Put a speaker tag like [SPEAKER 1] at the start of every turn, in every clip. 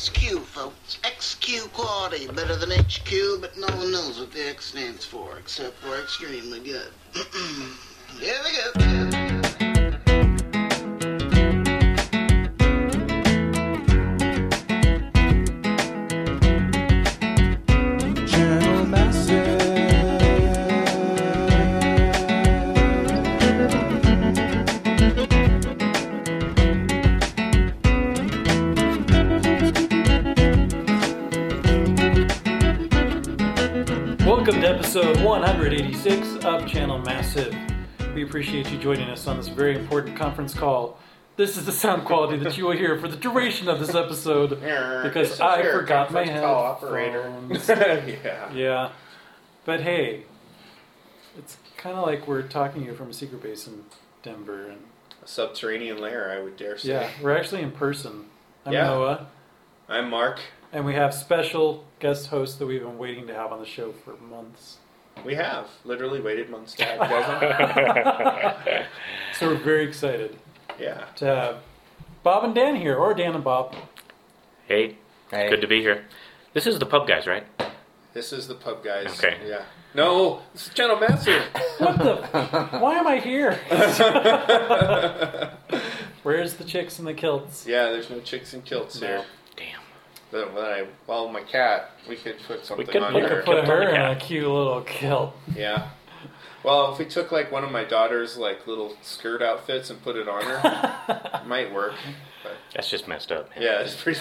[SPEAKER 1] So XQ quality, better than HQ, but no one knows what the X stands for, except we're extremely good. Here we go.
[SPEAKER 2] Channel
[SPEAKER 3] Welcome to episode 186 of Channel Massive. We appreciate you joining us on this very important conference call. This is the sound quality that you will hear for the duration of this episode
[SPEAKER 4] This
[SPEAKER 3] because
[SPEAKER 4] is
[SPEAKER 3] I
[SPEAKER 4] your
[SPEAKER 3] forgot my
[SPEAKER 4] conference call operator.
[SPEAKER 3] headphones.
[SPEAKER 4] yeah.
[SPEAKER 3] yeah, but hey, it's kind of like we're talking to you from a secret base in Denver, and
[SPEAKER 4] A subterranean lair, I would dare say.
[SPEAKER 3] yeah, we're actually in person. I'm
[SPEAKER 4] Yeah.
[SPEAKER 3] Noah,
[SPEAKER 4] I'm Mark.
[SPEAKER 3] and we have special guest hosts that we've been waiting to have on the show for months.
[SPEAKER 4] We have literally waited months to have you guys
[SPEAKER 3] So we're very excited.
[SPEAKER 4] on. Yeah.
[SPEAKER 3] to have uh, Bob and Dan here, or Dan and Bob.
[SPEAKER 5] Hey,
[SPEAKER 6] Hey.
[SPEAKER 5] good to be here. This is the pub guys, right?
[SPEAKER 4] This is the pub guys.
[SPEAKER 5] Okay.
[SPEAKER 4] Yeah. No, this is Channel Massive.
[SPEAKER 3] What the? why am I here? Where's the chicks in the kilts?
[SPEAKER 4] yeah, there's no chicks in kilts here.
[SPEAKER 5] Damn.
[SPEAKER 4] But when I, well, my cat, we could put something
[SPEAKER 5] could
[SPEAKER 4] on
[SPEAKER 3] You
[SPEAKER 5] Sure.
[SPEAKER 4] her.
[SPEAKER 3] could put
[SPEAKER 5] Kept on
[SPEAKER 3] her
[SPEAKER 5] the
[SPEAKER 3] in a
[SPEAKER 5] cat.
[SPEAKER 3] cute little kilt.
[SPEAKER 4] yeah. Well, if we took like one of my daughter's like little skirt outfits and put it on her, it might work. But
[SPEAKER 5] That's just messed up. Man.
[SPEAKER 4] yeah, it's pretty.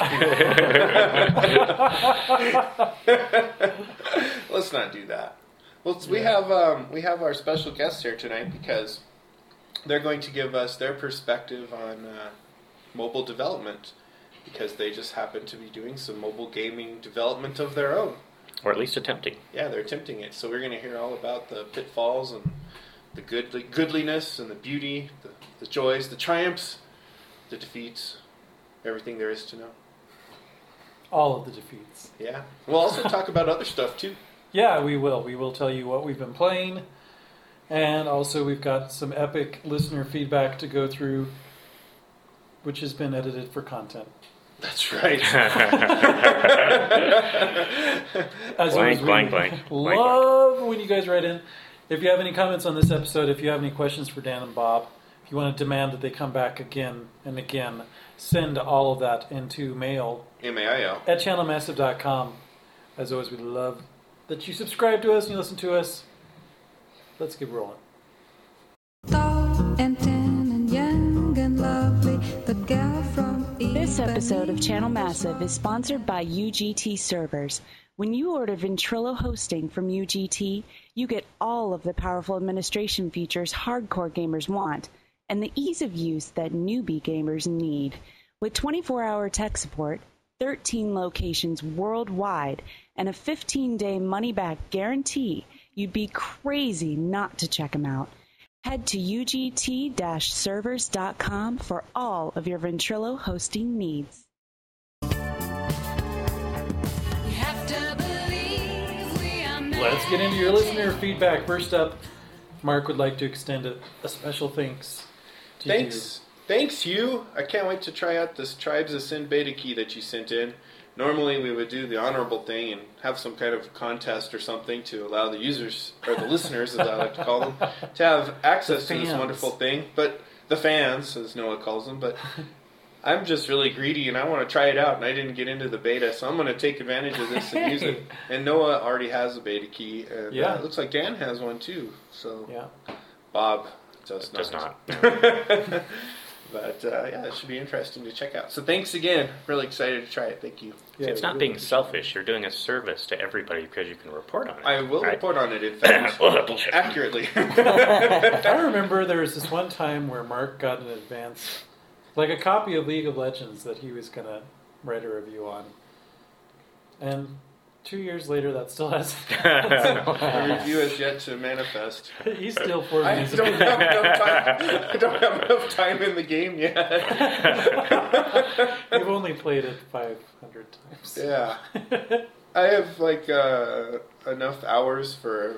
[SPEAKER 4] Let's not do that. Well, we have um, we have our special guests here tonight because they're going to give us their perspective on uh, mobile development because they just happen to be doing some mobile gaming development of their own.
[SPEAKER 5] Or at least attempting.
[SPEAKER 4] Yeah, they're attempting it. So we're going to hear all about the pitfalls and the goodly, goodliness and the beauty, the, the joys, the triumphs, the defeats, everything there is to know.
[SPEAKER 3] All of the defeats.
[SPEAKER 4] Yeah. We'll also talk about other stuff too.
[SPEAKER 3] Yeah, we will. We will tell you what we've been playing, and also we've got some epic listener feedback to go through, which has been edited for content.
[SPEAKER 4] That's right.
[SPEAKER 3] As
[SPEAKER 5] Blank,
[SPEAKER 3] always, we
[SPEAKER 5] blank, blank, blank, blank.
[SPEAKER 3] Love when you guys write in. If you have any comments on this episode, if you have any questions for Dan and Bob, if you want to demand that they come back again and again, send all of that into mail
[SPEAKER 4] M A I L.
[SPEAKER 3] at channelmassive.com. As always, we love that you subscribe to us and you listen to us. Let's get rolling.
[SPEAKER 7] Tall and tan and young and lovely, the gal from
[SPEAKER 8] This episode of
[SPEAKER 7] Ipanema.
[SPEAKER 8] Channel Massive is sponsored by UGT servers. When you order Ventrilo hosting from UGT, you get all of the powerful administration features hardcore gamers want and the ease of use that newbie gamers need. With 24 hour tech support, 13 locations worldwide, and a 15 day money back guarantee, you'd be crazy not to check them out. Head to ugt servers.com for all of your Ventrilo hosting needs.
[SPEAKER 3] Let's get into your listener feedback. First up, Mark would like to extend a, a special thanks to
[SPEAKER 4] Thanks. Thanks, you. I can't wait to try out this Tribes of Sin beta key that you sent in. Normally, we would do the honorable thing and have some kind of contest or something to allow the users, or the listeners, as I like to call them, to have access
[SPEAKER 3] The
[SPEAKER 4] to this
[SPEAKER 3] fans.
[SPEAKER 4] wonderful thing. But the fans, as Noah calls them, but. I'm just really greedy and I want to try it out, and I didn't get into the beta, so I'm going to take advantage of this and use it. And Noah already has a beta key, and yeah.
[SPEAKER 3] Yeah.
[SPEAKER 4] it looks like Dan has one too. So
[SPEAKER 3] You. Yeah.
[SPEAKER 4] Bob does not.
[SPEAKER 5] Does not.
[SPEAKER 4] But uh, yeah, it should be interesting to check out. So thanks again. Really excited to try it. Thank you.
[SPEAKER 3] yeah
[SPEAKER 5] it's not being selfish. You're doing a service to everybody because you can report on it.
[SPEAKER 4] I will
[SPEAKER 5] right?
[SPEAKER 4] report on it, in fact,
[SPEAKER 5] Oh, that bullshit.
[SPEAKER 4] accurately.
[SPEAKER 3] I remember there was this one time where Mark got an advance, like a copy of League of Legends that he was gonna write a review on, and two years later that still hasn't.
[SPEAKER 4] the review has yet to manifest.
[SPEAKER 3] He's still
[SPEAKER 4] I
[SPEAKER 3] forwarding.
[SPEAKER 4] don't have enough time. I don't have enough time in the game yet.
[SPEAKER 3] You've only played it five hundred times.
[SPEAKER 4] Yeah, I have like uh, enough hours for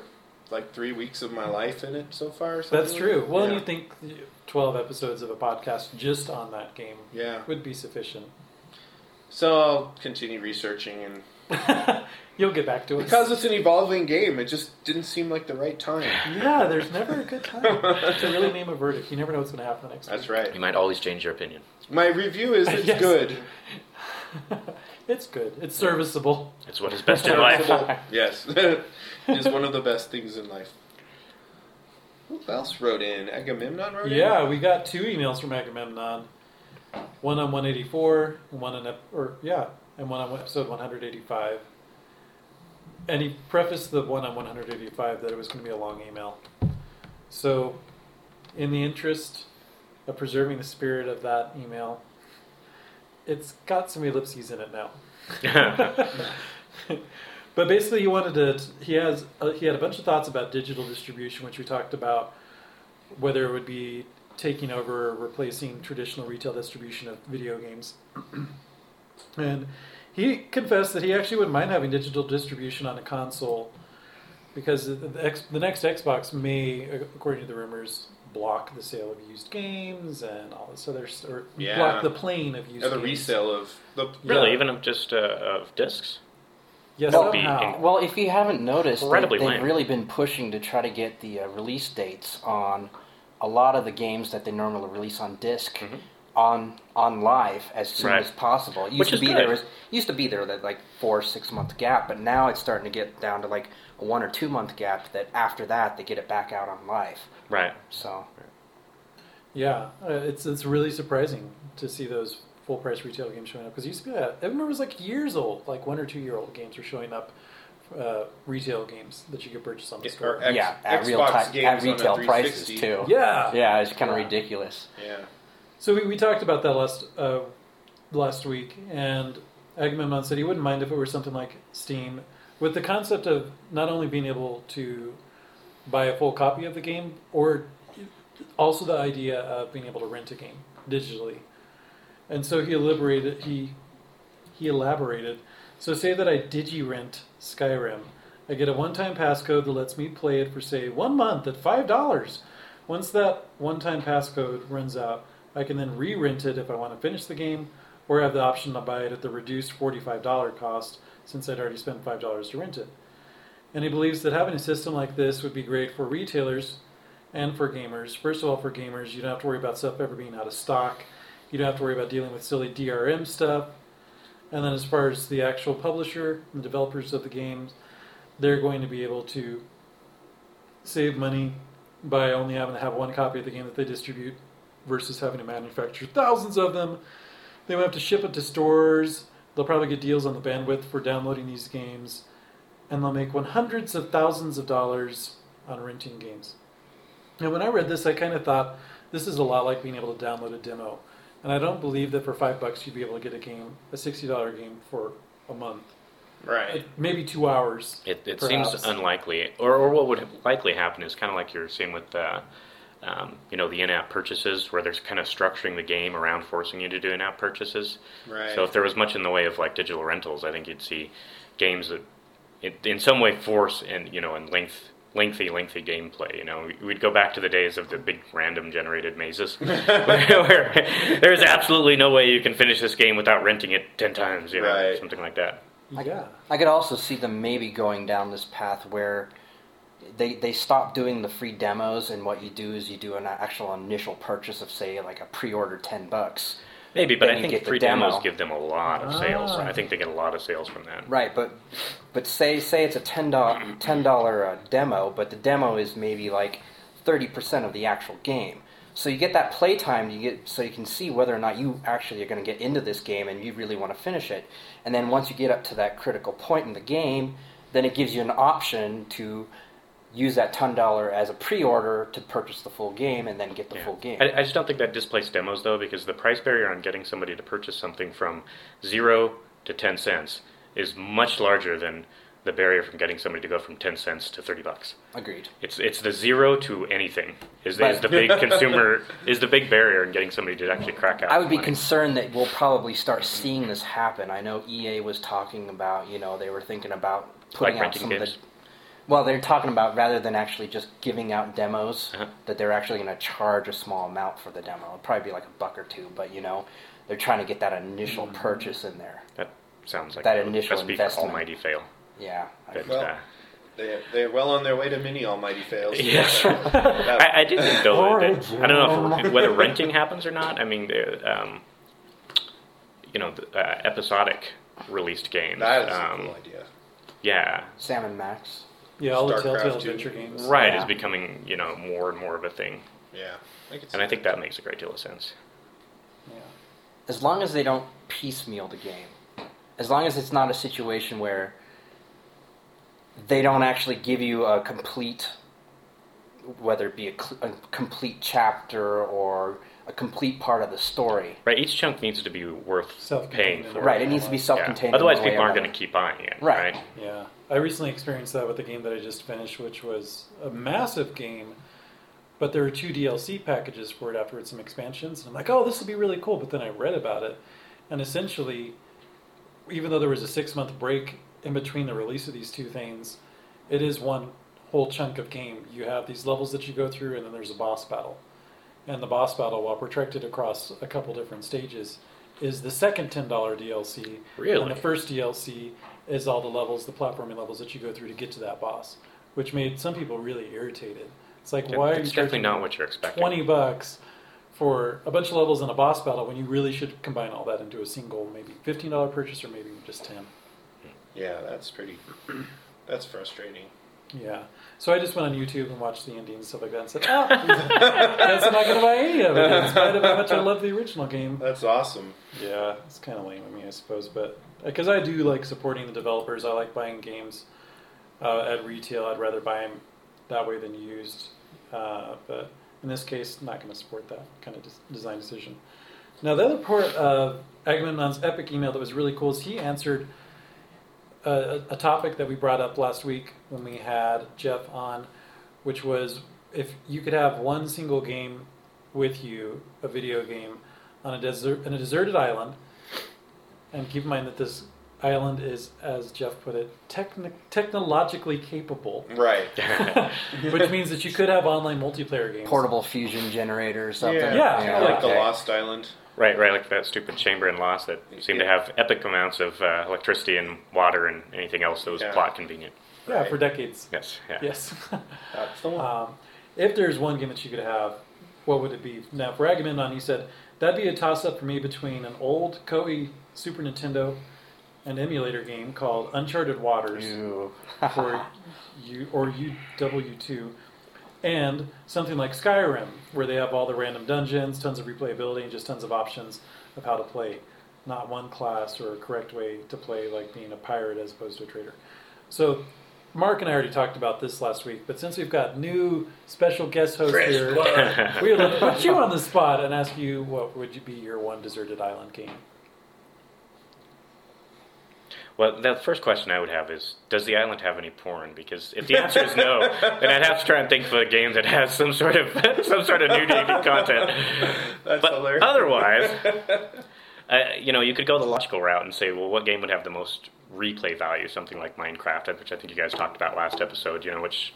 [SPEAKER 4] like three weeks of my life in it so far. or something
[SPEAKER 3] That's
[SPEAKER 4] like
[SPEAKER 3] true.
[SPEAKER 4] that.
[SPEAKER 3] Well,
[SPEAKER 4] yeah.
[SPEAKER 3] you think twelve episodes of a podcast just on that game
[SPEAKER 4] Yeah.
[SPEAKER 3] would be sufficient?
[SPEAKER 4] So I'll continue researching, and
[SPEAKER 3] You'll get back to us.
[SPEAKER 4] because it's an evolving game, it just didn't seem like the right time.
[SPEAKER 3] yeah, there's never a good time to really name a verdict. You never know what's going to happen the next
[SPEAKER 4] That's
[SPEAKER 3] week.
[SPEAKER 4] right.
[SPEAKER 5] You might always change your opinion.
[SPEAKER 4] My review is it's
[SPEAKER 3] Yes.
[SPEAKER 4] good.
[SPEAKER 3] It's good. It's serviceable.
[SPEAKER 5] It's what is best in life.
[SPEAKER 4] Yes, it is one of the best things in life. Who else wrote in? Agamemnon wrote in.
[SPEAKER 3] Yeah, we got two emails from Agamemnon. One on 184, and one on ep- or yeah, and one on episode 185. And he prefaced the one on 185 that it was going to be a long email. So, in the interest of preserving the spirit of that email, it's got some ellipses in it now. but basically, he wanted to. He has. Uh, he had a bunch of thoughts about digital distribution, which we talked about, whether it would be taking over or replacing traditional retail distribution of video games. and he confessed that he actually wouldn't mind having digital distribution on a console because the, the, X, the next Xbox may, according to the rumors, block the sale of used games and all this other stuff, or
[SPEAKER 4] Yeah.
[SPEAKER 3] block the plane of used
[SPEAKER 4] Or the
[SPEAKER 3] games.
[SPEAKER 4] resale of the
[SPEAKER 5] Really,
[SPEAKER 3] Yeah.
[SPEAKER 5] even of just uh, of discs.
[SPEAKER 3] Yes,
[SPEAKER 5] That would be
[SPEAKER 3] somehow.
[SPEAKER 5] inc-
[SPEAKER 6] Well, if you haven't noticed, they,
[SPEAKER 5] Incredibly
[SPEAKER 6] they've
[SPEAKER 5] lame.
[SPEAKER 6] really been pushing to try to get the uh, release dates on a lot of the games that they normally release on disk on on live as soon
[SPEAKER 5] Mm-hmm. Right.
[SPEAKER 6] as possible. It used
[SPEAKER 5] Which
[SPEAKER 6] to
[SPEAKER 5] is
[SPEAKER 6] be
[SPEAKER 5] good.
[SPEAKER 6] there was used to be there that like four six month gap, but now it's starting to get down to like a one or two month gap. That after that they get it back out on live.
[SPEAKER 5] Right.
[SPEAKER 6] So
[SPEAKER 3] Yeah, uh, it's it's really surprising to see those full price retail games showing up because used to be that I remember it was like years old, like one or two year old games were showing up, uh, retail games that you could purchase on the
[SPEAKER 4] or
[SPEAKER 3] store.
[SPEAKER 4] X,
[SPEAKER 6] yeah, at
[SPEAKER 4] Xbox
[SPEAKER 6] real time,
[SPEAKER 4] games on
[SPEAKER 6] at
[SPEAKER 4] a
[SPEAKER 6] retail prices
[SPEAKER 4] 360.
[SPEAKER 6] too.
[SPEAKER 3] Yeah,
[SPEAKER 6] yeah, it's kind of
[SPEAKER 3] Yeah.
[SPEAKER 6] ridiculous.
[SPEAKER 4] Yeah.
[SPEAKER 3] So we, we talked about that last uh, last week, and Agamemnon said he wouldn't mind if it were something like Steam, with the concept of not only being able to buy a full copy of the game, or also the idea of being able to rent a game digitally. And so he elaborated. He he elaborated. So say that I digi-rent Skyrim. I get a one-time passcode that lets me play it for say one month at five dollars. Once that one-time passcode runs out, I can then re-rent it if I want to finish the game, or have the option to buy it at the reduced forty-five dollar cost since I'd already spent five dollars to rent it. And he believes that having a system like this would be great for retailers and for gamers. First of all, for gamers, you don't have to worry about stuff ever being out of stock. You don't have to worry about dealing with silly DRM stuff. And then, as far as the actual publisher and developers of the games, they're going to be able to save money by only having to have one copy of the game that they distribute versus having to manufacture thousands of them. They won't have to ship it to stores. They'll probably get deals on the bandwidth for downloading these games. And they'll make one hundreds of thousands of dollars on renting games. Now, when I read this, I kind of thought this is a lot like being able to download a demo, and I don't believe that for five bucks you'd be able to get a game, a sixty-dollar game for a month,
[SPEAKER 4] Right.
[SPEAKER 3] maybe two hours.
[SPEAKER 5] It, it
[SPEAKER 3] perhaps.
[SPEAKER 5] seems unlikely, or, or what would likely happen is kind of like you're seeing with, uh, um, you know, the in-app purchases, where there's kind of structuring the game around forcing you to do in-app purchases.
[SPEAKER 4] Right.
[SPEAKER 5] So if there was much in the way of like digital rentals, I think you'd see games that, it, in some way, force and you know, and length, lengthy, lengthy gameplay. You know, we'd go back to the days of the big random generated mazes, where, where there's absolutely no way you can finish this game without renting it ten times, you know,
[SPEAKER 4] Right.
[SPEAKER 5] something like that.
[SPEAKER 3] yeah,
[SPEAKER 6] I could also see them maybe going down this path where they they stop doing the free demos, and what you do is you do an actual initial purchase of, say, like a pre-order ten bucks.
[SPEAKER 5] Maybe, but
[SPEAKER 6] Then
[SPEAKER 5] I
[SPEAKER 6] you
[SPEAKER 5] think
[SPEAKER 6] get the
[SPEAKER 5] free demos
[SPEAKER 6] demo.
[SPEAKER 5] give them a lot of sales.
[SPEAKER 3] Ah.
[SPEAKER 5] I think they get a lot of sales from that.
[SPEAKER 6] Right, but but say say it's a ten dollar ten dollar uh, demo, but the demo is maybe like thirty percent of the actual game. So you get that playtime, you get so you can see whether or not you actually are going to get into this game and you really want to finish it. And then once you get up to that critical point in the game, then it gives you an option to use that ten dollar as a pre-order to purchase the full game and then get the
[SPEAKER 5] Yeah.
[SPEAKER 6] full game.
[SPEAKER 5] I, I just don't think that displaced demos though, because the price barrier on getting somebody to purchase something from zero to ten cents is much larger than the barrier from getting somebody to go from ten cents to thirty bucks.
[SPEAKER 6] Agreed.
[SPEAKER 5] It's it's the zero to anything is, is
[SPEAKER 6] Right.
[SPEAKER 5] the big consumer is the big barrier in getting somebody to actually crack out.
[SPEAKER 6] I would be
[SPEAKER 5] money.
[SPEAKER 6] concerned that we'll probably start seeing this happen. I know EA was talking about, you know, they were thinking about putting out
[SPEAKER 5] renting
[SPEAKER 6] some of
[SPEAKER 5] games?
[SPEAKER 6] the. Well, they're talking about rather than actually just giving out demos,
[SPEAKER 5] Uh-huh.
[SPEAKER 6] that they're actually going to charge a small amount for the demo. It'll probably be like a buck or two, but you know, They're trying to get that initial
[SPEAKER 5] Mm.
[SPEAKER 6] purchase in there.
[SPEAKER 5] That sounds like
[SPEAKER 6] That
[SPEAKER 5] a
[SPEAKER 6] initial
[SPEAKER 5] recipe for
[SPEAKER 6] investment.
[SPEAKER 5] almighty fail.
[SPEAKER 6] Yeah. I-
[SPEAKER 5] But,
[SPEAKER 4] Well,
[SPEAKER 5] uh,
[SPEAKER 4] They, they're well on their way to mini almighty fails.
[SPEAKER 5] yeah, I, I did think though.
[SPEAKER 6] Or
[SPEAKER 5] That,
[SPEAKER 6] a
[SPEAKER 5] I don't know if, whether renting happens or not. I mean, the, um, you know, the, uh, episodic released games.
[SPEAKER 4] that is
[SPEAKER 5] um,
[SPEAKER 4] a cool idea.
[SPEAKER 5] Yeah,
[SPEAKER 6] Sam and Max.
[SPEAKER 3] Yeah, all the
[SPEAKER 4] StarCraft
[SPEAKER 3] Telltale
[SPEAKER 4] two.
[SPEAKER 3] adventure games.
[SPEAKER 5] right
[SPEAKER 6] Yeah.
[SPEAKER 5] is becoming you know more and more of a thing,
[SPEAKER 4] Yeah, I could
[SPEAKER 5] and
[SPEAKER 4] see
[SPEAKER 5] I think that makes a great deal of sense.
[SPEAKER 3] Yeah.
[SPEAKER 6] As long as they don't piecemeal the game, as long as it's not a situation where they don't actually give you a complete, whether it be a, cl- a complete chapter or a complete part of the story.
[SPEAKER 5] Right, each chunk needs to be worth paying
[SPEAKER 3] Self-contained in a
[SPEAKER 5] for.
[SPEAKER 6] Right, it needs to be self-contained.
[SPEAKER 5] Yeah. Otherwise,
[SPEAKER 6] in one
[SPEAKER 5] people
[SPEAKER 6] way or
[SPEAKER 5] aren't going
[SPEAKER 6] another.
[SPEAKER 5] to keep buying it.
[SPEAKER 6] Right.
[SPEAKER 5] Right.
[SPEAKER 3] Yeah, I recently experienced that with a game that I just finished, which was a massive game, but there were two DLC packages for it afterwards, some expansions. And I'm like, oh, this would be really cool. But then I read about it, and essentially, even though there was a six month break in between the release of these two things, it is one whole chunk of game. You have these levels that you go through, and then there's a boss battle. And the boss battle, while protracted across a couple different stages, is the second $10 DLC. And
[SPEAKER 5] Really?
[SPEAKER 3] the first DLC is all the levels, the platforming levels that you go through to get to that boss, which made some people really irritated. It's like, why are you
[SPEAKER 5] it's definitely
[SPEAKER 3] charging
[SPEAKER 5] not what you're expecting.
[SPEAKER 3] 20 bucks for a bunch of levels in a boss battle when you really should combine all that into a single, maybe $15 purchase or maybe just 10
[SPEAKER 4] Yeah, that's pretty. That's frustrating.
[SPEAKER 3] Yeah. So I just went on YouTube and watched the indie and stuff like that and said, oh, that's not going to buy any of it, in spite of how much I love the original game.
[SPEAKER 4] That's awesome.
[SPEAKER 3] Yeah, it's kind of lame of me, I suppose, but because I do like supporting the developers, I like buying games uh, at retail. I'd rather buy them that way than used. Uh, but in this case, I'm not going to support that kind of des- design decision. Now, the other part of Agamemnon's epic email that was really cool is he answered a, a topic that we brought up last week when we had Jeff on, which was if you could have one single game with you, a video game, on a desert in a deserted island, and keep in mind that this island is, as Jeff put it, techni- technologically capable,
[SPEAKER 4] Right.
[SPEAKER 3] which means that you could have online multiplayer games.
[SPEAKER 6] Portable fusion generator or something.
[SPEAKER 4] Yeah,
[SPEAKER 3] Yeah,
[SPEAKER 4] kinda like the Lost Island.
[SPEAKER 5] Right, right, like that stupid chamber in Lost that seemed to have epic amounts of uh, electricity and water and anything else that was
[SPEAKER 4] Yeah.
[SPEAKER 5] plot convenient.
[SPEAKER 3] yeah, for decades.
[SPEAKER 5] Yes, yeah.
[SPEAKER 3] Yes.
[SPEAKER 4] That's the one.
[SPEAKER 3] Um, if there's one game that you could have, what would it be? Now, for Agamemnon, he said, that'd be a toss up for me between an old Koei Super Nintendo and emulator game called Uncharted Waters
[SPEAKER 6] Ew.
[SPEAKER 3] for U or UW2 and something like Skyrim, where they have all the random dungeons, tons of replayability, and just tons of options of how to play. Not one class or a correct way to play, like being a pirate as opposed to a trader. So, Mark and I already talked about this last week, but since we've got new special guest host here, we would like to put you on the spot and ask you what would you be your one deserted island game?
[SPEAKER 5] Well, the first question I would have is Does the island have any porn? Because if the answer is no, then I'd have to try and think of a game that has some sort of some sort of nudity content.
[SPEAKER 4] That's
[SPEAKER 5] But
[SPEAKER 4] hilarious.
[SPEAKER 5] otherwise, uh, you know, you could go the logical route and say, well, what game would have the most replay value? Something like Minecraft, which I think you guys talked about last episode. You know, which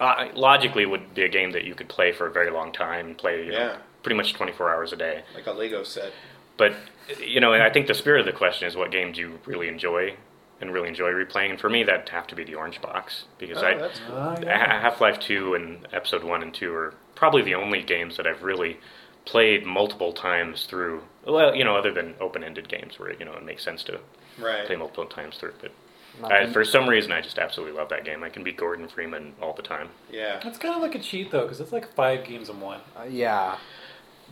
[SPEAKER 5] uh, logically would be a game that you could play for a very long time and play, you know,
[SPEAKER 4] Yeah.
[SPEAKER 5] pretty much 24 hours a day.
[SPEAKER 4] like a Lego set.
[SPEAKER 5] But you know, and I think the spirit of the question is, what game do you really enjoy and really enjoy replaying? And for me, that'd have to be the Orange Box because
[SPEAKER 4] Oh,
[SPEAKER 5] I.
[SPEAKER 4] that's cool.
[SPEAKER 3] Ah, yeah.
[SPEAKER 5] Half Life 2 and Episode 1 and 2 are probably the only games that I've really played multiple times through. Well, you know, other than open ended games where, you know, it makes sense to
[SPEAKER 4] Right.
[SPEAKER 5] play multiple times through. But
[SPEAKER 6] Not
[SPEAKER 5] I,
[SPEAKER 6] the-
[SPEAKER 5] for some reason, I just absolutely love that game. I can be Gordon Freeman all the time.
[SPEAKER 4] Yeah.
[SPEAKER 3] That's kind of like a cheat, though, because it's like five games in one.
[SPEAKER 6] Uh, yeah.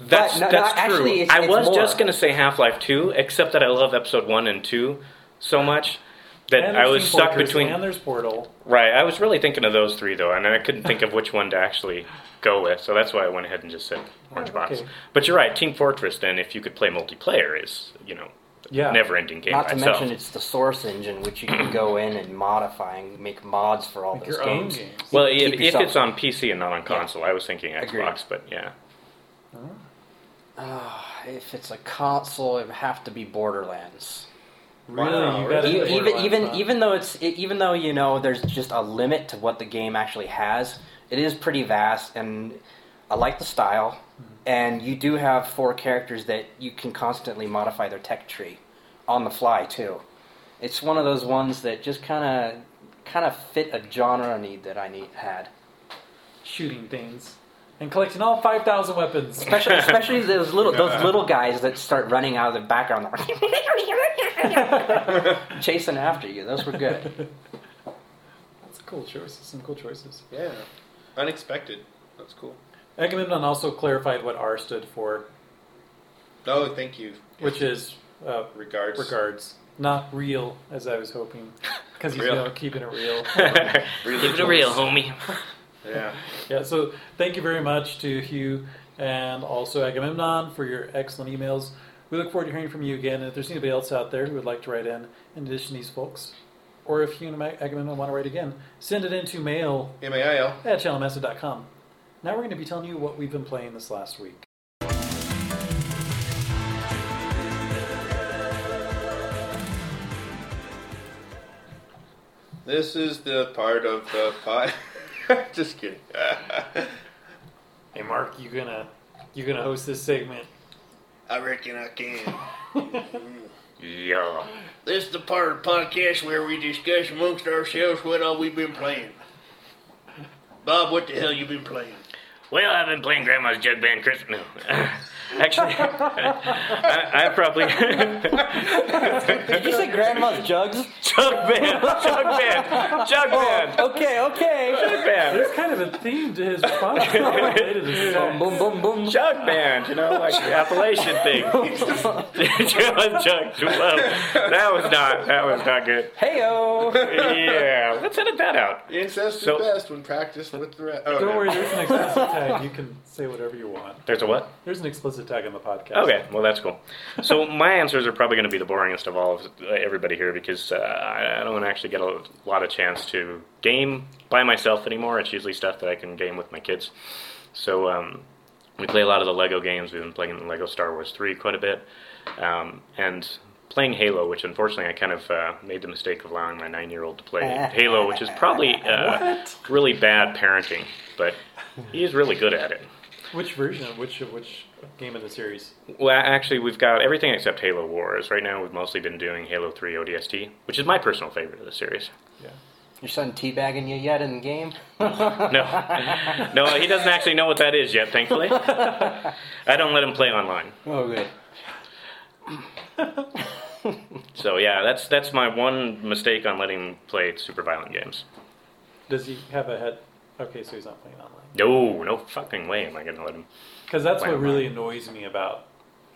[SPEAKER 5] That's,
[SPEAKER 6] no, no,
[SPEAKER 5] that's true.
[SPEAKER 6] actually, it's-
[SPEAKER 5] I
[SPEAKER 6] it's
[SPEAKER 5] was
[SPEAKER 6] more.
[SPEAKER 5] just going to say Half Life 2, except that I love Episode 1 and 2 so much. That
[SPEAKER 3] And
[SPEAKER 5] I
[SPEAKER 3] there's
[SPEAKER 5] was
[SPEAKER 3] Team
[SPEAKER 5] stuck
[SPEAKER 3] Fortress,
[SPEAKER 5] between
[SPEAKER 3] And there's Portal.
[SPEAKER 5] Right, I was really thinking of those three though, and I couldn't think of which one to actually go with, so that's why I went ahead and just said Orange
[SPEAKER 3] Oh,
[SPEAKER 5] Box.
[SPEAKER 3] okay.
[SPEAKER 5] But you're right, Team Fortress. Then, if you could play multiplayer, is you know,
[SPEAKER 3] Yeah.
[SPEAKER 5] never-ending game
[SPEAKER 6] Not
[SPEAKER 5] by
[SPEAKER 6] to
[SPEAKER 5] itself.
[SPEAKER 6] mention it's the source engine, which you can go in and modify and make mods for all
[SPEAKER 3] Like
[SPEAKER 6] those
[SPEAKER 3] your own
[SPEAKER 6] games.
[SPEAKER 3] games.
[SPEAKER 5] well,
[SPEAKER 6] Keep
[SPEAKER 5] if, if
[SPEAKER 6] yourself-
[SPEAKER 5] it's on PC and not on console, I was thinking Xbox,
[SPEAKER 6] Agreed.
[SPEAKER 5] but yeah,
[SPEAKER 6] Ah, If it's a console, it would have to be Borderlands.
[SPEAKER 3] Really, you
[SPEAKER 4] Wow,
[SPEAKER 3] got
[SPEAKER 4] really?
[SPEAKER 6] E-
[SPEAKER 3] it.
[SPEAKER 6] Even even even though it's e- even though you know there's just a limit to what the game actually has, it is pretty vast, and I like the style. and you do have four characters that you can constantly modify their tech tree on the fly too. It's one of those ones that just kind of kind of fit a genre need that I need had.
[SPEAKER 3] shooting things and collecting all 5,000 weapons.
[SPEAKER 6] Especially, especially those little those little guys that start running out of the background, chasing after you. Those were good.
[SPEAKER 3] That's cool choices, some cool choices.
[SPEAKER 4] Yeah. Unexpected. That's cool.
[SPEAKER 3] Agamemnon also clarified what R stood for,
[SPEAKER 4] Oh, thank you.
[SPEAKER 3] which is uh,
[SPEAKER 4] Regards.
[SPEAKER 3] regards. Not real, as I was hoping, because he's
[SPEAKER 4] Real.
[SPEAKER 3] know, keeping it real.
[SPEAKER 5] Keep it real, homie.
[SPEAKER 4] Yeah.
[SPEAKER 3] Yeah, so thank you very much to Hugh and also Agamemnon for your excellent emails. We look forward to hearing from you again. And if there's anybody else out there who would like to write in, in addition to these folks, or if Hugh and Ag- Agamemnon want to write again, send it in to mail
[SPEAKER 4] M-A-I-L.
[SPEAKER 3] at channelmaster.com. Now we're going to be telling you what we've been playing this last week.
[SPEAKER 4] This is the part of the pod. Just kidding.
[SPEAKER 3] Hey, Mark, you gonna you gonna host this segment?
[SPEAKER 4] I reckon I can.
[SPEAKER 5] Yeah.
[SPEAKER 4] This is the part of the podcast where we discuss amongst ourselves what all we've been playing. Bob, what the hell you been playing?
[SPEAKER 5] Well, I've been playing Grandma's Jug Band Christmas. No. Actually, I, I probably.
[SPEAKER 6] Did you say grandma's jugs?
[SPEAKER 5] Jug Band! Jug Band! Jug Band!
[SPEAKER 6] Okay, okay.
[SPEAKER 5] Jug Band!
[SPEAKER 3] There's kind of a theme to his podcast.
[SPEAKER 6] Boom, boom, boom.
[SPEAKER 5] Jug Band! You know, like the Appalachian thing. Jug, jug, well, that was not, that was not good.
[SPEAKER 6] Heyo.
[SPEAKER 5] Yeah, let's edit that out.
[SPEAKER 4] Incest is
[SPEAKER 5] So-
[SPEAKER 4] best when practiced with the rest. Oh,
[SPEAKER 3] Don't
[SPEAKER 4] no.
[SPEAKER 3] worry, there's an explicit tag. You can say whatever you want.
[SPEAKER 5] There's a what?
[SPEAKER 3] There's an explicit tag on the podcast.
[SPEAKER 5] Okay, well that's cool. So my answers are probably going to be the boringest of all of uh, everybody here because uh, I I don't actually get a lot of chance to game by myself anymore. It's usually stuff that I can game with my kids. So um, we play a lot of the Lego games. We've been playing Lego Star Wars 3 quite a bit, um, and playing Halo, which unfortunately I kind of uh, made the mistake of allowing my nine-year-old to play Halo, which is probably uh, really bad parenting, but he's really good at it.
[SPEAKER 3] Which version? of Which of which game of the series?
[SPEAKER 5] Well, actually, we've got everything except Halo Wars. Right now, we've mostly been doing Halo 3 ODST, which is my personal favorite of the series.
[SPEAKER 3] Yeah.
[SPEAKER 6] Your son teabagging you yet in the game? Oh,
[SPEAKER 5] No, no, he doesn't actually know what that is yet, thankfully. I don't let him play online.
[SPEAKER 6] Oh, good.
[SPEAKER 5] So yeah, that's that's my one mistake on letting him play super violent games.
[SPEAKER 3] Does he have a head? Okay, so he's not playing online.
[SPEAKER 5] No, no fucking way am I gonna let him.
[SPEAKER 3] Because that's what
[SPEAKER 5] Playing
[SPEAKER 3] really annoys me about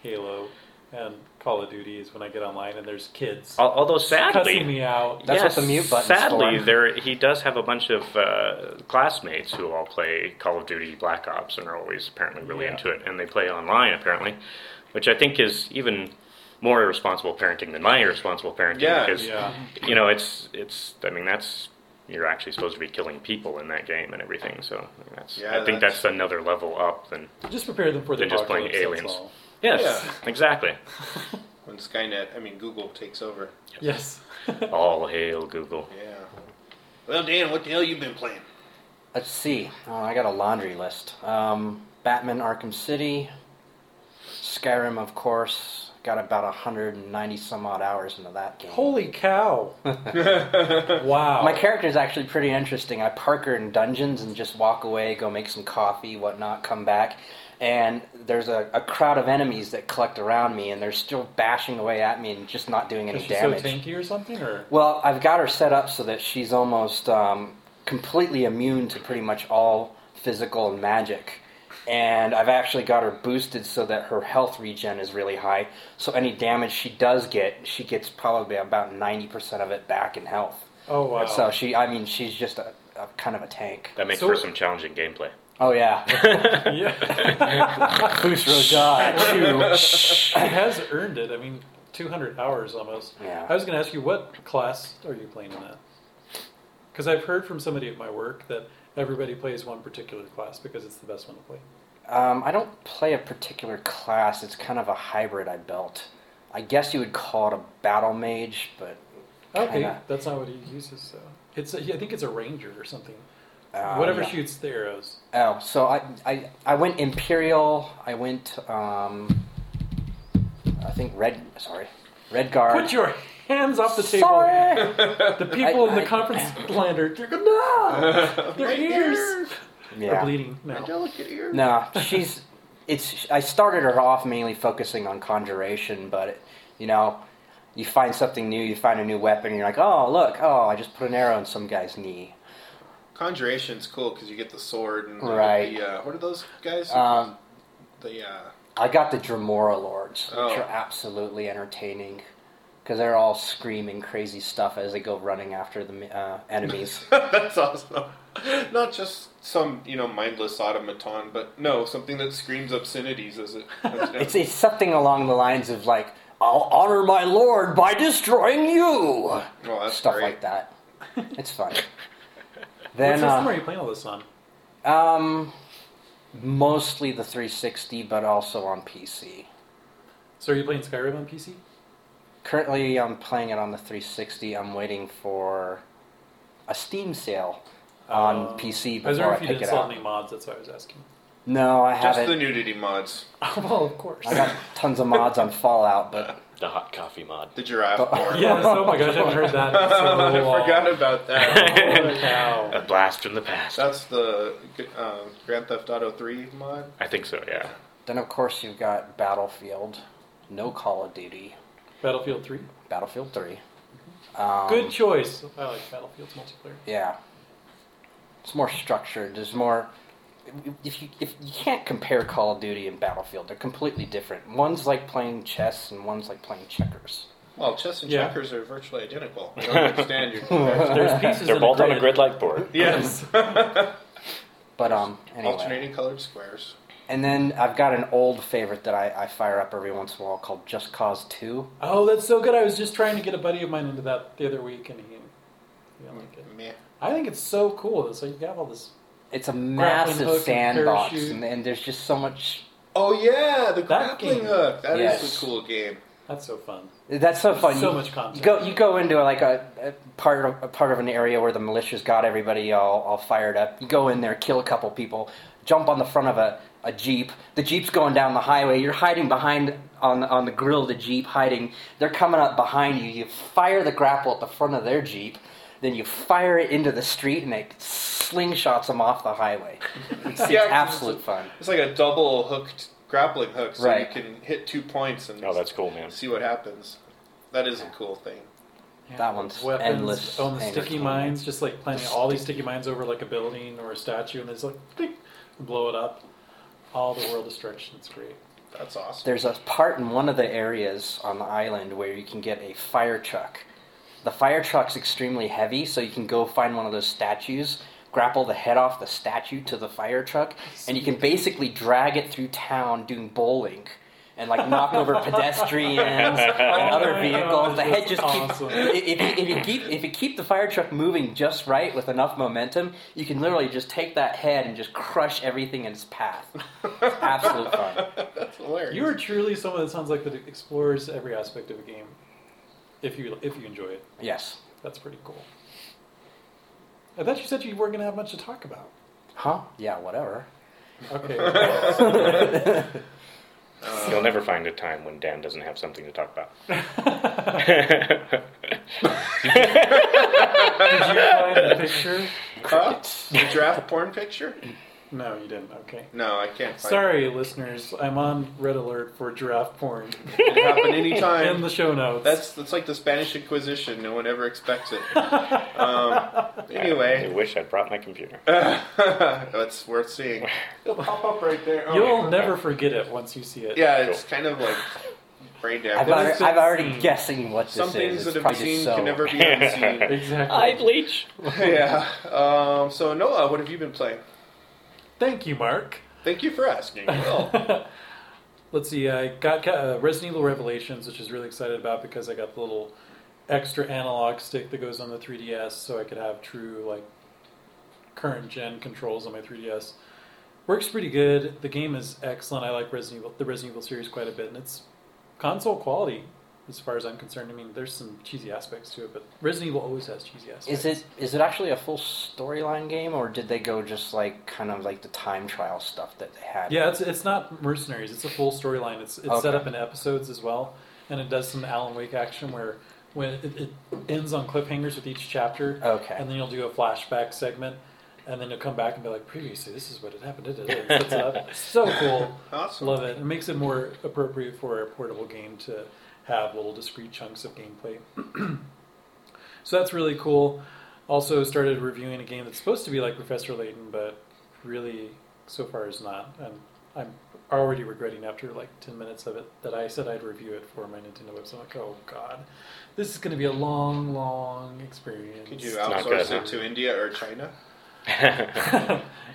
[SPEAKER 3] Halo and Call of Duty is when I get online and there's kids
[SPEAKER 5] Al- Although Oh, sadly,
[SPEAKER 3] cussing me out.
[SPEAKER 6] That's what the mute button's
[SPEAKER 5] Sadly,
[SPEAKER 6] for.
[SPEAKER 5] there he does have a bunch of uh, classmates who all play Call of Duty Black Ops and are always apparently really
[SPEAKER 3] Yeah.
[SPEAKER 5] into it, and they play online apparently, which I think is even more irresponsible parenting than my irresponsible parenting.
[SPEAKER 4] Yeah,
[SPEAKER 5] because
[SPEAKER 3] Yeah.
[SPEAKER 5] you know it's it's I mean that's you're actually supposed to be killing people in that game and everything. So I mean, that's
[SPEAKER 4] Yeah,
[SPEAKER 5] I think
[SPEAKER 4] that's-
[SPEAKER 5] that's, another level up than
[SPEAKER 3] Just prepare them for the
[SPEAKER 5] They're just playing
[SPEAKER 3] apocalypse, that's
[SPEAKER 5] aliens.
[SPEAKER 3] all.
[SPEAKER 5] yes,
[SPEAKER 4] Yeah.
[SPEAKER 5] exactly.
[SPEAKER 4] When Skynet, I mean Google, takes over.
[SPEAKER 3] Yes.
[SPEAKER 5] All hail Google.
[SPEAKER 4] Yeah. Well, Dan, what the hell you been playing?
[SPEAKER 6] Let's see. Oh, I got a laundry list. Um, Batman Arkham City, Skyrim, of course. Got about 190 some odd hours into that game.
[SPEAKER 3] Holy cow! wow.
[SPEAKER 6] My character is actually pretty interesting. I park her in dungeons and just walk away, go make some coffee, whatnot, come back. And there's a, a crowd of enemies that collect around me, and they're still bashing away at me and just not doing
[SPEAKER 3] is
[SPEAKER 6] any
[SPEAKER 3] she
[SPEAKER 6] damage.
[SPEAKER 3] so tanky or something? Or
[SPEAKER 6] Well, I've got her set up so that she's almost um, completely immune to pretty much all physical and magic. And I've actually got her boosted so that her health regen is really high. So any damage she does get, she gets probably about 90% of it back in health.
[SPEAKER 3] oh wow.
[SPEAKER 6] So she, I mean, she's just a, a kind of a tank.
[SPEAKER 5] That makes
[SPEAKER 3] So-
[SPEAKER 5] for some challenging gameplay.
[SPEAKER 6] Oh, yeah.
[SPEAKER 3] yeah.
[SPEAKER 6] Boost Rodot, too.
[SPEAKER 3] it has earned it. I mean, 200 hours almost.
[SPEAKER 6] Yeah.
[SPEAKER 3] I was going to ask you, what class are you playing in that? Because I've heard from somebody at my work that everybody plays one particular class because it's the best one to play.
[SPEAKER 6] Um, I don't play a particular class. It's kind of a hybrid I built. I guess you would call it a battle mage, but
[SPEAKER 3] Okay,
[SPEAKER 6] Kinda.
[SPEAKER 3] that's not what he uses. So it's a, I think it's a ranger or something.
[SPEAKER 6] Uh,
[SPEAKER 3] Whatever
[SPEAKER 6] yeah.
[SPEAKER 3] shoots the arrows.
[SPEAKER 6] Oh, so I, I I went Imperial. I went um, I think Red. Sorry, Red Guard.
[SPEAKER 3] Put your hands off the table.
[SPEAKER 6] sorry.
[SPEAKER 3] The people
[SPEAKER 6] I-
[SPEAKER 3] in the
[SPEAKER 6] I-
[SPEAKER 3] conference lander, they're going, no! Their ears are
[SPEAKER 6] yeah.
[SPEAKER 3] bleeding now.
[SPEAKER 4] Delicate ear.
[SPEAKER 6] No, she's. It's. I started her off mainly focusing on conjuration, but you know, you find something new, you find a new weapon, and you're like, oh look, oh I just put an arrow in some guy's knee.
[SPEAKER 4] Conjuration's cool because you get the sword and the-
[SPEAKER 6] Right.
[SPEAKER 4] the, uh, what are those guys?
[SPEAKER 6] Um,
[SPEAKER 4] the uh,
[SPEAKER 6] I got the Dremora Lords, which
[SPEAKER 4] Oh.
[SPEAKER 6] are absolutely entertaining because they're all screaming crazy stuff as they go running after the uh, enemies.
[SPEAKER 4] That's awesome. Not just some, you know, mindless automaton, but no, something that screams obscenities as it comes down.
[SPEAKER 6] It's, it's something along the lines of like, I'll honor my lord by destroying you.
[SPEAKER 4] Well, that's
[SPEAKER 6] Stuff
[SPEAKER 4] great.
[SPEAKER 6] like that. It's fun.
[SPEAKER 3] What
[SPEAKER 6] then
[SPEAKER 3] system are
[SPEAKER 6] uh,
[SPEAKER 3] you playing all this on?
[SPEAKER 6] um, mostly the 360, but also on PC.
[SPEAKER 3] So are you playing Skyrim on PC?
[SPEAKER 6] Currently, I'm playing it on the 360. I'm waiting for a Steam sale on
[SPEAKER 3] Um,
[SPEAKER 6] PC
[SPEAKER 3] I was wondering
[SPEAKER 6] before I
[SPEAKER 3] if you
[SPEAKER 6] pick
[SPEAKER 3] didn't
[SPEAKER 6] it
[SPEAKER 3] sell
[SPEAKER 6] up.
[SPEAKER 3] any mods, that's what I was asking.
[SPEAKER 6] No, I
[SPEAKER 4] just
[SPEAKER 6] haven't.
[SPEAKER 4] the nudity mods.
[SPEAKER 3] well, of course.
[SPEAKER 6] I got tons of mods on Fallout, but
[SPEAKER 5] The hot coffee mod.
[SPEAKER 4] The giraffe
[SPEAKER 6] Oh.
[SPEAKER 4] porn.
[SPEAKER 3] Yes, oh my gosh, I haven't heard that in so
[SPEAKER 4] I
[SPEAKER 3] long.
[SPEAKER 4] forgot about that.
[SPEAKER 3] Holy cow.
[SPEAKER 5] A blast from the past.
[SPEAKER 4] That's the uh, Grand Theft Auto 3 mod.
[SPEAKER 5] I think so. Yeah.
[SPEAKER 6] then of course you've got Battlefield, no Call of Duty,
[SPEAKER 3] Battlefield 3.
[SPEAKER 6] Battlefield 3. Um,
[SPEAKER 3] Good choice. I like Battlefield's multiplayer.
[SPEAKER 6] Yeah. It's more structured. There's more. If you if you can't compare Call of Duty and Battlefield, they're completely different. One's like playing chess, and one's like playing checkers.
[SPEAKER 4] Well, chess and
[SPEAKER 3] Yeah.
[SPEAKER 4] checkers are virtually identical. I don't understand your comparison.
[SPEAKER 3] There's pieces
[SPEAKER 5] They're
[SPEAKER 3] in
[SPEAKER 5] both
[SPEAKER 3] a
[SPEAKER 5] on a grid like board.
[SPEAKER 4] yes.
[SPEAKER 6] But um, anyway.
[SPEAKER 4] Alternating colored squares.
[SPEAKER 6] And then I've got an old favorite that I, I fire up every once in a while called Just Cause Two.
[SPEAKER 3] Oh, that's so good. I was just trying to get a buddy of mine into that the other week, and he, he didn't like it.
[SPEAKER 4] Meh.
[SPEAKER 3] I think it's so cool. So you have all this.
[SPEAKER 6] It's a massive
[SPEAKER 3] hook and
[SPEAKER 6] sandbox,
[SPEAKER 3] parachute.
[SPEAKER 6] and, and there's just so much.
[SPEAKER 4] Oh, yeah, the
[SPEAKER 3] That
[SPEAKER 4] grappling
[SPEAKER 3] game.
[SPEAKER 4] hook. That is
[SPEAKER 6] Yes.
[SPEAKER 4] a cool game.
[SPEAKER 3] That's so fun.
[SPEAKER 6] That's so fun.
[SPEAKER 3] So
[SPEAKER 6] you,
[SPEAKER 3] much content.
[SPEAKER 6] You go, you go into like a, a part of a part of an area where the militia's got everybody all, all fired up. You go in there, kill a couple people, jump on the front of a, a jeep. The jeep's going down the highway. You're hiding behind on on the grill of the jeep, hiding. They're coming up behind you. You fire the grapple at the front of their jeep. Then you fire it into the street, and it slingshots them off the highway. It's, it's
[SPEAKER 4] Yeah, 'cause
[SPEAKER 6] absolute fun.
[SPEAKER 4] It's like a double hooked grappling hook, so
[SPEAKER 6] Right.
[SPEAKER 4] you can hit two points and
[SPEAKER 5] Oh, that's cool, man.
[SPEAKER 4] see what happens. That is a cool thing.
[SPEAKER 3] Yeah,
[SPEAKER 6] That one's
[SPEAKER 3] weapons,
[SPEAKER 6] endless
[SPEAKER 3] Oh, and the sticky
[SPEAKER 6] entertainment.
[SPEAKER 3] mines, just like planting all these sticky mines over like a building or a statue, and there's like, ding, blow it up. All the world destruction. It's great.
[SPEAKER 4] That's awesome.
[SPEAKER 6] There's a part in one of the areas on the island where you can get a fire truck. The fire truck's extremely heavy, so you can go find one of those statues, grapple the head off the statue to the fire truck, and you can basically drag it through town doing bowling. And like knock over pedestrians and
[SPEAKER 3] Oh
[SPEAKER 6] other
[SPEAKER 3] my
[SPEAKER 6] vehicles.
[SPEAKER 3] God,
[SPEAKER 6] The head just
[SPEAKER 3] that's awesome.
[SPEAKER 6] keeps. If, if, if you keep if you keep the fire truck moving just right with enough momentum, you can literally just take that head and just crush everything in its path. It's absolute fun.
[SPEAKER 4] That's hilarious.
[SPEAKER 3] You are truly someone that sounds like that explores every aspect of a game. If you if you enjoy it,
[SPEAKER 6] Yes.
[SPEAKER 3] that's pretty cool. I thought you said you weren't gonna have much to talk about.
[SPEAKER 6] Huh? Yeah, whatever.
[SPEAKER 3] Okay.
[SPEAKER 5] You'll never find a time when Dan doesn't have something to talk about.
[SPEAKER 3] Did you find the picture?
[SPEAKER 4] Huh? The draft porn picture?
[SPEAKER 3] No, you didn't. Okay.
[SPEAKER 4] No, I can't find
[SPEAKER 3] Sorry, listeners. I'm on red alert for giraffe porn
[SPEAKER 4] it. It can happen
[SPEAKER 3] in
[SPEAKER 4] anytime.
[SPEAKER 3] the show notes.
[SPEAKER 4] That's that's like the Spanish Inquisition. No one ever expects it. Um,
[SPEAKER 5] I
[SPEAKER 4] anyway, Oh,
[SPEAKER 5] wish I'd brought my computer.
[SPEAKER 4] that's worth seeing. It'll pop up right there. Oh,
[SPEAKER 3] You'll never forget it once you see it.
[SPEAKER 4] Yeah, it's kind of like brain
[SPEAKER 6] I've,
[SPEAKER 4] damage.
[SPEAKER 3] What
[SPEAKER 6] already,
[SPEAKER 3] is
[SPEAKER 6] I'm
[SPEAKER 3] this
[SPEAKER 6] already
[SPEAKER 3] scene?
[SPEAKER 6] guessing what this
[SPEAKER 4] Some things
[SPEAKER 6] is.
[SPEAKER 4] that have
[SPEAKER 6] It's
[SPEAKER 4] been
[SPEAKER 6] probably
[SPEAKER 4] seen
[SPEAKER 6] so-
[SPEAKER 4] can never be unseen.
[SPEAKER 3] Exactly.
[SPEAKER 5] bleach.
[SPEAKER 4] yeah. Um, so Noah, what have you been playing?
[SPEAKER 3] Thank you, Mark.
[SPEAKER 4] Thank you for asking. Well,
[SPEAKER 3] Let's see. I got uh, Resident Evil Revelations, which is really excited about because I got the little extra analog stick that goes on the 3DS, so I could have true like current gen controls on my 3DS. Works pretty good. The game is excellent. I like Resident Evil, the Resident Evil series quite a bit, and it's console quality as far as I'm concerned. I mean, there's some cheesy aspects to it, but Resident Evil always has cheesy aspects.
[SPEAKER 6] Is it is it actually a full storyline game, or did they go just like kind of like the time trial stuff that they had?
[SPEAKER 3] Yeah, it's it's not mercenaries. It's a full storyline. It's it's set
[SPEAKER 6] Okay.
[SPEAKER 3] up in episodes as well, and it does some Alan Wake action where when it, it ends on cliffhangers with each chapter.
[SPEAKER 6] Okay.
[SPEAKER 3] And then you'll do a flashback segment, and then you'll come back and be like, previously, this is what had happened. It is It's, uh, so cool.
[SPEAKER 4] Awesome.
[SPEAKER 3] Love it. It makes it more appropriate for a portable game to have little discrete chunks of gameplay. so that's really cool. Also started reviewing a game that's supposed to be like Professor Layton, but really so far is not. And I'm already regretting after like 10 minutes of it that I said I'd review it for my Nintendo website. I'm like, oh god, this is going to be a long, long experience.
[SPEAKER 4] Could you
[SPEAKER 5] not
[SPEAKER 4] outsource
[SPEAKER 5] good,
[SPEAKER 4] it
[SPEAKER 5] huh?
[SPEAKER 4] to India or China?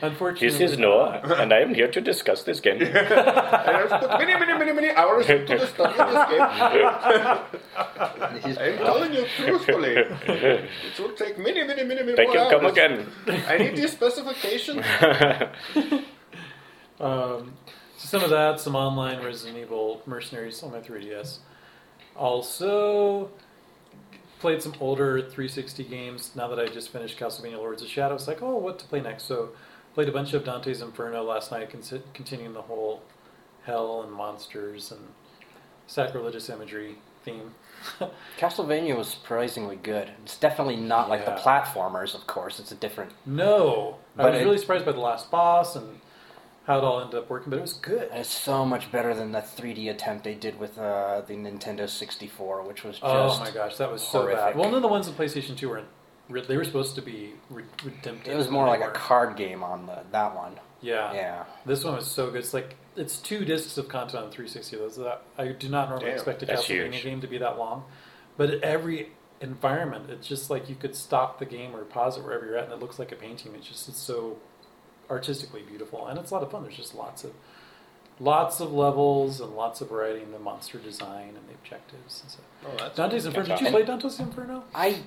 [SPEAKER 3] Unfortunately,
[SPEAKER 5] This is Noah, and I am here to discuss this game.
[SPEAKER 4] mini, mini, mini, mini. I want to speak to the stuff in this game. I'm telling you truthfully. It will take many, many, many, many
[SPEAKER 5] They
[SPEAKER 4] more
[SPEAKER 5] can come
[SPEAKER 4] hours.
[SPEAKER 5] again.
[SPEAKER 4] I need these specifications.
[SPEAKER 3] Um, so some of that, some online Resident Evil Mercenaries on my 3DS. Also, played some older 360 games. Now that I just finished Castlevania Lords of Shadow, it's like, oh, what to play next? So, played a bunch of Dante's Inferno last night, con- continuing the whole hell and monsters and sacrilegious imagery theme.
[SPEAKER 6] Castlevania was surprisingly good. It's definitely not like the
[SPEAKER 3] Yeah.
[SPEAKER 6] platformers, of course. It's a different.
[SPEAKER 3] no, I
[SPEAKER 6] But
[SPEAKER 3] was
[SPEAKER 6] it-
[SPEAKER 3] really surprised by the last boss and how it all ended up working, but it was good.
[SPEAKER 6] It's so much better than that 3D attempt they did with uh, the Nintendo 64, which was just.
[SPEAKER 3] Oh my gosh, that was so bad.
[SPEAKER 6] horrific.
[SPEAKER 3] Well, none of the ones on PlayStation Two weren't. re- They were supposed to be re- redemptive.
[SPEAKER 6] It was
[SPEAKER 3] but
[SPEAKER 6] more
[SPEAKER 3] they
[SPEAKER 6] like a
[SPEAKER 3] weren't.
[SPEAKER 6] card game on the that one.
[SPEAKER 3] Yeah.
[SPEAKER 6] Yeah.
[SPEAKER 3] This one was so good. It's like it's two discs of content on 360. Those that I do not normally
[SPEAKER 4] Damn,
[SPEAKER 3] expect a
[SPEAKER 5] that's
[SPEAKER 3] Castlevania
[SPEAKER 5] huge.
[SPEAKER 3] game to be that long, but every environment, it's just like you could stop the game or pause it wherever you're at, and it looks like a painting. It's just it's so artistically beautiful, and it's a lot of fun. There's just lots of lots of levels and lots of variety in the monster design and the objectives and stuff.
[SPEAKER 4] Oh, that's
[SPEAKER 3] Dante's Inferno. Did you
[SPEAKER 6] awesome.
[SPEAKER 3] play Dante's Inferno?
[SPEAKER 6] I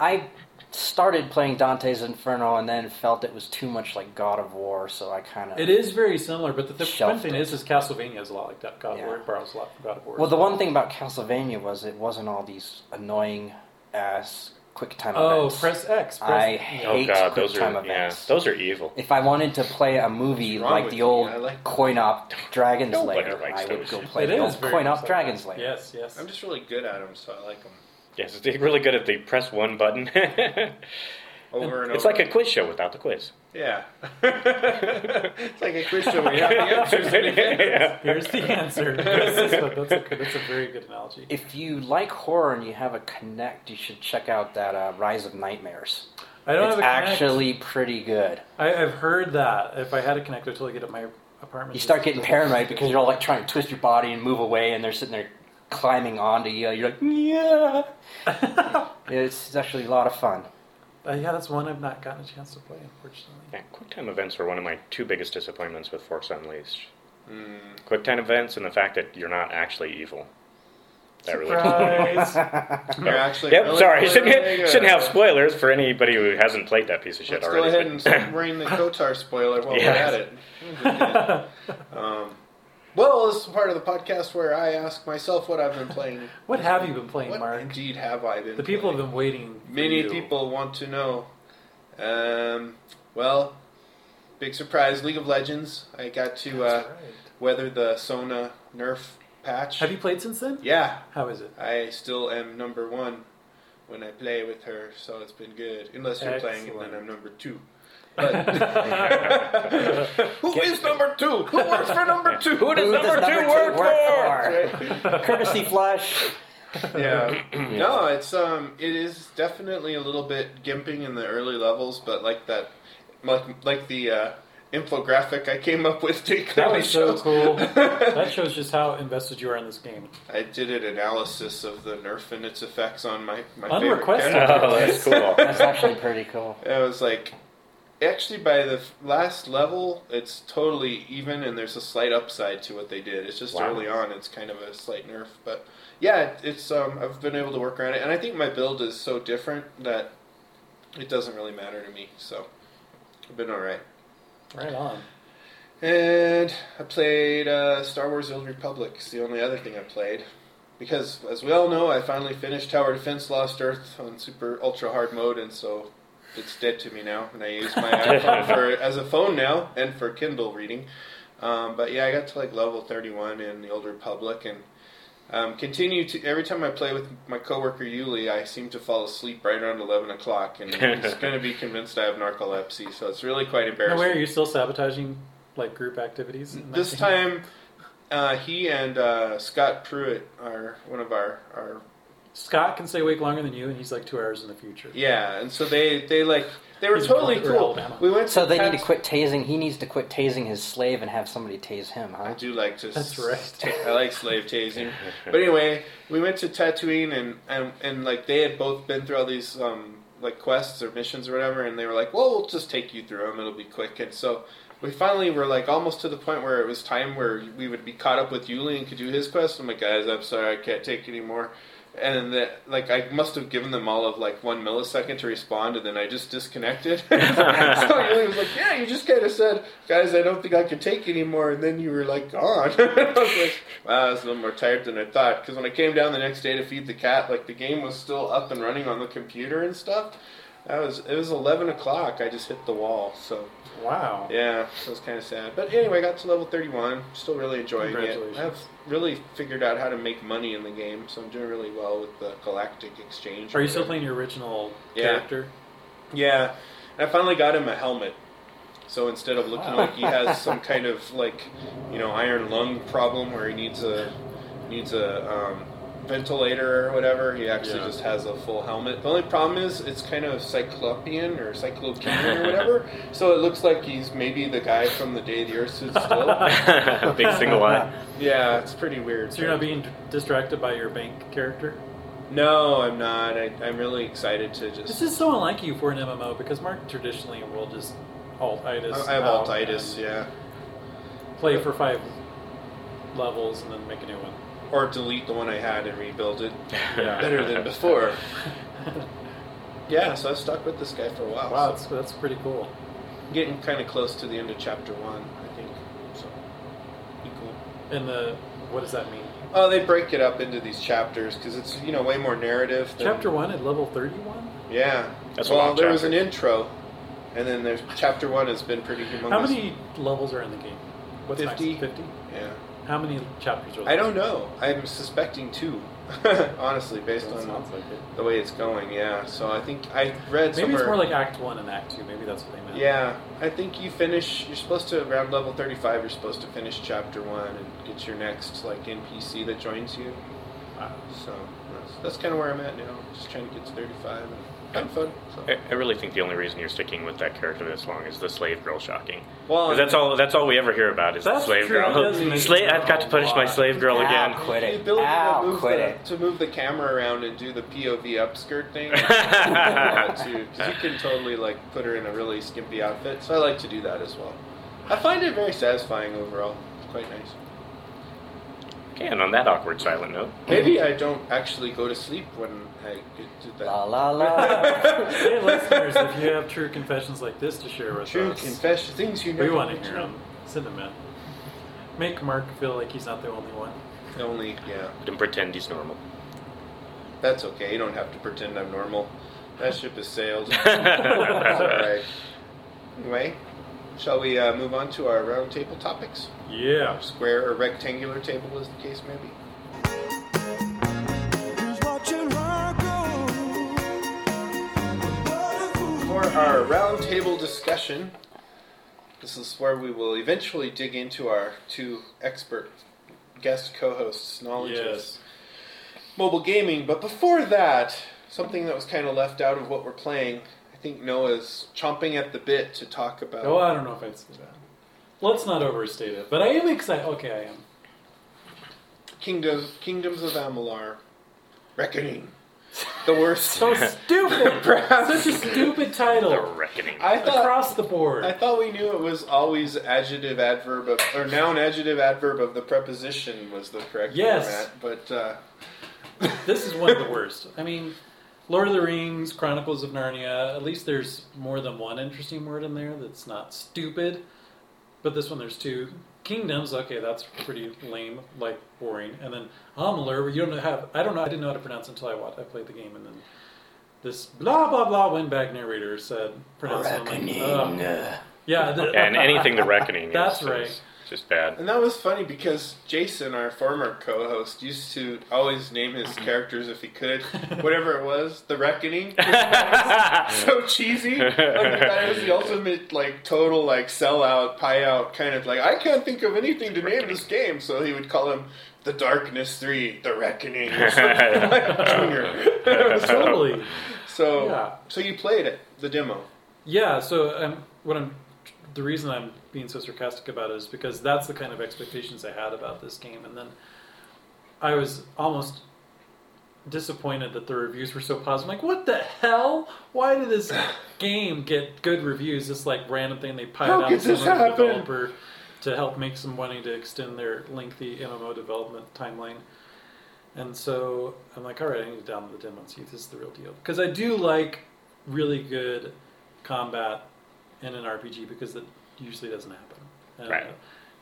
[SPEAKER 6] I started playing Dante's Inferno and then felt it was too much like God of War, so I kind of.
[SPEAKER 3] It is very similar, but the, the fun
[SPEAKER 6] Shelved
[SPEAKER 3] thing
[SPEAKER 6] it.
[SPEAKER 3] is, is Castlevania is a lot like that. God of War
[SPEAKER 6] Yeah.
[SPEAKER 3] it borrows a lot from God of War.
[SPEAKER 6] Well, the one thing about Castlevania was it wasn't all these annoying ass quick time
[SPEAKER 3] oh,
[SPEAKER 6] events.
[SPEAKER 3] press X. Press,
[SPEAKER 6] I
[SPEAKER 5] Oh
[SPEAKER 6] hate
[SPEAKER 5] god,
[SPEAKER 6] quick
[SPEAKER 5] those
[SPEAKER 6] time
[SPEAKER 5] are yeah,
[SPEAKER 6] events.
[SPEAKER 5] those are evil.
[SPEAKER 6] If I wanted to play a movie
[SPEAKER 4] What's wrong
[SPEAKER 6] like
[SPEAKER 4] with
[SPEAKER 6] the
[SPEAKER 4] you?
[SPEAKER 6] old
[SPEAKER 4] I like-
[SPEAKER 6] coin op Dragon's
[SPEAKER 5] Nobody
[SPEAKER 6] Lair,
[SPEAKER 5] likes
[SPEAKER 6] I would
[SPEAKER 5] those.
[SPEAKER 6] go play
[SPEAKER 3] It
[SPEAKER 6] the
[SPEAKER 3] is
[SPEAKER 6] old
[SPEAKER 3] very
[SPEAKER 6] coin
[SPEAKER 3] much
[SPEAKER 6] op
[SPEAKER 3] like
[SPEAKER 6] Dragon's
[SPEAKER 3] that.
[SPEAKER 6] Lair.
[SPEAKER 3] Yes, yes.
[SPEAKER 4] I'm just really good at them, so I like them
[SPEAKER 5] Yes, they're really good at the press one button.
[SPEAKER 4] over and, over.
[SPEAKER 5] it's like a quiz show without the quiz.
[SPEAKER 4] yeah. it's like a quiz show. where You have the answers. in it.
[SPEAKER 5] Yeah.
[SPEAKER 3] Here's the answer. that's, a, that's a- that's a very good analogy.
[SPEAKER 6] If you like horror and you have a connect, you should check out that uh, Rise of Nightmares.
[SPEAKER 3] I don't
[SPEAKER 6] it's
[SPEAKER 3] have a Connect.
[SPEAKER 6] actually pretty good.
[SPEAKER 3] I, I've heard that. If I had a connect, I'd totally get at my apartment.
[SPEAKER 6] You start getting paranoid because you're all like trying to twist your body and move away, and they're sitting there climbing onto you. You're like, yeah. it's, it's actually a lot of fun.
[SPEAKER 3] Uh, yeah, that's one I've not gotten a chance to play, unfortunately.
[SPEAKER 5] Yeah, QuickTime events are one of my two biggest disappointments with Force Unleashed.
[SPEAKER 4] Hmm.
[SPEAKER 5] QuickTime events and the fact that you're not actually evil. That really.
[SPEAKER 3] Surprise!
[SPEAKER 4] You're actually
[SPEAKER 5] Yep,
[SPEAKER 4] really,
[SPEAKER 5] sorry.
[SPEAKER 4] really,
[SPEAKER 5] shouldn't,
[SPEAKER 4] really good.
[SPEAKER 5] shouldn't have spoilers for anybody who hasn't played that piece of shit
[SPEAKER 4] Let's go
[SPEAKER 5] already.
[SPEAKER 4] ahead
[SPEAKER 5] but-
[SPEAKER 4] and submarine the Kotar spoiler while
[SPEAKER 5] Yeah.
[SPEAKER 4] we're at it. um, well, this is part of the podcast where I ask myself what I've been playing.
[SPEAKER 3] what have you been playing,
[SPEAKER 4] What
[SPEAKER 3] Mark?
[SPEAKER 4] indeed have I been?
[SPEAKER 3] The people have
[SPEAKER 4] playing?
[SPEAKER 3] been waiting. for
[SPEAKER 4] Many
[SPEAKER 3] you.
[SPEAKER 4] people want to know. Um, well, big surprise, League of Legends. I got to
[SPEAKER 3] That's
[SPEAKER 4] uh,
[SPEAKER 3] right.
[SPEAKER 4] weather the Sona nerf patch.
[SPEAKER 3] Have you played since then?
[SPEAKER 4] Yeah,
[SPEAKER 3] How is it?
[SPEAKER 4] I still am number one when I play with her, so it's been good. Unless you're playing, and
[SPEAKER 3] Excellent.
[SPEAKER 4] then I'm number two. But who is number two? Who works for number two? Who does
[SPEAKER 6] Who does number two work
[SPEAKER 4] Right?
[SPEAKER 6] Courtesy flush.
[SPEAKER 4] yeah. No, it's um, it is definitely a little bit gimping in the early levels, but like that, like like the uh, infographic I came up with to
[SPEAKER 3] That
[SPEAKER 4] clearly
[SPEAKER 3] was so
[SPEAKER 4] show.
[SPEAKER 3] cool. that shows just how invested you are in this game.
[SPEAKER 4] I did an analysis of the nerf and its effects on my my
[SPEAKER 3] Unrequested.
[SPEAKER 4] favorite character.
[SPEAKER 5] oh, that's cool.
[SPEAKER 6] That's actually pretty cool.
[SPEAKER 4] And I was like, actually, by the f- last level, it's totally even, and there's a slight upside to what they did. It's just
[SPEAKER 5] Wow.
[SPEAKER 4] early on, it's kind of a slight nerf, but yeah, it, it's um, I've been able to work around it, and I think my build is so different that it doesn't really matter to me. So I've been all right.
[SPEAKER 3] Right on.
[SPEAKER 4] And I played uh, Star Wars: The Old Republic. It's the only other thing I played. Because, as we all know, I finally finished Tower Defense Lost Earth on super ultra hard mode, and so it's dead to me now. And I use my iPhone for, as a phone now and for Kindle reading. Um, but yeah, I got to like level 31 in the Old Republic, and um, continue to every time I play with my coworker Yuli, I seem to fall asleep right around 11 o'clock, and he's going to be convinced I have narcolepsy, so it's really quite
[SPEAKER 3] Now,
[SPEAKER 4] embarrassing.
[SPEAKER 3] where are you still sabotaging like group activities? in that
[SPEAKER 4] This
[SPEAKER 3] game?
[SPEAKER 4] time, uh, he and uh, Scott Pruitt are one of our, our
[SPEAKER 3] Scott can stay awake longer than you, and he's like two hours in the future.
[SPEAKER 4] yeah, and so they they like they were
[SPEAKER 3] He's
[SPEAKER 4] totally
[SPEAKER 3] from
[SPEAKER 4] cool.
[SPEAKER 3] Alabama.
[SPEAKER 4] We went
[SPEAKER 6] So
[SPEAKER 4] to
[SPEAKER 6] they need to
[SPEAKER 4] Pat's-
[SPEAKER 6] quit tasing. He needs to quit tasing his slave and have somebody tase him,
[SPEAKER 4] I
[SPEAKER 6] huh?
[SPEAKER 4] do like to.
[SPEAKER 3] That's right.
[SPEAKER 4] ta- I like slave tasing. But anyway, we went to Tatooine, and, and and like they had both been through all these um like quests or missions or whatever, and they were like, "Well, we'll just take you through them. It'll be quick." And so we finally were like almost to the point where it was time where we would be caught up with Yuli and could do his quest. I'm like, guys, I'm sorry, I can't take anymore. And the, like I must have given them all of like one millisecond to respond, and then I just disconnected. so Yuli was like, "Yeah, you just kind of said, guys, I don't think I can take anymore," and then you were like gone. I was like, "Wow, I was a little more tired than I thought." Because when I came down the next day to feed the cat, like the game was still up and running on the computer and stuff. That was it was eleven o'clock. I just hit the wall. So
[SPEAKER 3] Wow.
[SPEAKER 4] yeah, that was kind of sad. But anyway, I got to level 31. Still really enjoying it.
[SPEAKER 3] Congratulations.
[SPEAKER 4] I've really figured out how to make money in the game, so I'm doing really well with the Galactic Exchange.
[SPEAKER 3] Are you still
[SPEAKER 4] whatever.
[SPEAKER 3] playing your original
[SPEAKER 4] Yeah.
[SPEAKER 3] character?
[SPEAKER 4] Yeah. And I finally got him a helmet. So instead of looking like he has some kind of like, you know, iron lung problem where he needs a needs a um, ventilator or whatever, he actually
[SPEAKER 3] Yeah.
[SPEAKER 4] just has a full helmet. The only problem is it's kind of cyclopean or cyclopean or whatever. So it looks like he's maybe the guy from the day the Earth stood still.
[SPEAKER 5] Big single eye.
[SPEAKER 4] Yeah, it's pretty weird.
[SPEAKER 3] So you're not being d- distracted by your bank character?
[SPEAKER 4] No, I'm not. I, I'm really excited to just.
[SPEAKER 3] This is so unlike you for an MMO because Mark traditionally will just alt-itis.
[SPEAKER 4] I I have
[SPEAKER 3] out
[SPEAKER 4] altitis.
[SPEAKER 3] and
[SPEAKER 4] Yeah.
[SPEAKER 3] Play for five levels and then make a new one.
[SPEAKER 4] Or delete the one I had and rebuild it
[SPEAKER 3] Yeah.
[SPEAKER 4] better than before. Yeah, so I've stuck with this guy for a while.
[SPEAKER 3] wow,
[SPEAKER 4] so
[SPEAKER 3] that's, that's pretty cool.
[SPEAKER 4] getting kind of close to the end of chapter one, I think. So, be cool.
[SPEAKER 3] And the what does that mean?
[SPEAKER 4] Oh, they break it up into these chapters because it's you know way more narrative. Than,
[SPEAKER 3] Chapter one at level thirty-one.
[SPEAKER 4] Yeah.
[SPEAKER 5] That's a
[SPEAKER 4] well,
[SPEAKER 5] long
[SPEAKER 4] there was an
[SPEAKER 5] chapter.
[SPEAKER 4] intro, and then there's chapter one has been pretty humongous.
[SPEAKER 3] How many levels are in the game? What's
[SPEAKER 4] 50.
[SPEAKER 3] next? Fifty.
[SPEAKER 4] Yeah.
[SPEAKER 3] How many chapters are there?
[SPEAKER 4] I don't know. I'm suspecting two, honestly, based
[SPEAKER 3] That
[SPEAKER 4] on
[SPEAKER 3] sounds like it.
[SPEAKER 4] the way it's going. Yeah. So I think I read
[SPEAKER 3] Maybe
[SPEAKER 4] somewhere.
[SPEAKER 3] it's more like Act One and Act Two. Maybe that's what they meant.
[SPEAKER 4] Yeah, I think you finish. You're supposed to around level thirty-five. You're supposed to finish chapter one and get your next like NPC that joins you.
[SPEAKER 3] Wow.
[SPEAKER 4] So that's, that's kind of where I'm at now. Just trying to get to thirty-five and having fun. So.
[SPEAKER 5] I, I really think the only reason you're sticking with that character this long is the slave girl shocking.
[SPEAKER 4] Well,
[SPEAKER 5] 'Cause that's all. That's all we ever hear about is
[SPEAKER 3] That's
[SPEAKER 5] the slave
[SPEAKER 3] true, that
[SPEAKER 5] girl.
[SPEAKER 3] does make
[SPEAKER 5] Slave.
[SPEAKER 3] it
[SPEAKER 5] I've got to
[SPEAKER 3] a
[SPEAKER 5] punish my
[SPEAKER 3] lot.
[SPEAKER 5] slave girl again.
[SPEAKER 6] Ow, quit
[SPEAKER 4] The
[SPEAKER 6] it.
[SPEAKER 4] ability to
[SPEAKER 6] Ow,
[SPEAKER 4] move,
[SPEAKER 6] quit
[SPEAKER 4] the,
[SPEAKER 6] it.
[SPEAKER 4] to move the camera around and do the POV upskirt thing, I like to do that too, because you can totally like put her in a really skimpy outfit. So I like to do that as well. I find it very satisfying overall. It's quite nice.
[SPEAKER 5] Okay, and on that awkward silent note,
[SPEAKER 4] Maybe I don't actually go to sleep when I do that.
[SPEAKER 6] La la la.
[SPEAKER 3] hey, listeners, if you have true confessions like this to share with
[SPEAKER 4] True
[SPEAKER 3] us,
[SPEAKER 4] confession, things you never
[SPEAKER 3] we want to
[SPEAKER 4] would
[SPEAKER 3] hear
[SPEAKER 4] know.
[SPEAKER 3] them. Send them in. Make Mark feel like he's not the only one.
[SPEAKER 4] Only, yeah,
[SPEAKER 5] and pretend he's normal.
[SPEAKER 4] that's okay. You don't have to pretend I'm normal. That ship has sailed. All right. Anyway, shall we uh, move on to our round table topics?
[SPEAKER 3] Yeah.
[SPEAKER 4] Square or rectangular table, as the case may be. For our roundtable discussion, this is where we will eventually dig into our two expert guest co-hosts' knowledge
[SPEAKER 3] Yes.
[SPEAKER 4] of mobile gaming. But before that, something that was kind of left out of what we're playing. I think Noah's chomping at the bit to talk about.
[SPEAKER 3] Oh, I don't know if I'd say that. Let's not overstate it, but I am excited. Okay, I am.
[SPEAKER 4] Kingdoms, Kingdoms of Amalur, Reckoning, the worst.
[SPEAKER 3] So stupid. Such a stupid
[SPEAKER 5] The
[SPEAKER 3] title
[SPEAKER 5] reckoning.
[SPEAKER 4] I thought
[SPEAKER 3] across the board.
[SPEAKER 4] I thought we knew it was always adjective adverb of or noun adjective adverb of the preposition was the correct
[SPEAKER 3] Yes.
[SPEAKER 4] format, but uh,
[SPEAKER 3] This is one of the worst. I mean, Lord of the Rings, Chronicles of Narnia, at least there's more than one interesting word in there that's not stupid. But this one, there's two. Kingdoms, okay, that's pretty lame, like boring. And then Amalur, you don't have. I don't know. I didn't know how to pronounce until I watched. I played the game, and then this blah blah blah windbag narrator said pronounce it. I'm like, "Ugh." yeah, th-
[SPEAKER 5] and anything the reckoning. is-
[SPEAKER 3] That's
[SPEAKER 5] is
[SPEAKER 3] right.
[SPEAKER 5] Just bad.
[SPEAKER 4] And that was funny because Jason, our former co-host, used to always name his characters if he could, whatever it was, the Reckoning. so cheesy. Like that was the ultimate, like total, like sellout, pie out kind of like I can't think of anything to name this game, so he would call him the Darkness Three, the Reckoning, or something like Junior.
[SPEAKER 3] totally.
[SPEAKER 4] so,
[SPEAKER 3] Yeah.
[SPEAKER 4] so you played it, the demo.
[SPEAKER 3] Yeah. So um, what I'm, the reason I'm being so sarcastic about it is because that's the kind of expectations I had about this game, and then I was almost disappointed that the reviews were so positive. I'm like, what the hell? Why did this game get good reviews? This like random thing they piled
[SPEAKER 4] How
[SPEAKER 3] out
[SPEAKER 4] could
[SPEAKER 3] to
[SPEAKER 4] this
[SPEAKER 3] some other
[SPEAKER 4] happen?
[SPEAKER 3] developer to help make some money to extend their lengthy MMO development timeline. And so I'm like, all right, I need to download the demo and see if this is the real deal. Because I do like really good combat in an RPG because that usually doesn't happen. And
[SPEAKER 5] Right.
[SPEAKER 3] uh,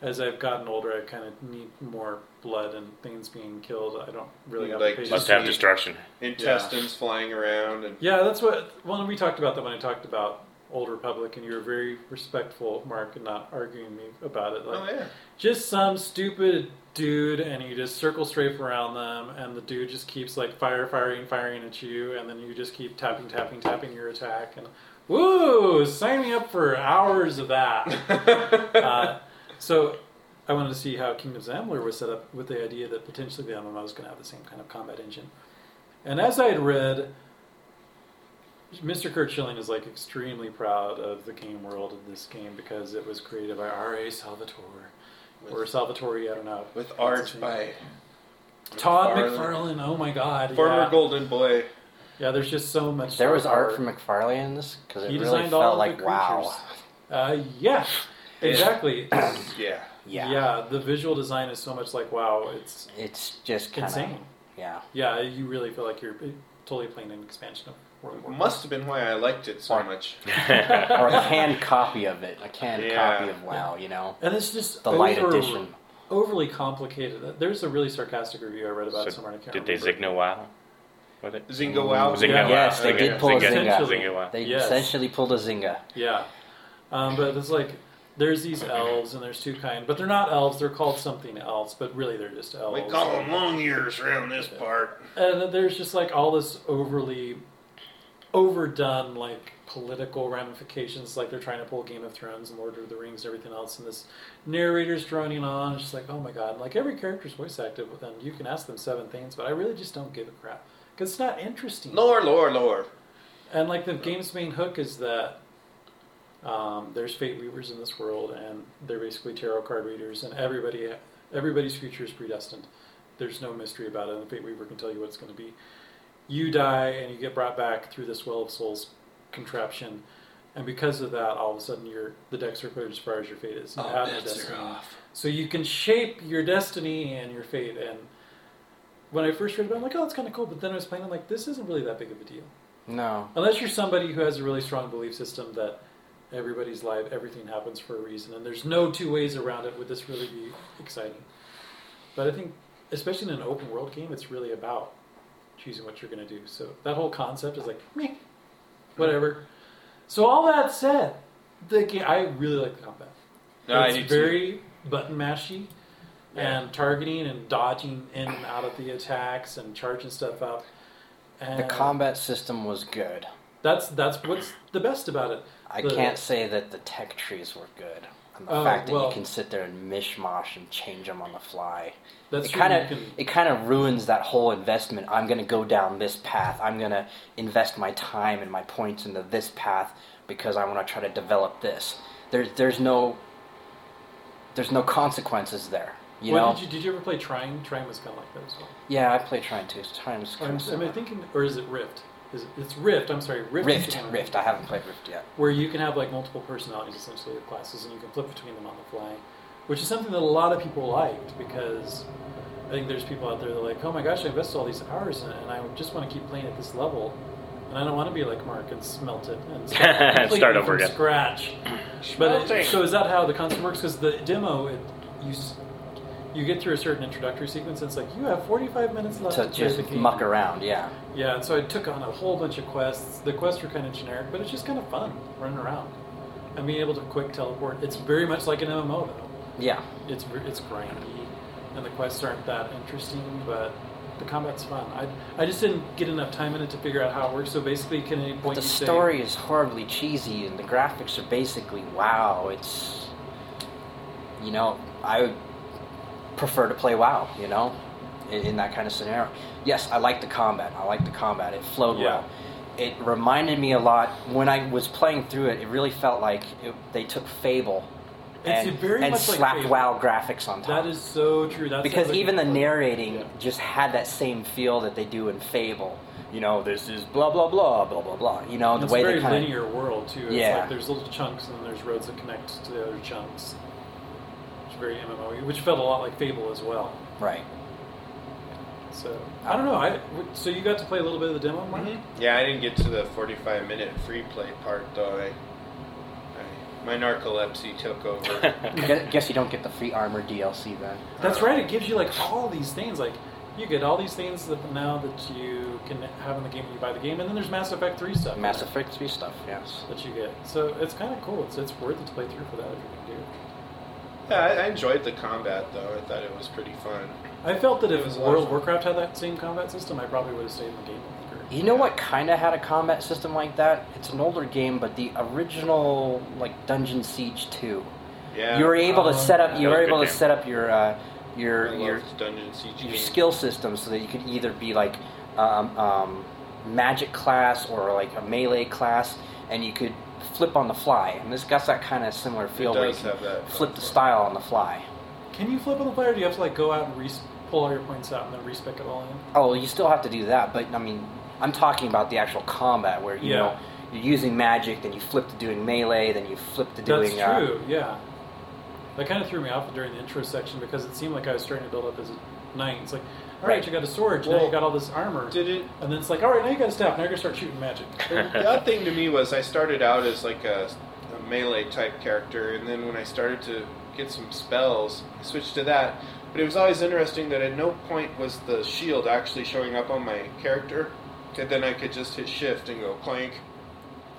[SPEAKER 3] As I've gotten older, I kind of need more blood and things being killed. I don't really
[SPEAKER 4] You
[SPEAKER 3] have
[SPEAKER 4] like
[SPEAKER 3] the patience.
[SPEAKER 5] Must have destruction.
[SPEAKER 4] Intestines flying around and
[SPEAKER 3] Yeah, that's what. Well, we talked about that when I talked about Old Republic, and you were very respectful, Mark, and not arguing me about it. Like,
[SPEAKER 4] oh yeah.
[SPEAKER 3] just some stupid dude and you just circle strafe around them and the dude just keeps like fire firing firing at you and then you just keep tapping tapping tapping your attack and woo sign me up for hours of that uh, so i wanted to see how kingdoms of amalur was set up with the idea that potentially the mmo was going to have the same kind of combat engine and as i had read Mr. Kurt Schilling is like extremely proud of the game world of this game because it was created by R.A. Salvatore or Salvatore, I don't know.
[SPEAKER 4] With
[SPEAKER 3] What's
[SPEAKER 4] art
[SPEAKER 3] his name?
[SPEAKER 4] by
[SPEAKER 3] Todd
[SPEAKER 4] McFarlane.
[SPEAKER 3] McFarlane. Oh my God,
[SPEAKER 4] former
[SPEAKER 3] yeah.
[SPEAKER 4] golden boy.
[SPEAKER 3] Yeah, there's just so much.
[SPEAKER 6] There was
[SPEAKER 3] star power.
[SPEAKER 6] art from McFarlane in this because it
[SPEAKER 3] He
[SPEAKER 6] really
[SPEAKER 3] designed all
[SPEAKER 6] felt
[SPEAKER 3] of
[SPEAKER 6] like
[SPEAKER 3] the
[SPEAKER 6] wow.
[SPEAKER 3] creatures. Uh, yeah, exactly.
[SPEAKER 4] Yeah.
[SPEAKER 6] Yeah.
[SPEAKER 3] the visual design is so much like wow. It's
[SPEAKER 6] It's just kind of
[SPEAKER 3] Insane.
[SPEAKER 6] yeah.
[SPEAKER 3] yeah, you really feel like you're totally playing an expansion of World of Warcraft.
[SPEAKER 4] Must have been why I liked it so much.
[SPEAKER 6] or a canned copy of it, a canned
[SPEAKER 4] Yeah.
[SPEAKER 6] copy of WoW. You know,
[SPEAKER 3] and it's just
[SPEAKER 6] the light
[SPEAKER 3] over-
[SPEAKER 6] edition.
[SPEAKER 3] Overly complicated. There's a really sarcastic review I read about it
[SPEAKER 5] So
[SPEAKER 3] somewhere. And I can't
[SPEAKER 5] did they
[SPEAKER 3] remember.
[SPEAKER 5] Zigno wow? With it?
[SPEAKER 4] Zingo Wow.
[SPEAKER 5] Zingo
[SPEAKER 3] Yeah.
[SPEAKER 5] wow.
[SPEAKER 6] Yes, they
[SPEAKER 5] Zinga-
[SPEAKER 6] did pull a
[SPEAKER 5] Zinga-
[SPEAKER 6] Zinga.
[SPEAKER 5] Zinga wow.
[SPEAKER 6] They
[SPEAKER 3] Yes.
[SPEAKER 6] essentially pulled a Zynga.
[SPEAKER 3] Yeah. Um, but it's like there's these elves and there's two kind, but they're not elves. They're called something else, but really they're just elves.
[SPEAKER 4] We call them long ears around this part.
[SPEAKER 3] and then there's just like all this overly overdone like political ramifications like they're trying to pull game of thrones and lord of the rings and everything else and this narrator's droning on it's just like oh my god like every character's voice active and you can ask them seven things but i really just don't give a crap because it's not interesting
[SPEAKER 4] Lore, lore, lore.
[SPEAKER 3] and like the game's main hook is that um, there's fate weavers in this world, and they're basically tarot card readers, and everybody everybody's future is predestined. There's no mystery about it, and the fate weaver can tell you what it's going to be. You die, and you get brought back through this well of souls contraption, and because of that, all of a sudden your the decks are cleared as far as your fate is. You have no destiny. So you can shape your destiny and your fate. And when I first read about, it, I'm like, oh, that's kind of cool. But then I was playing, I'm like, this isn't really that big of a deal.
[SPEAKER 6] No,
[SPEAKER 3] Unless you're somebody who has a really strong belief system that everybody's life, everything happens for a reason, and there's no two ways around it, would this really be exciting? But I think, especially in an open world game, it's really about choosing what you're going to do. So that whole concept is like, meh, whatever. So all that said, the game, I really like the combat. it's very button mashy. And targeting and dodging in and out of the attacks and charging stuff up. And
[SPEAKER 6] the combat system was good.
[SPEAKER 3] that's that's what's the best about it.
[SPEAKER 6] I
[SPEAKER 3] The-
[SPEAKER 6] can't say that the tech trees were good. And the
[SPEAKER 3] Oh,
[SPEAKER 6] fact that
[SPEAKER 3] well-
[SPEAKER 6] you can sit there and mishmash and change them on the fly.
[SPEAKER 3] That's
[SPEAKER 6] it
[SPEAKER 3] true,
[SPEAKER 6] kind
[SPEAKER 3] you
[SPEAKER 6] of
[SPEAKER 3] can-
[SPEAKER 6] it kind of ruins that whole investment. I'm going to go down this path. I'm going to invest my time and my points into this path because I want to try to develop this. There's there's no there's no consequences there. You
[SPEAKER 3] What
[SPEAKER 6] know?
[SPEAKER 3] did you did you ever play Trying? Trying was kind of like that as well.
[SPEAKER 6] Yeah, I play Trine two times.
[SPEAKER 3] Or I'm, am I thinking, or is it Rift? Is it, it's Rift. I'm sorry, Rift. is the
[SPEAKER 6] Rift,
[SPEAKER 3] one-
[SPEAKER 6] Rift. I haven't played Rift yet.
[SPEAKER 3] Where you can have like multiple personalities essentially of classes, and you can flip between them on the fly, which is something that a lot of people liked because I think there's people out there that are like, oh my gosh, I invested all these hours in it, and I just want to keep playing at this level, and I don't want to be like Mark and smelt it and start,
[SPEAKER 5] Start
[SPEAKER 3] completely
[SPEAKER 5] over
[SPEAKER 3] from uh,
[SPEAKER 5] again.
[SPEAKER 3] scratch. But it- so is that how the concept works? Because the demo, it, you s- you get through a certain introductory sequence. And it's like you have 45 minutes left to,
[SPEAKER 6] to
[SPEAKER 3] play the
[SPEAKER 6] just
[SPEAKER 3] game.
[SPEAKER 6] muck around. Yeah,
[SPEAKER 3] Yeah, and so I took on a whole bunch of quests. The quests were kind of generic, but it's just kind of fun running around and being able to quick teleport. It's very much like an MMO though.
[SPEAKER 6] yeah.
[SPEAKER 3] It's ver- it's grindy, and the quests aren't that interesting, but the combat's fun. I I just didn't get enough time in it to figure out how it works. So basically, you can at any point
[SPEAKER 6] The
[SPEAKER 3] you say-
[SPEAKER 6] story is horribly cheesy, and the graphics are basically wow. It's you know I would prefer to play WoW. You know, in, in that kind of scenario. Yes, I like the combat. I like the combat. It flowed
[SPEAKER 3] Yeah.
[SPEAKER 6] well. It reminded me a lot when I was playing through it. It really felt like it, they took Fable
[SPEAKER 3] It's
[SPEAKER 6] and,
[SPEAKER 3] very
[SPEAKER 6] and
[SPEAKER 3] much like
[SPEAKER 6] slapped
[SPEAKER 3] Fable.
[SPEAKER 6] WoW graphics on top.
[SPEAKER 3] That is so true. That's
[SPEAKER 6] because
[SPEAKER 3] like-
[SPEAKER 6] even the narrating
[SPEAKER 3] Yeah.
[SPEAKER 6] just had that same feel that they do in Fable. You know, this is blah blah blah blah blah blah. You know, the
[SPEAKER 3] it's
[SPEAKER 6] way
[SPEAKER 3] a very
[SPEAKER 6] they kind
[SPEAKER 3] linear world too. It's
[SPEAKER 6] Yeah.
[SPEAKER 3] like there's little chunks and then there's roads that connect to the other chunks. It's very MMO, which felt a lot like Fable as well.
[SPEAKER 6] of right.
[SPEAKER 3] So I don't know. I so you got to play a little bit of the demo, Mark?
[SPEAKER 4] Yeah, I didn't get to the 45 minute free play part though. I, I, my narcolepsy took over.
[SPEAKER 6] guess, guess you don't get the free armor DLC then.
[SPEAKER 3] That's right. It gives you like all these things. Like you get all these things that now that you can have in the game when you buy the game, and then there's Mass Effect Three stuff.
[SPEAKER 6] Mass Effect three stuff. Yes.
[SPEAKER 3] that you get. So it's kind of cool. It's it's worth it to play through for that if you can do. it.
[SPEAKER 4] yeah, I, I enjoyed the combat though. I thought it was pretty fun.
[SPEAKER 3] I felt that
[SPEAKER 4] It
[SPEAKER 3] if
[SPEAKER 4] was a lot of
[SPEAKER 3] World of
[SPEAKER 4] fun.
[SPEAKER 3] Warcraft had that same combat system, I probably would have stayed in the game longer.
[SPEAKER 6] You know what kind of had a combat system like that? It's an older game, but the original like Dungeon Siege two.
[SPEAKER 4] Yeah,
[SPEAKER 6] you were able
[SPEAKER 3] um,
[SPEAKER 6] to set up.
[SPEAKER 5] that
[SPEAKER 6] You were
[SPEAKER 5] was a
[SPEAKER 6] able
[SPEAKER 5] good
[SPEAKER 6] to
[SPEAKER 5] game.
[SPEAKER 6] set up your uh,
[SPEAKER 4] I
[SPEAKER 6] your
[SPEAKER 4] loved
[SPEAKER 6] your
[SPEAKER 4] dungeon siege
[SPEAKER 6] your
[SPEAKER 4] games.
[SPEAKER 6] skill system so that you could either be like um, um, magic class or like a melee class, and you could flip on the fly. And this got that kind of similar feel where you
[SPEAKER 4] does
[SPEAKER 6] can
[SPEAKER 4] have that.
[SPEAKER 6] flip the style on the fly.
[SPEAKER 3] Can you flip on the player? Or do you have to like go out and re- pull all your points out and then respec it all in?
[SPEAKER 6] Oh, you still have to do that, but I mean, I'm talking about the actual combat where you
[SPEAKER 3] Yeah.
[SPEAKER 6] know you're using magic, then you flip to doing melee, then you flip to doing. uh,
[SPEAKER 3] That's true. yeah, that kind of threw me off during the intro section because it seemed like I was starting to build up as a knight. It's like, all right,
[SPEAKER 6] Right.
[SPEAKER 3] you got a sword, now you
[SPEAKER 4] Well,
[SPEAKER 3] got all this armor,
[SPEAKER 4] Did it?
[SPEAKER 3] and then it's like, all right, now you got a staff, now you're gonna start shooting magic.
[SPEAKER 4] The odd thing to me was I started out as like a, a melee type character, and then when I started to get some spells, I switched to that. But it was always interesting that at no point was the shield actually showing up on my character, and then I could just hit shift and go clank.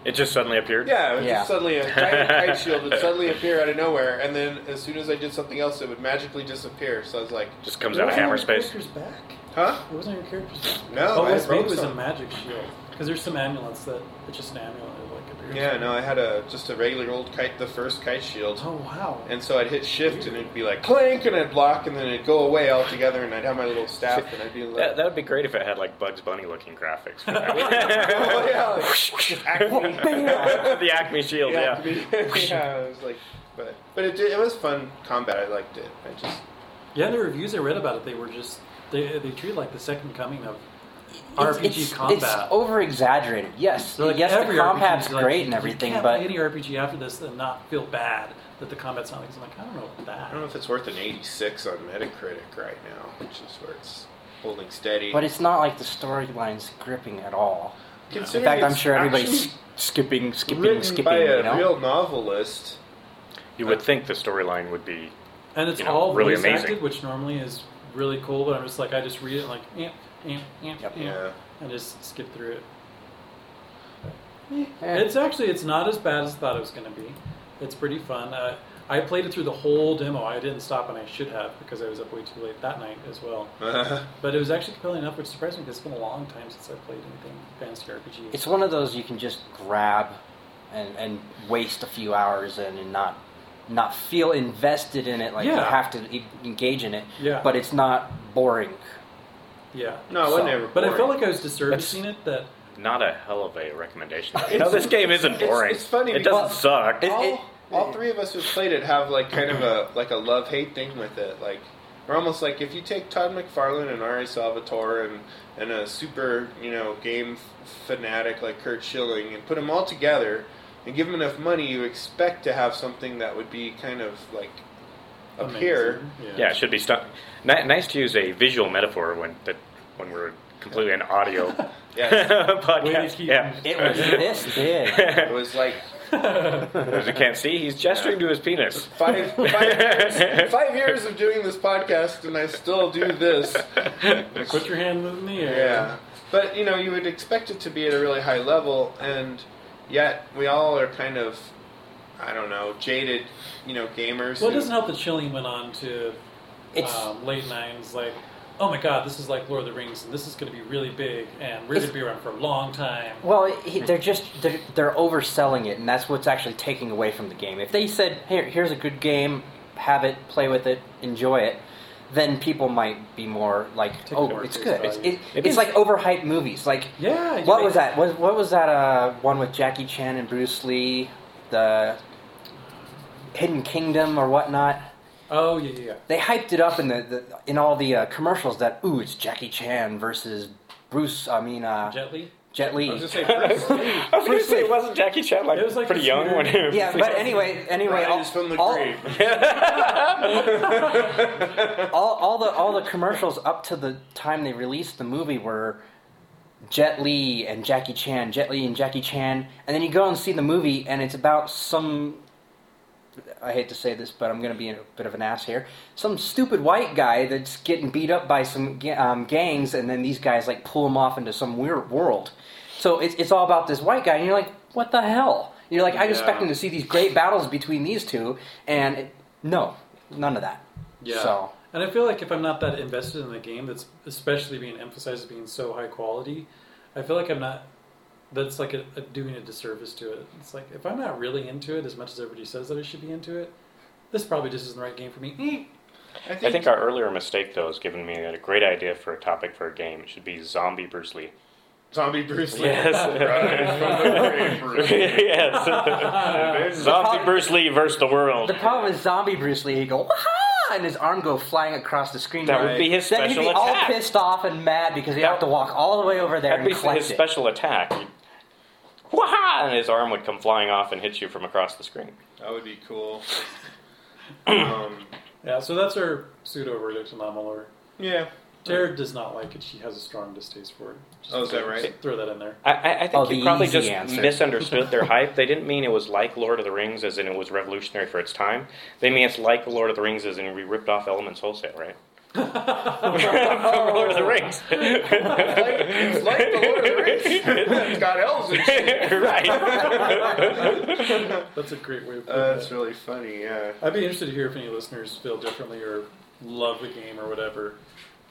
[SPEAKER 5] It just suddenly appeared.
[SPEAKER 4] Yeah, it was
[SPEAKER 6] Yeah.
[SPEAKER 4] just suddenly a giant kite shield would suddenly appear out of nowhere, and then as soon as I did something else, it would magically disappear. So I was like,
[SPEAKER 5] Just comes out of hammer space.
[SPEAKER 3] Character's back.
[SPEAKER 4] huh?
[SPEAKER 3] It wasn't your character's back.
[SPEAKER 4] No,
[SPEAKER 3] All
[SPEAKER 4] I
[SPEAKER 3] was made
[SPEAKER 4] wrote
[SPEAKER 3] Oh, was a
[SPEAKER 4] some.
[SPEAKER 3] magic shield because there's some amulets that it's just an amulet that, like appears.
[SPEAKER 4] Yeah, no, I had a just a regular old kite, the first kite shield.
[SPEAKER 3] Oh wow.
[SPEAKER 4] And so I'd hit shift and it'd be like clank and I'd block and then it'd go away altogether and I'd have my little staff and I'd be
[SPEAKER 5] That
[SPEAKER 4] like,
[SPEAKER 5] that would be great if it had like Bugs Bunny looking graphics. for that.
[SPEAKER 4] oh, yeah,
[SPEAKER 5] the Acme shield,
[SPEAKER 4] yeah,
[SPEAKER 5] yeah.
[SPEAKER 4] yeah. I was like, but but it, did, it was fun combat. I liked it. I just
[SPEAKER 3] Yeah, the reviews I read about it, they were just they they treat it like the second coming of
[SPEAKER 6] It's-
[SPEAKER 3] RPG
[SPEAKER 6] it's,
[SPEAKER 3] combat.
[SPEAKER 6] It's over exaggerated. Yes,
[SPEAKER 3] So, like,
[SPEAKER 6] yes,
[SPEAKER 3] every
[SPEAKER 6] the
[SPEAKER 3] RPG
[SPEAKER 6] combat's
[SPEAKER 3] is like,
[SPEAKER 6] great and
[SPEAKER 3] you
[SPEAKER 6] everything,
[SPEAKER 3] can't
[SPEAKER 6] but
[SPEAKER 3] play any RPG after this and not feel bad that the combat's not like. I'm like, I don't know about
[SPEAKER 4] I don't know
[SPEAKER 3] that.
[SPEAKER 4] if it's worth an 86 on Metacritic right now, which is where it's holding steady.
[SPEAKER 6] but it's not like the storyline's gripping at all. In
[SPEAKER 4] Considering
[SPEAKER 6] fact, I'm
[SPEAKER 4] it's
[SPEAKER 6] sure everybody's
[SPEAKER 4] actually
[SPEAKER 6] skipping, skipping,
[SPEAKER 4] written
[SPEAKER 6] skipping.
[SPEAKER 4] by a
[SPEAKER 6] you know,
[SPEAKER 4] real novelist.
[SPEAKER 5] You would think the storyline would be.
[SPEAKER 3] And it's
[SPEAKER 5] You know,
[SPEAKER 3] all
[SPEAKER 5] really
[SPEAKER 3] voice acted,
[SPEAKER 5] amazing.
[SPEAKER 3] which normally is really cool. But I'm just like, I just read it like, amp, amp, amp,
[SPEAKER 6] Yep.
[SPEAKER 3] amp,
[SPEAKER 4] Yeah.
[SPEAKER 3] and just skip through it.
[SPEAKER 6] Eh.
[SPEAKER 3] It's actually it's not as bad as I thought it was going to be. It's pretty fun. Uh, I played it through the whole demo. I didn't stop, and I should have because I was up way too late that night as well. But it was actually compelling enough, which surprised me because it's been a long time since I played anything fantasy RPG.
[SPEAKER 6] it's one of those you can just grab and, and waste a few hours in and not not feel invested in it like you
[SPEAKER 3] Yeah.
[SPEAKER 6] have to e- engage in it.
[SPEAKER 3] Yeah.
[SPEAKER 6] But it's not boring.
[SPEAKER 3] yeah,
[SPEAKER 4] no, it wasn't
[SPEAKER 6] So-
[SPEAKER 4] ever.
[SPEAKER 3] but I
[SPEAKER 4] boring.
[SPEAKER 3] felt like I was disservicing it that
[SPEAKER 5] Not a hell of a recommendation. no, this game isn't
[SPEAKER 4] it's-
[SPEAKER 5] boring.
[SPEAKER 4] it's funny
[SPEAKER 5] It doesn't
[SPEAKER 4] because-
[SPEAKER 5] suck.
[SPEAKER 6] It-
[SPEAKER 4] all,
[SPEAKER 6] it-
[SPEAKER 4] all three of us who've played it have like kind of a like a love hate thing with it. Like we're almost like if you take Todd McFarlane and Ari Salvatore and and a super you know game f- fanatic like Kurt Schilling and put them all together and give them enough money, you expect to have something that would be kind of like up
[SPEAKER 3] amazing.
[SPEAKER 4] here.
[SPEAKER 5] yeah, it should be stuck. Ni- nice to use a visual metaphor when that when we're completely an audio
[SPEAKER 4] Yeah,
[SPEAKER 3] Way to
[SPEAKER 5] podcast.
[SPEAKER 3] keep-
[SPEAKER 5] Yeah.
[SPEAKER 6] It was this big.
[SPEAKER 4] it was like
[SPEAKER 5] Those who can't see, he's gesturing to his penis.
[SPEAKER 4] five, five, years, five years of doing this podcast, and I still do this.
[SPEAKER 3] Put your hand in the air.
[SPEAKER 4] Yeah, but you know, you would expect it to be at a really high level, and yet we all are kind of, I don't know, jaded, you know, gamers.
[SPEAKER 3] Well, it
[SPEAKER 4] who-
[SPEAKER 3] doesn't help that Chilling went on to
[SPEAKER 6] It's
[SPEAKER 3] um, late nines like, oh my god, this is like Lord of the Rings, and this is going to be really big, and we're going to
[SPEAKER 6] It's-
[SPEAKER 3] be around for a long time.
[SPEAKER 6] well, he, they're just they're, they're overselling it, and that's what's actually taking away from the game. If they said, "Here, here's a good game, have it, play with it, enjoy it," then people might be more like,
[SPEAKER 3] Take it
[SPEAKER 6] "Oh,
[SPEAKER 3] for
[SPEAKER 6] it's
[SPEAKER 3] face
[SPEAKER 6] good." It's,
[SPEAKER 3] value.
[SPEAKER 6] it, it's like overhyped movies. Like,
[SPEAKER 3] Yeah. you
[SPEAKER 6] what
[SPEAKER 3] make-
[SPEAKER 6] was that? What, what was that uh, one with Jackie Chan and Bruce Lee, the Hidden Kingdom or whatnot?
[SPEAKER 3] Oh yeah, yeah. yeah.
[SPEAKER 6] they hyped it up in the, the in all the uh, commercials that ooh it's Jackie Chan versus Bruce I mean uh, Jet,
[SPEAKER 3] Jet Li.
[SPEAKER 6] Li.
[SPEAKER 4] I was just saying, first,
[SPEAKER 5] I was going to say, wasn't Jackie Chan like,
[SPEAKER 3] It was like
[SPEAKER 5] pretty
[SPEAKER 3] this
[SPEAKER 5] young when
[SPEAKER 3] weird-
[SPEAKER 5] he was
[SPEAKER 6] yeah, but anyway, anyway, all,
[SPEAKER 4] Rise from the
[SPEAKER 6] all,
[SPEAKER 4] grave.
[SPEAKER 6] all, all the all the commercials up to the time they released the movie were Jet Li and Jackie Chan, Jet Li and Jackie Chan, and then you go and see the movie, and it's about some. I hate to say this, but I'm going to be a bit of an ass here. Some stupid white guy that's getting beat up by some ga- um, gangs, and then these guys like pull him off into some weird world. So it's it's all about this white guy, and you're like, what the hell? You're like, I'm expecting to see these great battles between these two, and it, no, none of that.
[SPEAKER 3] Yeah.
[SPEAKER 6] So
[SPEAKER 3] And I feel like if I'm not that invested in the game, that's especially being emphasized as being so high quality, I feel like I'm not. That's like a, a, doing a disservice to it. It's like if I'm not really into it as much as everybody says that I should be into it, this probably just isn't the right game for me. Eh.
[SPEAKER 4] I
[SPEAKER 5] I
[SPEAKER 4] think,
[SPEAKER 5] think our earlier mistake, though, has given me a great idea for a topic for a game. It should be Zombie Bruce Lee.
[SPEAKER 4] zombie Bruce Lee.
[SPEAKER 5] Yes. yes. Zombie Bruce Lee versus the world.
[SPEAKER 6] The problem is zombie Bruce Lee. He go Wah-ha! and his arm go flying across the screen.
[SPEAKER 5] That would be his
[SPEAKER 6] Then he'd
[SPEAKER 5] special
[SPEAKER 6] be all
[SPEAKER 5] attack.
[SPEAKER 6] pissed off and mad because he'd have to walk all the way over there
[SPEAKER 5] That'd be
[SPEAKER 6] and collect
[SPEAKER 5] his
[SPEAKER 6] it.
[SPEAKER 5] special attack. Wah! And his arm would come flying off and hit you from across the screen.
[SPEAKER 4] That would be cool. um,
[SPEAKER 3] Yeah. So that's our pseudo verdict anomaly.
[SPEAKER 4] yeah.
[SPEAKER 3] Jared does not like it. She has a strong distaste for it. Just
[SPEAKER 4] Oh, is that
[SPEAKER 3] throw-
[SPEAKER 4] right?
[SPEAKER 3] Throw that in there.
[SPEAKER 5] I, I, I think
[SPEAKER 6] Oh,
[SPEAKER 5] you
[SPEAKER 6] the
[SPEAKER 5] probably
[SPEAKER 6] easy
[SPEAKER 5] just
[SPEAKER 6] answer.
[SPEAKER 5] misunderstood their hype. They didn't mean it was like Lord of the Rings, as in it was revolutionary for its time. They mean it's like Lord of the Rings, as in we ripped off elements wholesale, right? From Lord of the Rings,
[SPEAKER 4] It's like the Lord of the Rings. it's got elves and shit.
[SPEAKER 5] right?
[SPEAKER 3] That's a great way. Of putting
[SPEAKER 4] Uh,
[SPEAKER 3] it.
[SPEAKER 4] that's really funny, yeah.
[SPEAKER 3] I'd be interested to hear if any listeners feel differently or love the game or whatever.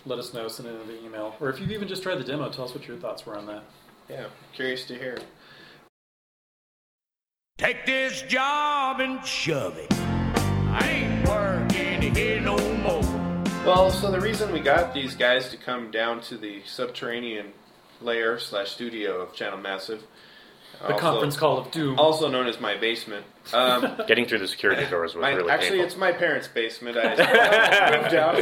[SPEAKER 3] Let us know. Send it in the email, or if you've even just tried the demo, tell us what your thoughts were on that.
[SPEAKER 4] Yeah, curious to hear.
[SPEAKER 9] Take this job and shove it. I ain't working here no more.
[SPEAKER 4] Well, so the reason we got these guys to come down to the subterranean layer slash studio of Channel Massive,
[SPEAKER 3] The conference call of doom.
[SPEAKER 4] also known as my basement. Um,
[SPEAKER 5] Getting through the security doors was
[SPEAKER 4] my-
[SPEAKER 5] really
[SPEAKER 4] actually,
[SPEAKER 5] painful.
[SPEAKER 4] it's my parents' basement. I moved out.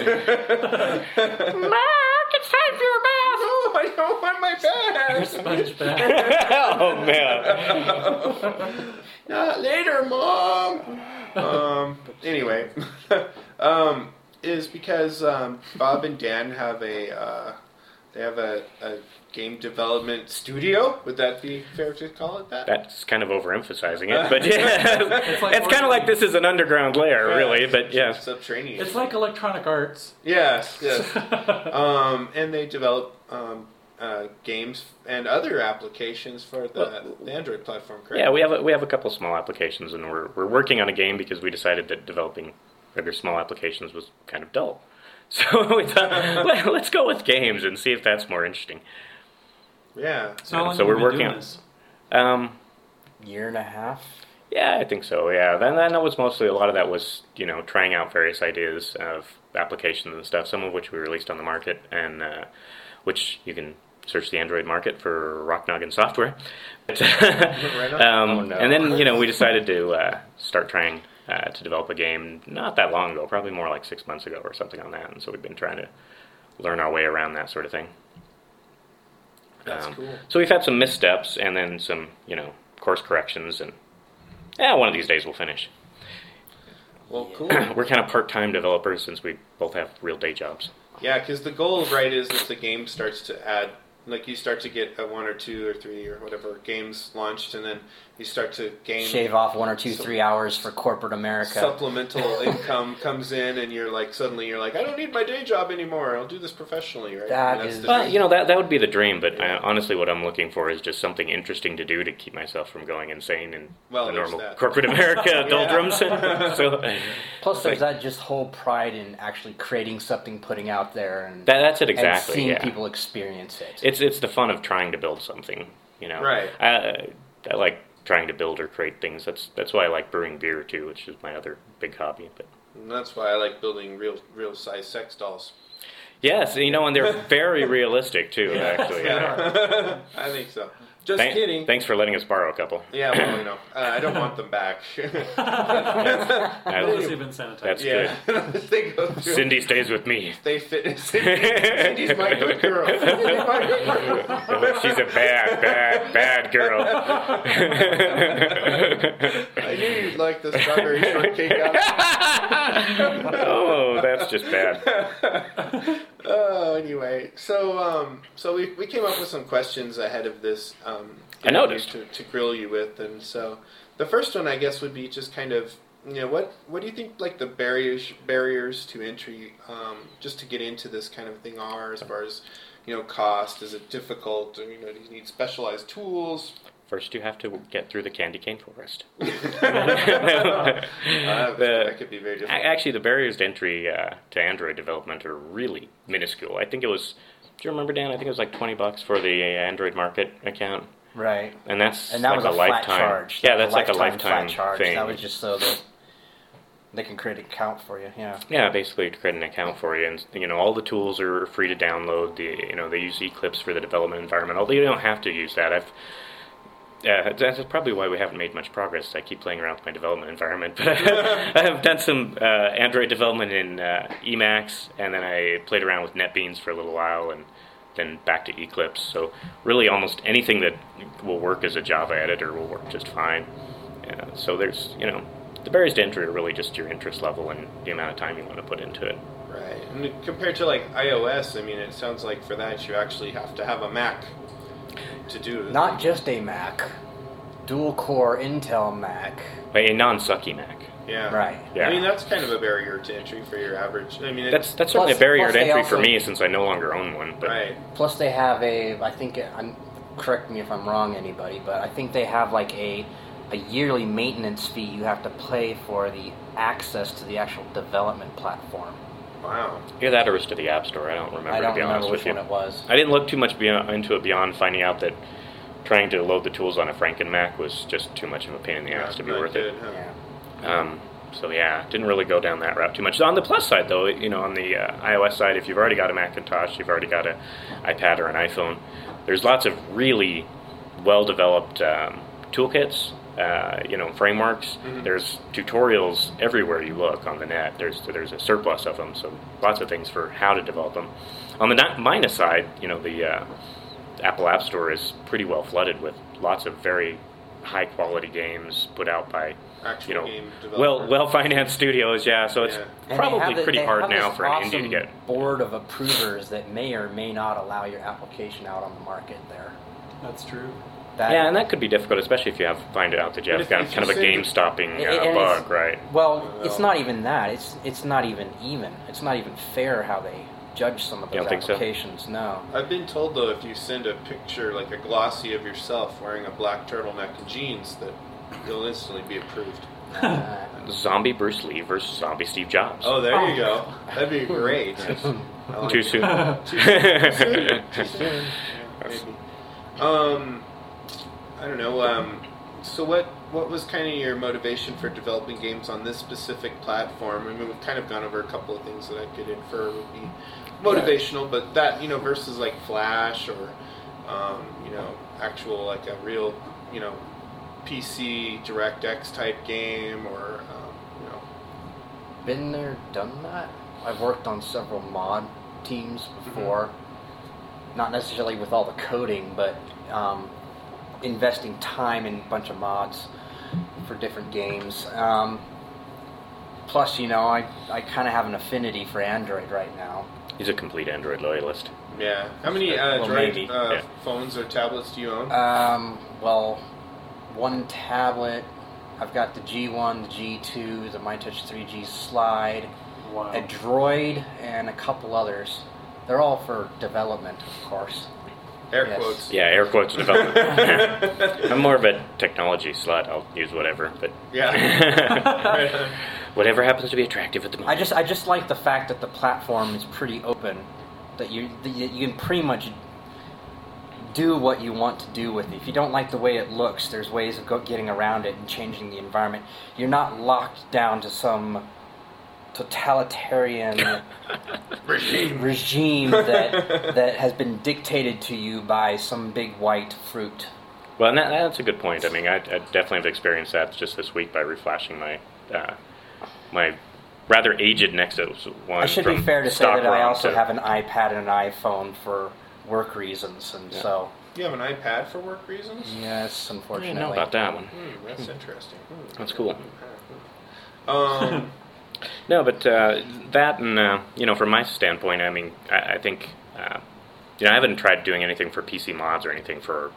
[SPEAKER 5] Mark, it's time for your bath.
[SPEAKER 4] oh, I don't want my bath.
[SPEAKER 3] Punch back.
[SPEAKER 5] oh man!
[SPEAKER 4] Not later, mom. Um, anyway, um, is because um, Bob and Dan have a uh, they have a, a game development studio. Would that be fair to call it that?
[SPEAKER 5] That's kind of overemphasizing it, but yeah, it's,
[SPEAKER 3] like
[SPEAKER 5] kind of like this is an underground layer,
[SPEAKER 4] Yeah.
[SPEAKER 5] really. But yeah,
[SPEAKER 4] Subterranean.
[SPEAKER 3] it's like Electronic Arts.
[SPEAKER 4] yes, yes. um, and they develop um, uh, games and other applications for the, the Android platform. Correct?
[SPEAKER 5] yeah, we have a, we have a couple small applications, and we're we're working on a game because we decided that developing regular small applications was kind of dull. So we thought, let, let's go with games and see if that's more interesting.
[SPEAKER 4] yeah.
[SPEAKER 3] how
[SPEAKER 5] Yeah,
[SPEAKER 3] long have
[SPEAKER 5] so
[SPEAKER 3] you
[SPEAKER 5] we're
[SPEAKER 3] been
[SPEAKER 5] working
[SPEAKER 3] doing
[SPEAKER 5] on-
[SPEAKER 3] this?
[SPEAKER 5] Um,
[SPEAKER 6] Year and a half.
[SPEAKER 5] Yeah, I think so. Yeah, then then that was mostly a lot of that was you know trying out various ideas of applications and stuff. Some of which we released on the market, and uh, which you can search the Android market for Rock Noggin software. But,
[SPEAKER 4] on. Oh,
[SPEAKER 5] um,
[SPEAKER 6] no.
[SPEAKER 5] And then you know we decided to uh, start trying uh, to develop a game not that long ago, probably more like six months ago or something on that. And so we've been trying to learn our way around that sort of thing.
[SPEAKER 4] That's
[SPEAKER 5] Um,
[SPEAKER 4] cool.
[SPEAKER 5] So we've had some missteps and then some, you know, course corrections, and yeah, one of these days we'll finish.
[SPEAKER 4] Well, cool.
[SPEAKER 5] We're kind of part-time developers since we both have real day jobs.
[SPEAKER 4] Yeah, because the goal, right, is that the game starts to add Like you start to get a one or two or three or whatever games launched, and then you start to gain
[SPEAKER 6] Shave off one or two,
[SPEAKER 4] So-
[SPEAKER 6] three hours for corporate America.
[SPEAKER 4] supplemental income comes in, and you're like suddenly you're like I don't need my day job anymore. I'll do this professionally, right?
[SPEAKER 6] That
[SPEAKER 4] And that's
[SPEAKER 6] is-
[SPEAKER 4] the
[SPEAKER 5] Well,
[SPEAKER 4] dream.
[SPEAKER 5] you know that that would be the dream, but I, honestly, what I'm looking for is just something interesting to do to keep myself from going insane in
[SPEAKER 4] Well,
[SPEAKER 5] the
[SPEAKER 4] there's
[SPEAKER 5] normal
[SPEAKER 4] that.
[SPEAKER 5] corporate America doldrums. so that,
[SPEAKER 6] Plus, there's that just whole pride in actually creating something, putting out there, and,
[SPEAKER 5] that's it
[SPEAKER 6] and
[SPEAKER 5] exactly.
[SPEAKER 6] seeing
[SPEAKER 5] yeah.
[SPEAKER 6] people experience it.
[SPEAKER 5] It's it's the fun of trying to build something, you know.
[SPEAKER 4] Right.
[SPEAKER 5] I, I like trying to build or create things. That's that's why I like brewing beer too, which is my other big hobby. But
[SPEAKER 4] And that's why I like building real real size sex dolls.
[SPEAKER 5] yes, you know, and they're very realistic too. Actually, yeah.
[SPEAKER 4] I think so. Just
[SPEAKER 5] Thank-
[SPEAKER 4] kidding.
[SPEAKER 5] Thanks for letting us borrow a couple.
[SPEAKER 4] yeah, well, you know, uh, I don't want them back.
[SPEAKER 5] I-
[SPEAKER 3] Those have been sanitized.
[SPEAKER 5] that's
[SPEAKER 4] yeah, they go through.
[SPEAKER 5] Cindy stays with me.
[SPEAKER 4] They fit. Cindy's my good girl. Cindy's my good girl.
[SPEAKER 5] She's a bad, bad, bad girl.
[SPEAKER 4] I knew you'd like the strawberry shortcake. Out.
[SPEAKER 5] oh, that's just bad.
[SPEAKER 4] Oh, anyway, so um, so we, we came up with some questions ahead of this. Um,
[SPEAKER 5] I noticed.
[SPEAKER 4] to, to grill you with, and so the first one I guess would be just kind of you know what what do you think like the barriers barriers to entry um, just to get into this kind of thing are as far as you know cost is it difficult or you know do you need specialized tools
[SPEAKER 5] First, you have to get through the candy cane forest.
[SPEAKER 4] uh,
[SPEAKER 5] The-
[SPEAKER 4] that could be very
[SPEAKER 5] A-
[SPEAKER 4] difficult
[SPEAKER 5] Actually, the barriers to entry uh, to Android development are really minuscule. I think it was. Do you remember, Dan? I think it was like twenty bucks for the Android Market account,
[SPEAKER 6] Right.
[SPEAKER 5] and that's
[SPEAKER 6] And that
[SPEAKER 5] like
[SPEAKER 6] was
[SPEAKER 5] a,
[SPEAKER 6] a, flat
[SPEAKER 5] lifetime.
[SPEAKER 6] charge.
[SPEAKER 5] Yeah, that's like a
[SPEAKER 6] flat
[SPEAKER 5] lifetime
[SPEAKER 6] charge.
[SPEAKER 5] thing.
[SPEAKER 6] That was just so that they can create an account for you. Yeah.
[SPEAKER 5] Yeah, basically to create an account for you, and you know all the tools are free to download. The you know they use Eclipse for the development environment, although you don't have to use that. I've uh, that's probably why we haven't made much progress. I keep playing around with my development environment, but I have done some uh, Android development in uh, Emacs, and then I played around with NetBeans for a little while, and then back to Eclipse. So really, almost anything that will work as a Java editor will work just fine. Yeah, so there's you know the barriers to entry are really just your interest level and the amount of time you want to put into it.
[SPEAKER 4] right and compared to like iOS I mean it sounds like for that you actually have to have a Mac to do it.
[SPEAKER 6] Not just a Mac, dual core Intel Mac.
[SPEAKER 5] A non-sucky Mac.
[SPEAKER 4] yeah
[SPEAKER 6] Right.
[SPEAKER 5] Yeah.
[SPEAKER 4] I mean that's kind of a barrier to entry for your average I mean it-
[SPEAKER 5] That's that's certainly
[SPEAKER 6] Plus-
[SPEAKER 5] a barrier
[SPEAKER 6] plus
[SPEAKER 5] to
[SPEAKER 6] they
[SPEAKER 5] entry for
[SPEAKER 6] also-
[SPEAKER 5] me since I no longer own one. But
[SPEAKER 4] right
[SPEAKER 6] Plus, they have a. I think I'm. Correct me if I'm wrong, anybody, but I think they have like a a yearly maintenance fee you have to pay for the access to the actual development platform.
[SPEAKER 4] wow
[SPEAKER 5] either that or it's to the App Store. I don't remember
[SPEAKER 6] I don't
[SPEAKER 5] to be
[SPEAKER 6] remember
[SPEAKER 5] honest
[SPEAKER 6] which
[SPEAKER 5] with you.
[SPEAKER 6] one it was.
[SPEAKER 5] I didn't look too much beyond, into it beyond finding out that trying to load the tools on a Franken Mac was just too much of a pain in the ass to be
[SPEAKER 4] not
[SPEAKER 5] worth
[SPEAKER 4] good,
[SPEAKER 5] it.
[SPEAKER 4] huh?
[SPEAKER 6] Yeah.
[SPEAKER 5] Um, so yeah, didn't really go down that route too much. On the plus side, though, you know, on the uh, iOS side, if you've already got a Macintosh, you've already got an iPad or an iPhone, there's lots of really well-developed um, toolkits, uh, you know, frameworks. There's tutorials everywhere you look on the net. There's there's a surplus of them, so lots of things for how to develop them. On the not- minus side, you know, the uh, Apple App Store is pretty well flooded with lots of very high quality games put out by
[SPEAKER 4] Actual
[SPEAKER 5] you know
[SPEAKER 4] game developers.
[SPEAKER 5] well well financed studios yeah so it's
[SPEAKER 4] Yeah.
[SPEAKER 6] And they have
[SPEAKER 5] probably
[SPEAKER 6] the-
[SPEAKER 5] pretty
[SPEAKER 6] they
[SPEAKER 5] hard
[SPEAKER 6] have
[SPEAKER 5] now
[SPEAKER 6] this
[SPEAKER 5] for an indie to
[SPEAKER 6] awesome
[SPEAKER 5] get
[SPEAKER 6] board of approvers that may or may not allow your application out on the market. There,
[SPEAKER 3] That's true.
[SPEAKER 6] that,
[SPEAKER 5] yeah and that could be difficult especially if you have find out that you
[SPEAKER 4] But
[SPEAKER 5] have
[SPEAKER 4] if-
[SPEAKER 5] got
[SPEAKER 4] if
[SPEAKER 5] kind
[SPEAKER 4] you
[SPEAKER 5] of a
[SPEAKER 4] send
[SPEAKER 5] game
[SPEAKER 4] it-
[SPEAKER 5] stopping
[SPEAKER 6] It-
[SPEAKER 5] uh,
[SPEAKER 6] it- and it's-
[SPEAKER 5] bug right
[SPEAKER 6] Well, it's
[SPEAKER 4] Well-
[SPEAKER 6] not even that. It's it's not even even. It's not even fair how they judge some of
[SPEAKER 5] You don't
[SPEAKER 6] those
[SPEAKER 5] think so?
[SPEAKER 6] applications. No.
[SPEAKER 4] I've been told though, if you send a picture like a glossy of yourself wearing a black turtleneck and jeans, that you'll instantly be approved.
[SPEAKER 6] Uh,
[SPEAKER 5] zombie Bruce Lee versus zombie Steve Jobs
[SPEAKER 4] Oh, there you go. That'd be great. I like
[SPEAKER 5] too
[SPEAKER 4] it.
[SPEAKER 5] soon
[SPEAKER 4] Too soon. Too soon. Yeah, maybe. Um, I don't know. Um, so what? What was kind of your motivation for developing games on this specific platform? I mean, we've kind of gone over a couple of things that I could infer would be motivational, but that you know versus like Flash or um, you know actual like a real you know PC DirectX type game or um, you know
[SPEAKER 6] been there, done that. I've worked on several mod teams
[SPEAKER 5] Mm-hmm.
[SPEAKER 6] before, not necessarily with all the coding, but um, investing time in a bunch of mods for different games. Um, plus, you know, I, I kind of have an affinity for Android right now.
[SPEAKER 5] He's a complete Android loyalist.
[SPEAKER 4] Yeah. How many uh,
[SPEAKER 5] Well,
[SPEAKER 4] Droid
[SPEAKER 5] maybe,
[SPEAKER 4] uh,
[SPEAKER 5] yeah.
[SPEAKER 4] phones or tablets do you own?
[SPEAKER 6] Um, well, one tablet. I've got the G1, the G2, the MyTouch 3G Slide,
[SPEAKER 3] Wow.
[SPEAKER 6] a Droid, and a couple others. They're all for development, of course.
[SPEAKER 4] Air
[SPEAKER 6] yes.
[SPEAKER 4] quotes.
[SPEAKER 5] Yeah, air quotes development. I'm more of a technology slut. I'll use whatever, but
[SPEAKER 4] Yeah. Right.
[SPEAKER 5] whatever happens to be attractive at the
[SPEAKER 6] I
[SPEAKER 5] moment.
[SPEAKER 6] just I just like the fact that the platform is pretty open, that you that you you can pretty much do what you want to do with it. If you don't like the way it looks, there's ways of go- getting around it and changing the environment. You're not locked down to some totalitarian regime that that has been dictated to you by some big white fruit.
[SPEAKER 5] Well, and that, that's a good point. I mean, I, I definitely have experienced that just this week by reflashing my uh, my rather aged Nexus one.
[SPEAKER 6] I should
[SPEAKER 5] from
[SPEAKER 6] be fair to say
[SPEAKER 5] stock
[SPEAKER 6] that I
[SPEAKER 5] ROM
[SPEAKER 6] also
[SPEAKER 5] to-
[SPEAKER 6] have an iPad and an iPhone for work reasons, and so.
[SPEAKER 4] you have an iPad for work reasons?
[SPEAKER 6] Yes,
[SPEAKER 5] I
[SPEAKER 6] unfortunately.
[SPEAKER 5] didn't know about that one.
[SPEAKER 4] Hmm, that's interesting. Hmm.
[SPEAKER 5] That's cool.
[SPEAKER 4] Um,
[SPEAKER 5] No, but uh, that and uh, you know, from my standpoint, I mean, I, I think uh, you know, I haven't tried doing anything for PC mods or anything for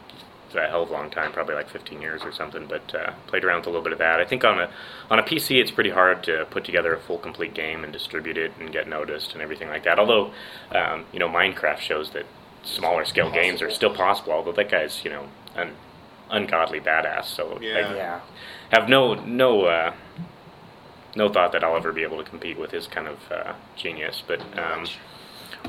[SPEAKER 5] a hell of a long time, probably like 15 years or something. But uh, played around with a little bit of that. I think on a on a PC, it's pretty hard to put together a full complete game and distribute it and get noticed and everything like that. Although, um, you know, Minecraft shows that smaller scale games are still possible. Although that guy's you know an ungodly badass, so like,
[SPEAKER 4] Yeah.
[SPEAKER 6] Yeah.
[SPEAKER 5] have no no uh, no thought that I'll ever be able to compete with his kind of uh, genius. But um,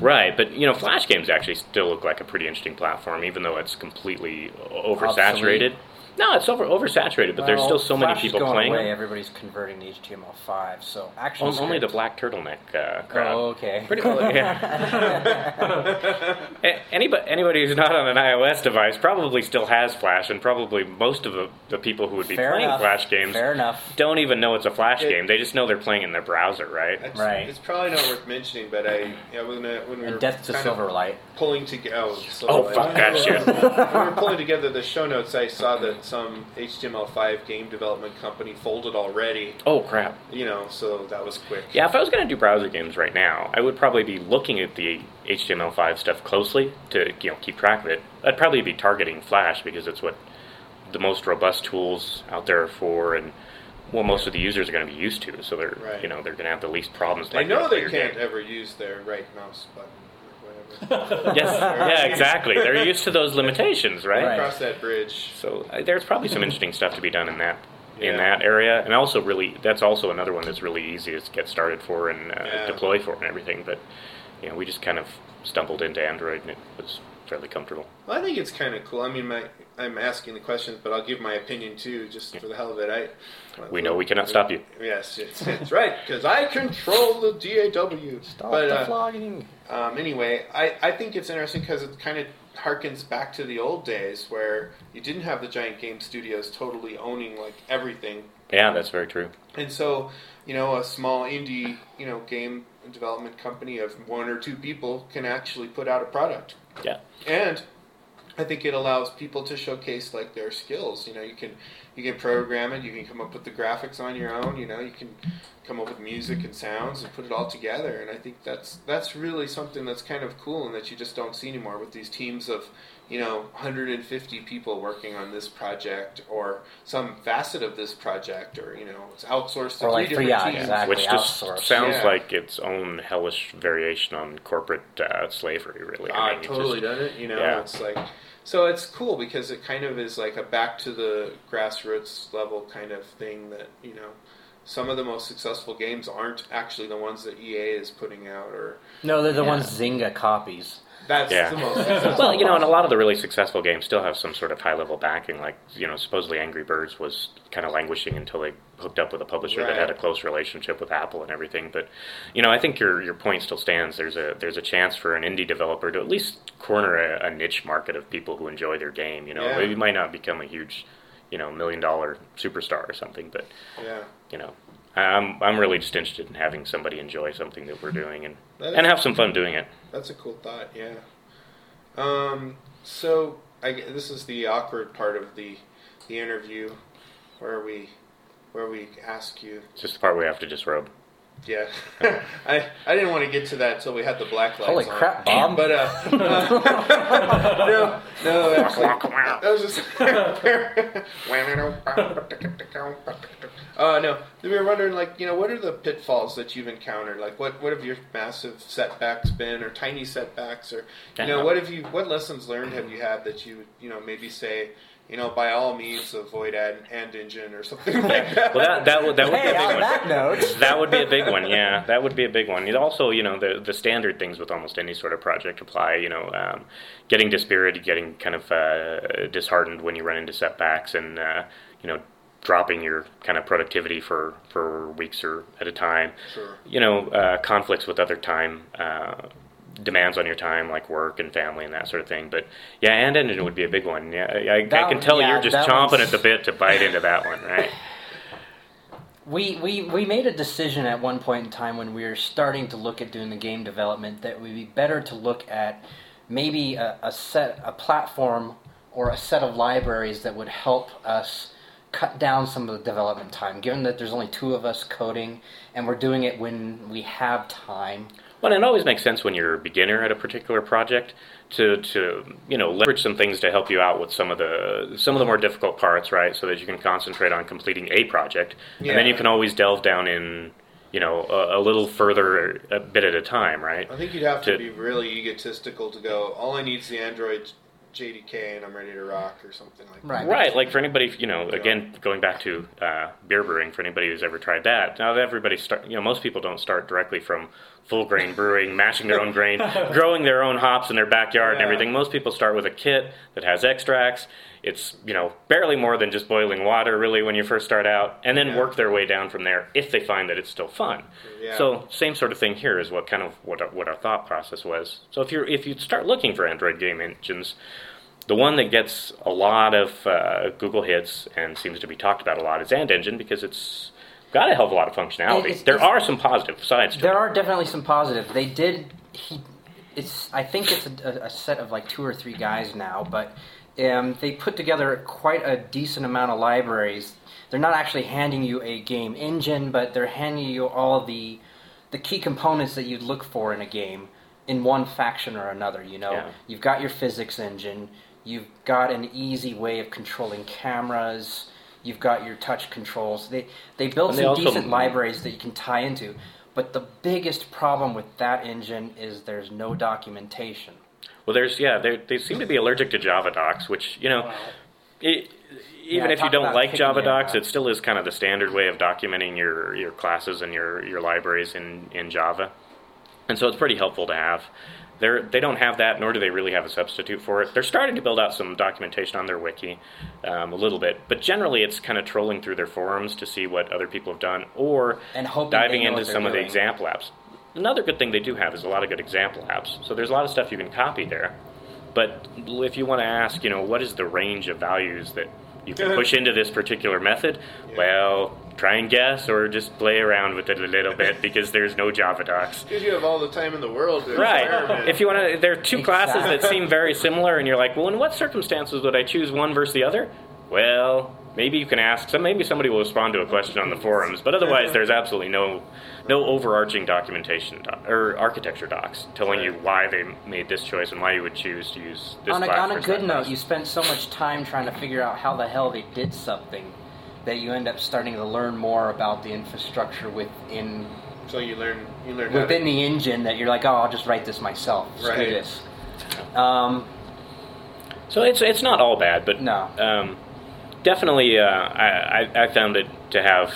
[SPEAKER 5] right, but you know, Flash games actually still look like a pretty interesting platform, even though it's completely o- oversaturated.
[SPEAKER 6] Obsolete.
[SPEAKER 5] No, it's over oversaturated, but there's still
[SPEAKER 6] Well,
[SPEAKER 5] so
[SPEAKER 6] Flash
[SPEAKER 5] many people
[SPEAKER 6] is going
[SPEAKER 5] playing.
[SPEAKER 6] Away.
[SPEAKER 5] them.
[SPEAKER 6] Everybody's converting to HTML5, so actually
[SPEAKER 5] On- Only the black turtleneck uh, crowd.
[SPEAKER 6] Oh, okay.
[SPEAKER 5] Pretty well, yeah. anybody, anybody who's not on an iOS device probably still has Flash, and probably most of the, the people who would be
[SPEAKER 6] Fair
[SPEAKER 5] playing
[SPEAKER 6] enough.
[SPEAKER 5] Flash games
[SPEAKER 6] Fair enough.
[SPEAKER 5] don't even know it's a Flash
[SPEAKER 4] It-
[SPEAKER 5] game. They just know they're playing in their browser, right?
[SPEAKER 4] that's,
[SPEAKER 6] Right.
[SPEAKER 4] It's probably not worth mentioning, but I yeah, when, uh, when we were
[SPEAKER 6] And Death to
[SPEAKER 4] kind of
[SPEAKER 6] Silverlight.
[SPEAKER 4] pulling together. Oh, so
[SPEAKER 5] Oh, fuck that shit.
[SPEAKER 4] when we were pulling together the show notes, I saw that some HTML5 game development company folded already.
[SPEAKER 5] Oh, crap.
[SPEAKER 4] You know, so that was quick.
[SPEAKER 5] Yeah, if I was going to do browser games right now, I would probably be looking at the HTML5 stuff closely to you know keep track of it. I'd probably be targeting Flash because it's what the most robust tools out there are for, and well, most of the users are going to be used to, so they're
[SPEAKER 4] Right.
[SPEAKER 5] you know they're going to have the least problems.
[SPEAKER 4] I
[SPEAKER 5] like
[SPEAKER 4] know
[SPEAKER 5] that
[SPEAKER 4] they
[SPEAKER 5] for your
[SPEAKER 4] can't
[SPEAKER 5] game.
[SPEAKER 4] ever use their right mouse button or whatever.
[SPEAKER 5] Yes, yeah, exactly. They're used to those limitations, right?
[SPEAKER 6] Right.
[SPEAKER 4] Cross that bridge.
[SPEAKER 5] So uh, there's probably some interesting stuff to be done in that in
[SPEAKER 4] Yeah.
[SPEAKER 5] that area, and also really that's also another one that's really easy to get started for and uh,
[SPEAKER 4] Yeah.
[SPEAKER 5] deploy for and everything. But you know, we just kind of stumbled into Android, and it was fairly comfortable.
[SPEAKER 4] Well, I think it's kind of cool. I mean, my I'm asking the questions, but I'll give my opinion too, just for the hell of it. I
[SPEAKER 5] We know we cannot stop you.
[SPEAKER 4] Yes, it's, it's right because I control the DAW.
[SPEAKER 6] Stop
[SPEAKER 4] but,
[SPEAKER 6] the
[SPEAKER 4] uh,
[SPEAKER 6] flogging.
[SPEAKER 4] um, anyway, I, I think it's interesting because it kind of harkens back to the old days where you didn't have the giant game studios totally owning like everything
[SPEAKER 5] Yeah, that's very true.
[SPEAKER 4] and so, you know, a small indie, you know, game development company of one or two people can actually put out a product.
[SPEAKER 5] Yeah,
[SPEAKER 4] And I think it allows people to showcase like their skills. You know, you can you can program it, you can come up with the graphics on your own, you know, you can come up with music and sounds and put it all together. And I think that's that's really something that's kind of cool and that you just don't see anymore with these teams of you know 150 people working on this project or some facet of this project or you know it's outsourced to
[SPEAKER 6] Or
[SPEAKER 4] three
[SPEAKER 6] like
[SPEAKER 4] different
[SPEAKER 6] three eyes,
[SPEAKER 4] teams
[SPEAKER 6] exactly.
[SPEAKER 5] which just
[SPEAKER 6] outsourced.
[SPEAKER 5] sounds
[SPEAKER 4] Yeah.
[SPEAKER 5] like its own hellish variation on corporate uh, slavery. Really,
[SPEAKER 4] Ah, it
[SPEAKER 5] mean, it
[SPEAKER 4] totally
[SPEAKER 5] just-
[SPEAKER 4] done it. You know,
[SPEAKER 5] yeah.
[SPEAKER 4] it's like so it's cool because it kind of is like a back to the grassroots level kind of thing that you know some of the most successful games aren't actually the ones that EA is putting out or
[SPEAKER 6] No, they're the ones Zynga copies.
[SPEAKER 4] that's
[SPEAKER 5] Yeah.
[SPEAKER 4] the most successful.
[SPEAKER 5] Well, you know, and a lot of the really successful games still have some sort of high level backing. Like, you know, supposedly Angry Birds was kind of languishing until they hooked up with a publisher that
[SPEAKER 4] Right.
[SPEAKER 5] had a close relationship with Apple and everything. But, you know, I think your your point still stands. There's a there's a chance for an indie developer to at least corner a, a niche market of people who enjoy their game. You know,
[SPEAKER 4] Yeah.
[SPEAKER 5] you might not become a huge, you know, million dollar superstar or something, but
[SPEAKER 4] yeah.
[SPEAKER 5] you know. I- I'm I'm really just interested in having somebody enjoy something that we're doing and
[SPEAKER 4] That is-
[SPEAKER 5] and have some fun doing it.
[SPEAKER 4] That's a cool thought, yeah. Um, so I g this is the awkward part of the the interview where we where we ask you
[SPEAKER 5] It's just the part we have to disrobe.
[SPEAKER 4] Yeah, I, I didn't want to get to that until we had the black lights.
[SPEAKER 6] Holy
[SPEAKER 4] on.
[SPEAKER 6] crap, Bob.
[SPEAKER 4] But uh, no, no, actually, that was just. uh, no, we were wondering, like, you know, what are the pitfalls that you've encountered? Like, what what have your massive setbacks been, or tiny setbacks, or you know, what have you, what lessons learned have you had that you, would, you know, maybe say. You know, by all means, avoid ad and engine or something like that.
[SPEAKER 5] Well, that that would that would be
[SPEAKER 6] Hey,
[SPEAKER 5] a big
[SPEAKER 6] on
[SPEAKER 5] one.
[SPEAKER 6] that note,
[SPEAKER 5] that would be a big one. Yeah, that would be a big one. It also, you know, the the standard things with almost any sort of project apply. You know, um, getting dispirited, getting kind of uh, disheartened when you run into setbacks, and uh, you know, dropping your kind of productivity for for weeks or at a time.
[SPEAKER 4] Sure.
[SPEAKER 5] You know, uh, conflicts with other time. Uh, demands on your time like work and family and that sort of thing but yeah and engine would be a big one yeah i, I,
[SPEAKER 6] That
[SPEAKER 5] I can
[SPEAKER 6] one-
[SPEAKER 5] tell
[SPEAKER 6] yeah,
[SPEAKER 5] you're just
[SPEAKER 6] that
[SPEAKER 5] chomping
[SPEAKER 6] one's-
[SPEAKER 5] at the bit to bite into that one right
[SPEAKER 6] we, we, we made a decision at one point in time when we were starting to look at doing the game development that it would be better to look at maybe a, a set, a platform, or a set of libraries that would help us cut down some of the development time. Given that there's only two of us coding, and we're doing it when we have time.
[SPEAKER 5] Well, and it always makes sense when you're a beginner at a particular project to, to you know leverage some things to help you out with some of the some of the more difficult parts, right? So that you can concentrate on completing a project, and then
[SPEAKER 4] Yeah.
[SPEAKER 5] you can always delve down in you know a, a little further a bit at a time, right?
[SPEAKER 4] I think you'd have to,
[SPEAKER 5] to-
[SPEAKER 4] be really egotistical to go. All I need is the Android JDK, and I'm ready to rock, or something like
[SPEAKER 6] Right.
[SPEAKER 5] Right, like for anybody, you know, again, going back to uh, beer brewing, for anybody who's ever tried that, now everybody start, you know, most people don't start directly from full grain brewing, mashing their own grain, growing their own hops in their backyard
[SPEAKER 4] Yeah.
[SPEAKER 5] and everything. Most people start with a kit that has extracts. It's, you know, barely more than just boiling water, really, when you first start out, and then
[SPEAKER 4] Yeah.
[SPEAKER 5] work their way down from there if they find that it's still fun.
[SPEAKER 4] Yeah.
[SPEAKER 5] So same sort of thing here is what kind of what our, what our thought process was. So if you're if you start looking for Android game engines, the one that gets a lot of uh, Google hits and seems to be talked about a lot is Ant Engine because it's got a hell of a lot of functionality.
[SPEAKER 6] It- it's-
[SPEAKER 5] there
[SPEAKER 6] it's-
[SPEAKER 5] are some positive sides to
[SPEAKER 6] There
[SPEAKER 5] it.
[SPEAKER 6] are definitely some positives. They did. He, it's. I think it's a, a- a set of like two or three guys now, but um, they put together quite a decent amount of libraries. They're not actually handing you a game engine, but they're handing you all the the key components that you'd look for in a game in one faction or another. You know,
[SPEAKER 5] Yeah.
[SPEAKER 6] you've got your physics engine. You've got an easy way of controlling cameras. You've got your touch controls. They they built
[SPEAKER 5] And they
[SPEAKER 6] some
[SPEAKER 5] also-
[SPEAKER 6] decent libraries that you can tie into. But the biggest problem with that engine is there's no documentation.
[SPEAKER 5] Well, there's yeah, they they seem to be allergic to Java docs, which you know, it, even
[SPEAKER 6] Yeah,
[SPEAKER 5] if you
[SPEAKER 6] talk
[SPEAKER 5] don't
[SPEAKER 6] about
[SPEAKER 5] like
[SPEAKER 6] picking
[SPEAKER 5] Java
[SPEAKER 6] your
[SPEAKER 5] docs, it
[SPEAKER 6] docs.
[SPEAKER 5] still is kind of the standard way of documenting your your classes and your your libraries in in Java, and so it's pretty helpful to have. They're, they don't have that, nor do they really have a substitute for it. They're starting to build out some documentation on their wiki um, a little bit, but generally it's kind of trolling through their forums to see what other people have done or
[SPEAKER 6] And hoping they
[SPEAKER 5] diving
[SPEAKER 6] know
[SPEAKER 5] into
[SPEAKER 6] what they're
[SPEAKER 5] some of the
[SPEAKER 6] doing.
[SPEAKER 5] example apps. Another good thing they do have is a lot of good example apps. So there's a lot of stuff you can copy there. But if you want to ask, you know, what is the range of values that you can push into this particular method? Well, try and guess or just play around with it a little bit because there's no Java docs.
[SPEAKER 4] Because you have all the time in the world. To
[SPEAKER 5] Right.
[SPEAKER 4] experiment.
[SPEAKER 5] If you want to, there are two classes that
[SPEAKER 6] Exactly.
[SPEAKER 5] seem very similar, and you're like, well, in what circumstances would I choose one versus the other? Well, maybe you can ask. Some, maybe somebody will respond to a question on the forums, but otherwise, there's absolutely no no overarching documentation doc, or architecture docs telling you why they made this choice and why you would choose to use this.
[SPEAKER 6] on a,
[SPEAKER 5] class
[SPEAKER 6] on a
[SPEAKER 5] versus
[SPEAKER 6] good
[SPEAKER 5] that
[SPEAKER 6] note,
[SPEAKER 5] class.
[SPEAKER 6] you spend so much time trying to figure out how the hell they did something that you end up starting to learn more about the infrastructure within
[SPEAKER 4] so you learn, you learn how to-
[SPEAKER 6] within the engine that you're like, oh, I'll just write this myself. Screw
[SPEAKER 4] Right.
[SPEAKER 6] this. Um,
[SPEAKER 5] So it's it's not all bad, but
[SPEAKER 6] No.
[SPEAKER 5] um, definitely uh, I, I I found it to have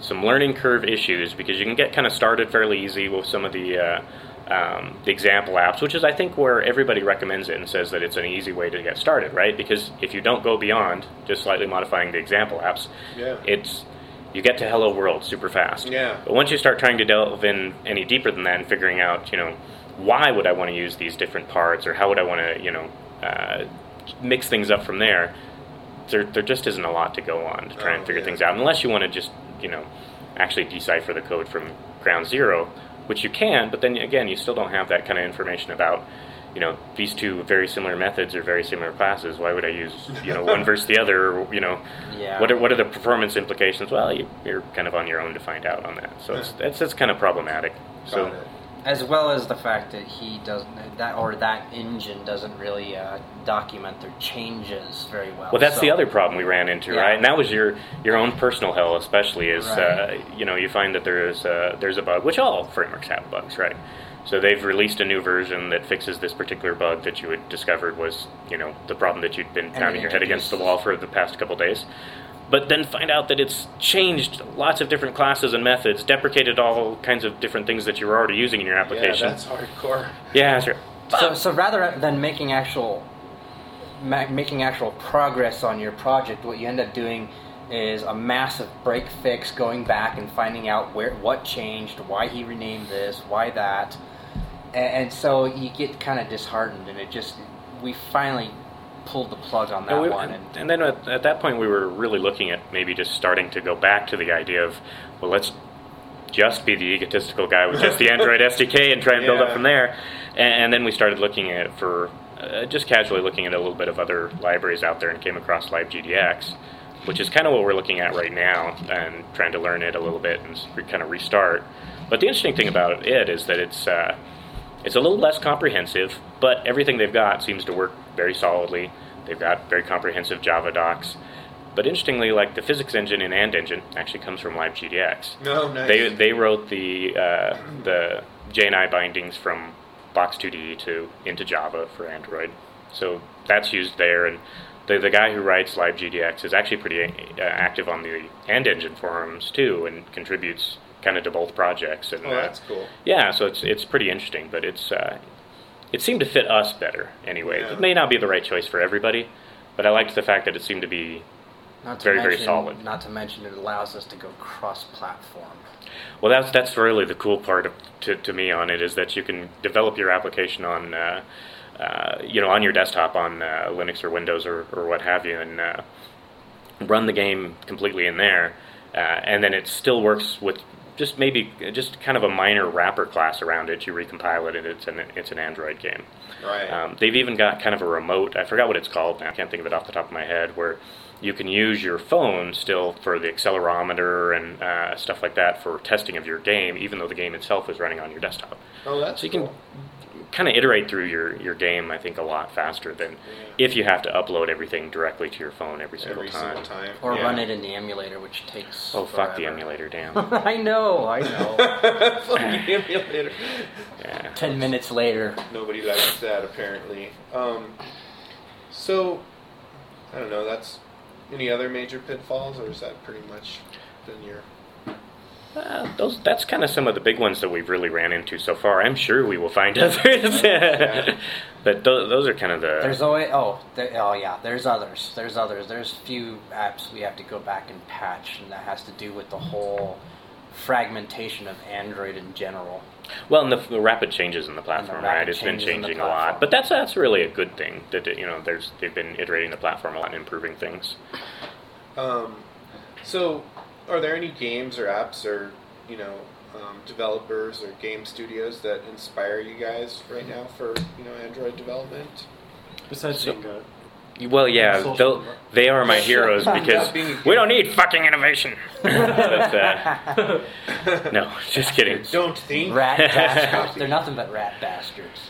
[SPEAKER 5] some learning curve issues because you can get kind of started fairly easy with some of the. Uh, um, the example apps, which is I think where everybody recommends it and says that it's an easy way to get started, right? Because if you don't go beyond just slightly modifying the example apps,
[SPEAKER 4] Yeah.
[SPEAKER 5] it's you get to hello world super fast.
[SPEAKER 4] Yeah.
[SPEAKER 5] But once you start trying to delve in any deeper than that and figuring out, you know, why would I want to use these different parts or how would I want to, you know, uh, mix things up from there, there, there just isn't a lot to go on to try and
[SPEAKER 4] Oh,
[SPEAKER 5] figure
[SPEAKER 4] yeah.
[SPEAKER 5] things out unless you want to just, you know, actually decipher the code from ground zero, which you can, but then again, you still don't have that kind of information about, you know, these two very similar methods or very similar classes. Why would I use, you know, one versus the other? Or, you know,
[SPEAKER 6] Yeah.
[SPEAKER 5] what are what are the performance implications? Well, you, you're kind of on your own to find out on that. So it's, that's that's kind of problematic. So
[SPEAKER 4] Got it.
[SPEAKER 6] as well as the fact that he doesn't that or that engine doesn't really uh, document their changes very well.
[SPEAKER 5] Well, that's
[SPEAKER 6] So-
[SPEAKER 5] the other problem we ran into,
[SPEAKER 6] Yeah.
[SPEAKER 5] right? And that was your your own personal hell, especially is
[SPEAKER 6] Right.
[SPEAKER 5] uh, you know you find that there is uh, there's a bug, which all frameworks have bugs, right? So they've released a new version that fixes this particular bug that you had discovered was you know the problem that you'd been
[SPEAKER 6] it
[SPEAKER 5] pounding your head against the
[SPEAKER 6] introduces-
[SPEAKER 5] wall for the past couple days. But then find out that it's changed lots of different classes and methods, deprecated all kinds of different things that you were already using in your
[SPEAKER 4] Yeah,
[SPEAKER 5] application.
[SPEAKER 4] that's hardcore.
[SPEAKER 5] yeah sure.
[SPEAKER 6] So, so rather than making actual ma- making actual progress on your project, what you end up doing is a massive break fix, going back and finding out where what changed, why he renamed this, why that, and, and so you get kind of disheartened, and it just we finally pulled the plug on that
[SPEAKER 5] And, we-
[SPEAKER 6] one. And,
[SPEAKER 5] and then at, at that point, we were really looking at maybe just starting to go back to the idea of, well, let's just be the egotistical guy with just the Android SDK and try and build
[SPEAKER 4] Yeah.
[SPEAKER 5] up from there. And, and then we started looking at for uh, just casually looking at a little bit of other libraries out there and came across LiveGDX, which is kind of what we're looking at right now and trying to learn it a little bit and re- kind of restart. But the interesting thing about it is that it's. Uh, it's a little less comprehensive, but everything they've got seems to work very solidly. They've got very comprehensive Java docs. But interestingly, like the physics engine and and engine actually comes from LiveGDX.
[SPEAKER 4] No, nice.
[SPEAKER 5] They, they wrote the uh, the JNI bindings from Box2D E to into Java for Android, so that's used there. And the the guy who writes LiveGDX is actually pretty uh, active on the and engine forums too, and contributes kind of to both projects. And
[SPEAKER 4] oh,
[SPEAKER 5] uh,
[SPEAKER 4] that's cool.
[SPEAKER 5] yeah, so it's it's pretty interesting, but it's uh, it seemed to fit us better anyway.
[SPEAKER 4] Yeah.
[SPEAKER 5] It may not be the right choice for everybody, but I liked the fact that it seemed to be
[SPEAKER 6] not to
[SPEAKER 5] very, very
[SPEAKER 6] mention,
[SPEAKER 5] solid.
[SPEAKER 6] Not to mention, it allows us to go cross-platform.
[SPEAKER 5] well. That's that's really the cool part of, to to me on it is that you can develop your application on. Uh, uh, you know, on your desktop, on uh, Linux or Windows or, or what have you, and uh, run the game completely in there, uh, and then it still works with just maybe just kind of a minor wrapper class around it. You recompile it, and it's an it's an Android game.
[SPEAKER 4] Right.
[SPEAKER 5] Um, they've even got kind of a remote. I forgot what it's called. now. I can't think of it off the top of my head. Where you can use your phone still for the accelerometer and uh, stuff like that for testing of your game, even though the game itself is running on your desktop.
[SPEAKER 4] oh, that's
[SPEAKER 5] So you
[SPEAKER 4] cool.
[SPEAKER 5] can kind of iterate through your, your game, I think, a lot faster than if you have to upload everything directly to your phone every single
[SPEAKER 4] every
[SPEAKER 5] time.
[SPEAKER 4] single time.
[SPEAKER 6] Or
[SPEAKER 4] Yeah.
[SPEAKER 6] run it in the emulator, which takes.
[SPEAKER 5] Oh, fuck the
[SPEAKER 6] forever.
[SPEAKER 5] emulator, damn.
[SPEAKER 6] I know, I know.
[SPEAKER 4] Fuck the emulator.
[SPEAKER 5] yeah.
[SPEAKER 6] Ten minutes later,
[SPEAKER 4] Nobody likes that apparently. Um, so I don't know. That's any other major pitfalls, or is that pretty much been your
[SPEAKER 5] Uh, those that's kind of some of the big ones that we've really ran into so far. I'm sure we will find others, but tho- those are kind of the
[SPEAKER 6] There's always oh there, oh yeah. There's others. There's others. There's few apps we have to go back and patch, and that has to do with the whole fragmentation of Android in general.
[SPEAKER 5] Well, and the, the rapid changes in the platform,
[SPEAKER 6] rapid
[SPEAKER 5] right? It's been
[SPEAKER 6] changes in the
[SPEAKER 5] changing a lot,
[SPEAKER 6] platform.
[SPEAKER 5] but that's that's really a good thing. That you know, there's they've been iterating the platform a lot and improving things.
[SPEAKER 4] Um, so, are there any games or apps or you know um, developers or game studios that inspire you guys right now for you know Android development?
[SPEAKER 3] Besides
[SPEAKER 5] So-
[SPEAKER 3] Jenga.
[SPEAKER 5] Well, yeah,
[SPEAKER 3] Social
[SPEAKER 5] they'll-
[SPEAKER 3] network.
[SPEAKER 5] they are my heroes because
[SPEAKER 4] Not being a
[SPEAKER 5] we don't need fucking innovation. But, uh, no, just kidding.
[SPEAKER 4] Don't think.
[SPEAKER 6] Rat bastards. They're nothing but rat bastards.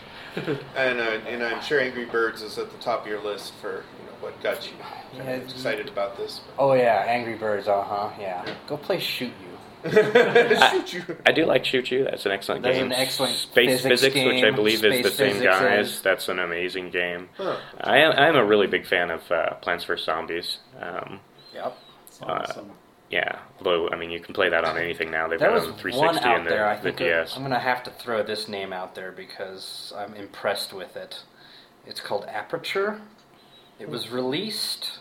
[SPEAKER 4] And uh, and I'm sure Angry Birds is at the top of your list for you know what got you kind of
[SPEAKER 6] Yeah.
[SPEAKER 4] excited about this.
[SPEAKER 6] Oh yeah, Angry Birds. Uh huh. Yeah. Go play Shoot You.
[SPEAKER 4] Shoot you.
[SPEAKER 5] I do like Shoot You. That's an excellent
[SPEAKER 6] That's
[SPEAKER 5] game.
[SPEAKER 6] an excellent
[SPEAKER 5] Space
[SPEAKER 6] physics
[SPEAKER 5] Physics, which I
[SPEAKER 6] game.
[SPEAKER 5] believe is
[SPEAKER 6] Space
[SPEAKER 5] the same
[SPEAKER 6] Physics
[SPEAKER 5] guys.
[SPEAKER 6] is-
[SPEAKER 5] That's an amazing game.
[SPEAKER 4] Huh.
[SPEAKER 5] I am, I am a really big fan of uh, Plants vs Zombies. Um,
[SPEAKER 6] Yep.
[SPEAKER 3] It's awesome.
[SPEAKER 5] Yeah, although I mean, you can play that on anything now. They've
[SPEAKER 6] There
[SPEAKER 5] got
[SPEAKER 6] was
[SPEAKER 5] it on
[SPEAKER 6] one
[SPEAKER 5] 360
[SPEAKER 6] out
[SPEAKER 5] and the,
[SPEAKER 6] there. I
[SPEAKER 5] the
[SPEAKER 6] think uh,
[SPEAKER 5] DS.
[SPEAKER 6] I'm gonna have to throw this name out there because I'm impressed with it. It's called Aperture. It was released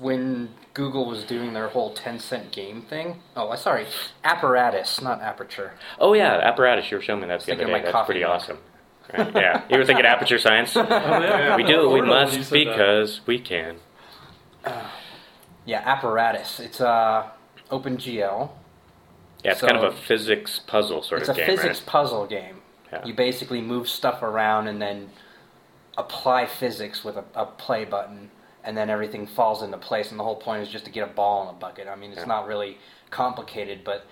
[SPEAKER 6] when Google was doing their whole 10 cent game thing. Oh, I- sorry, Apparatus, not Aperture.
[SPEAKER 5] oh yeah, apparatus. You were showing me that the other
[SPEAKER 6] Thinking
[SPEAKER 5] day.
[SPEAKER 6] of my
[SPEAKER 5] That's
[SPEAKER 6] coffee
[SPEAKER 5] pretty
[SPEAKER 6] mug.
[SPEAKER 5] awesome. Right? Yeah, you were thinking aperture science. we
[SPEAKER 3] Oh, yeah.
[SPEAKER 5] do it. We
[SPEAKER 3] Ordo, you
[SPEAKER 5] must
[SPEAKER 3] said that.
[SPEAKER 5] because we can.
[SPEAKER 6] Yeah, Apparatus. It's uh, OpenGL.
[SPEAKER 5] Yeah, it's
[SPEAKER 6] So-
[SPEAKER 5] kind of a physics puzzle sort
[SPEAKER 6] It's a
[SPEAKER 5] of game,
[SPEAKER 6] physics
[SPEAKER 5] right?
[SPEAKER 6] puzzle game.
[SPEAKER 5] Yeah.
[SPEAKER 6] You basically move stuff around and then apply physics with a, a play button, and then everything falls into place. And the whole point is just to get a ball in a bucket. I mean, it's
[SPEAKER 5] Yeah.
[SPEAKER 6] not really complicated, but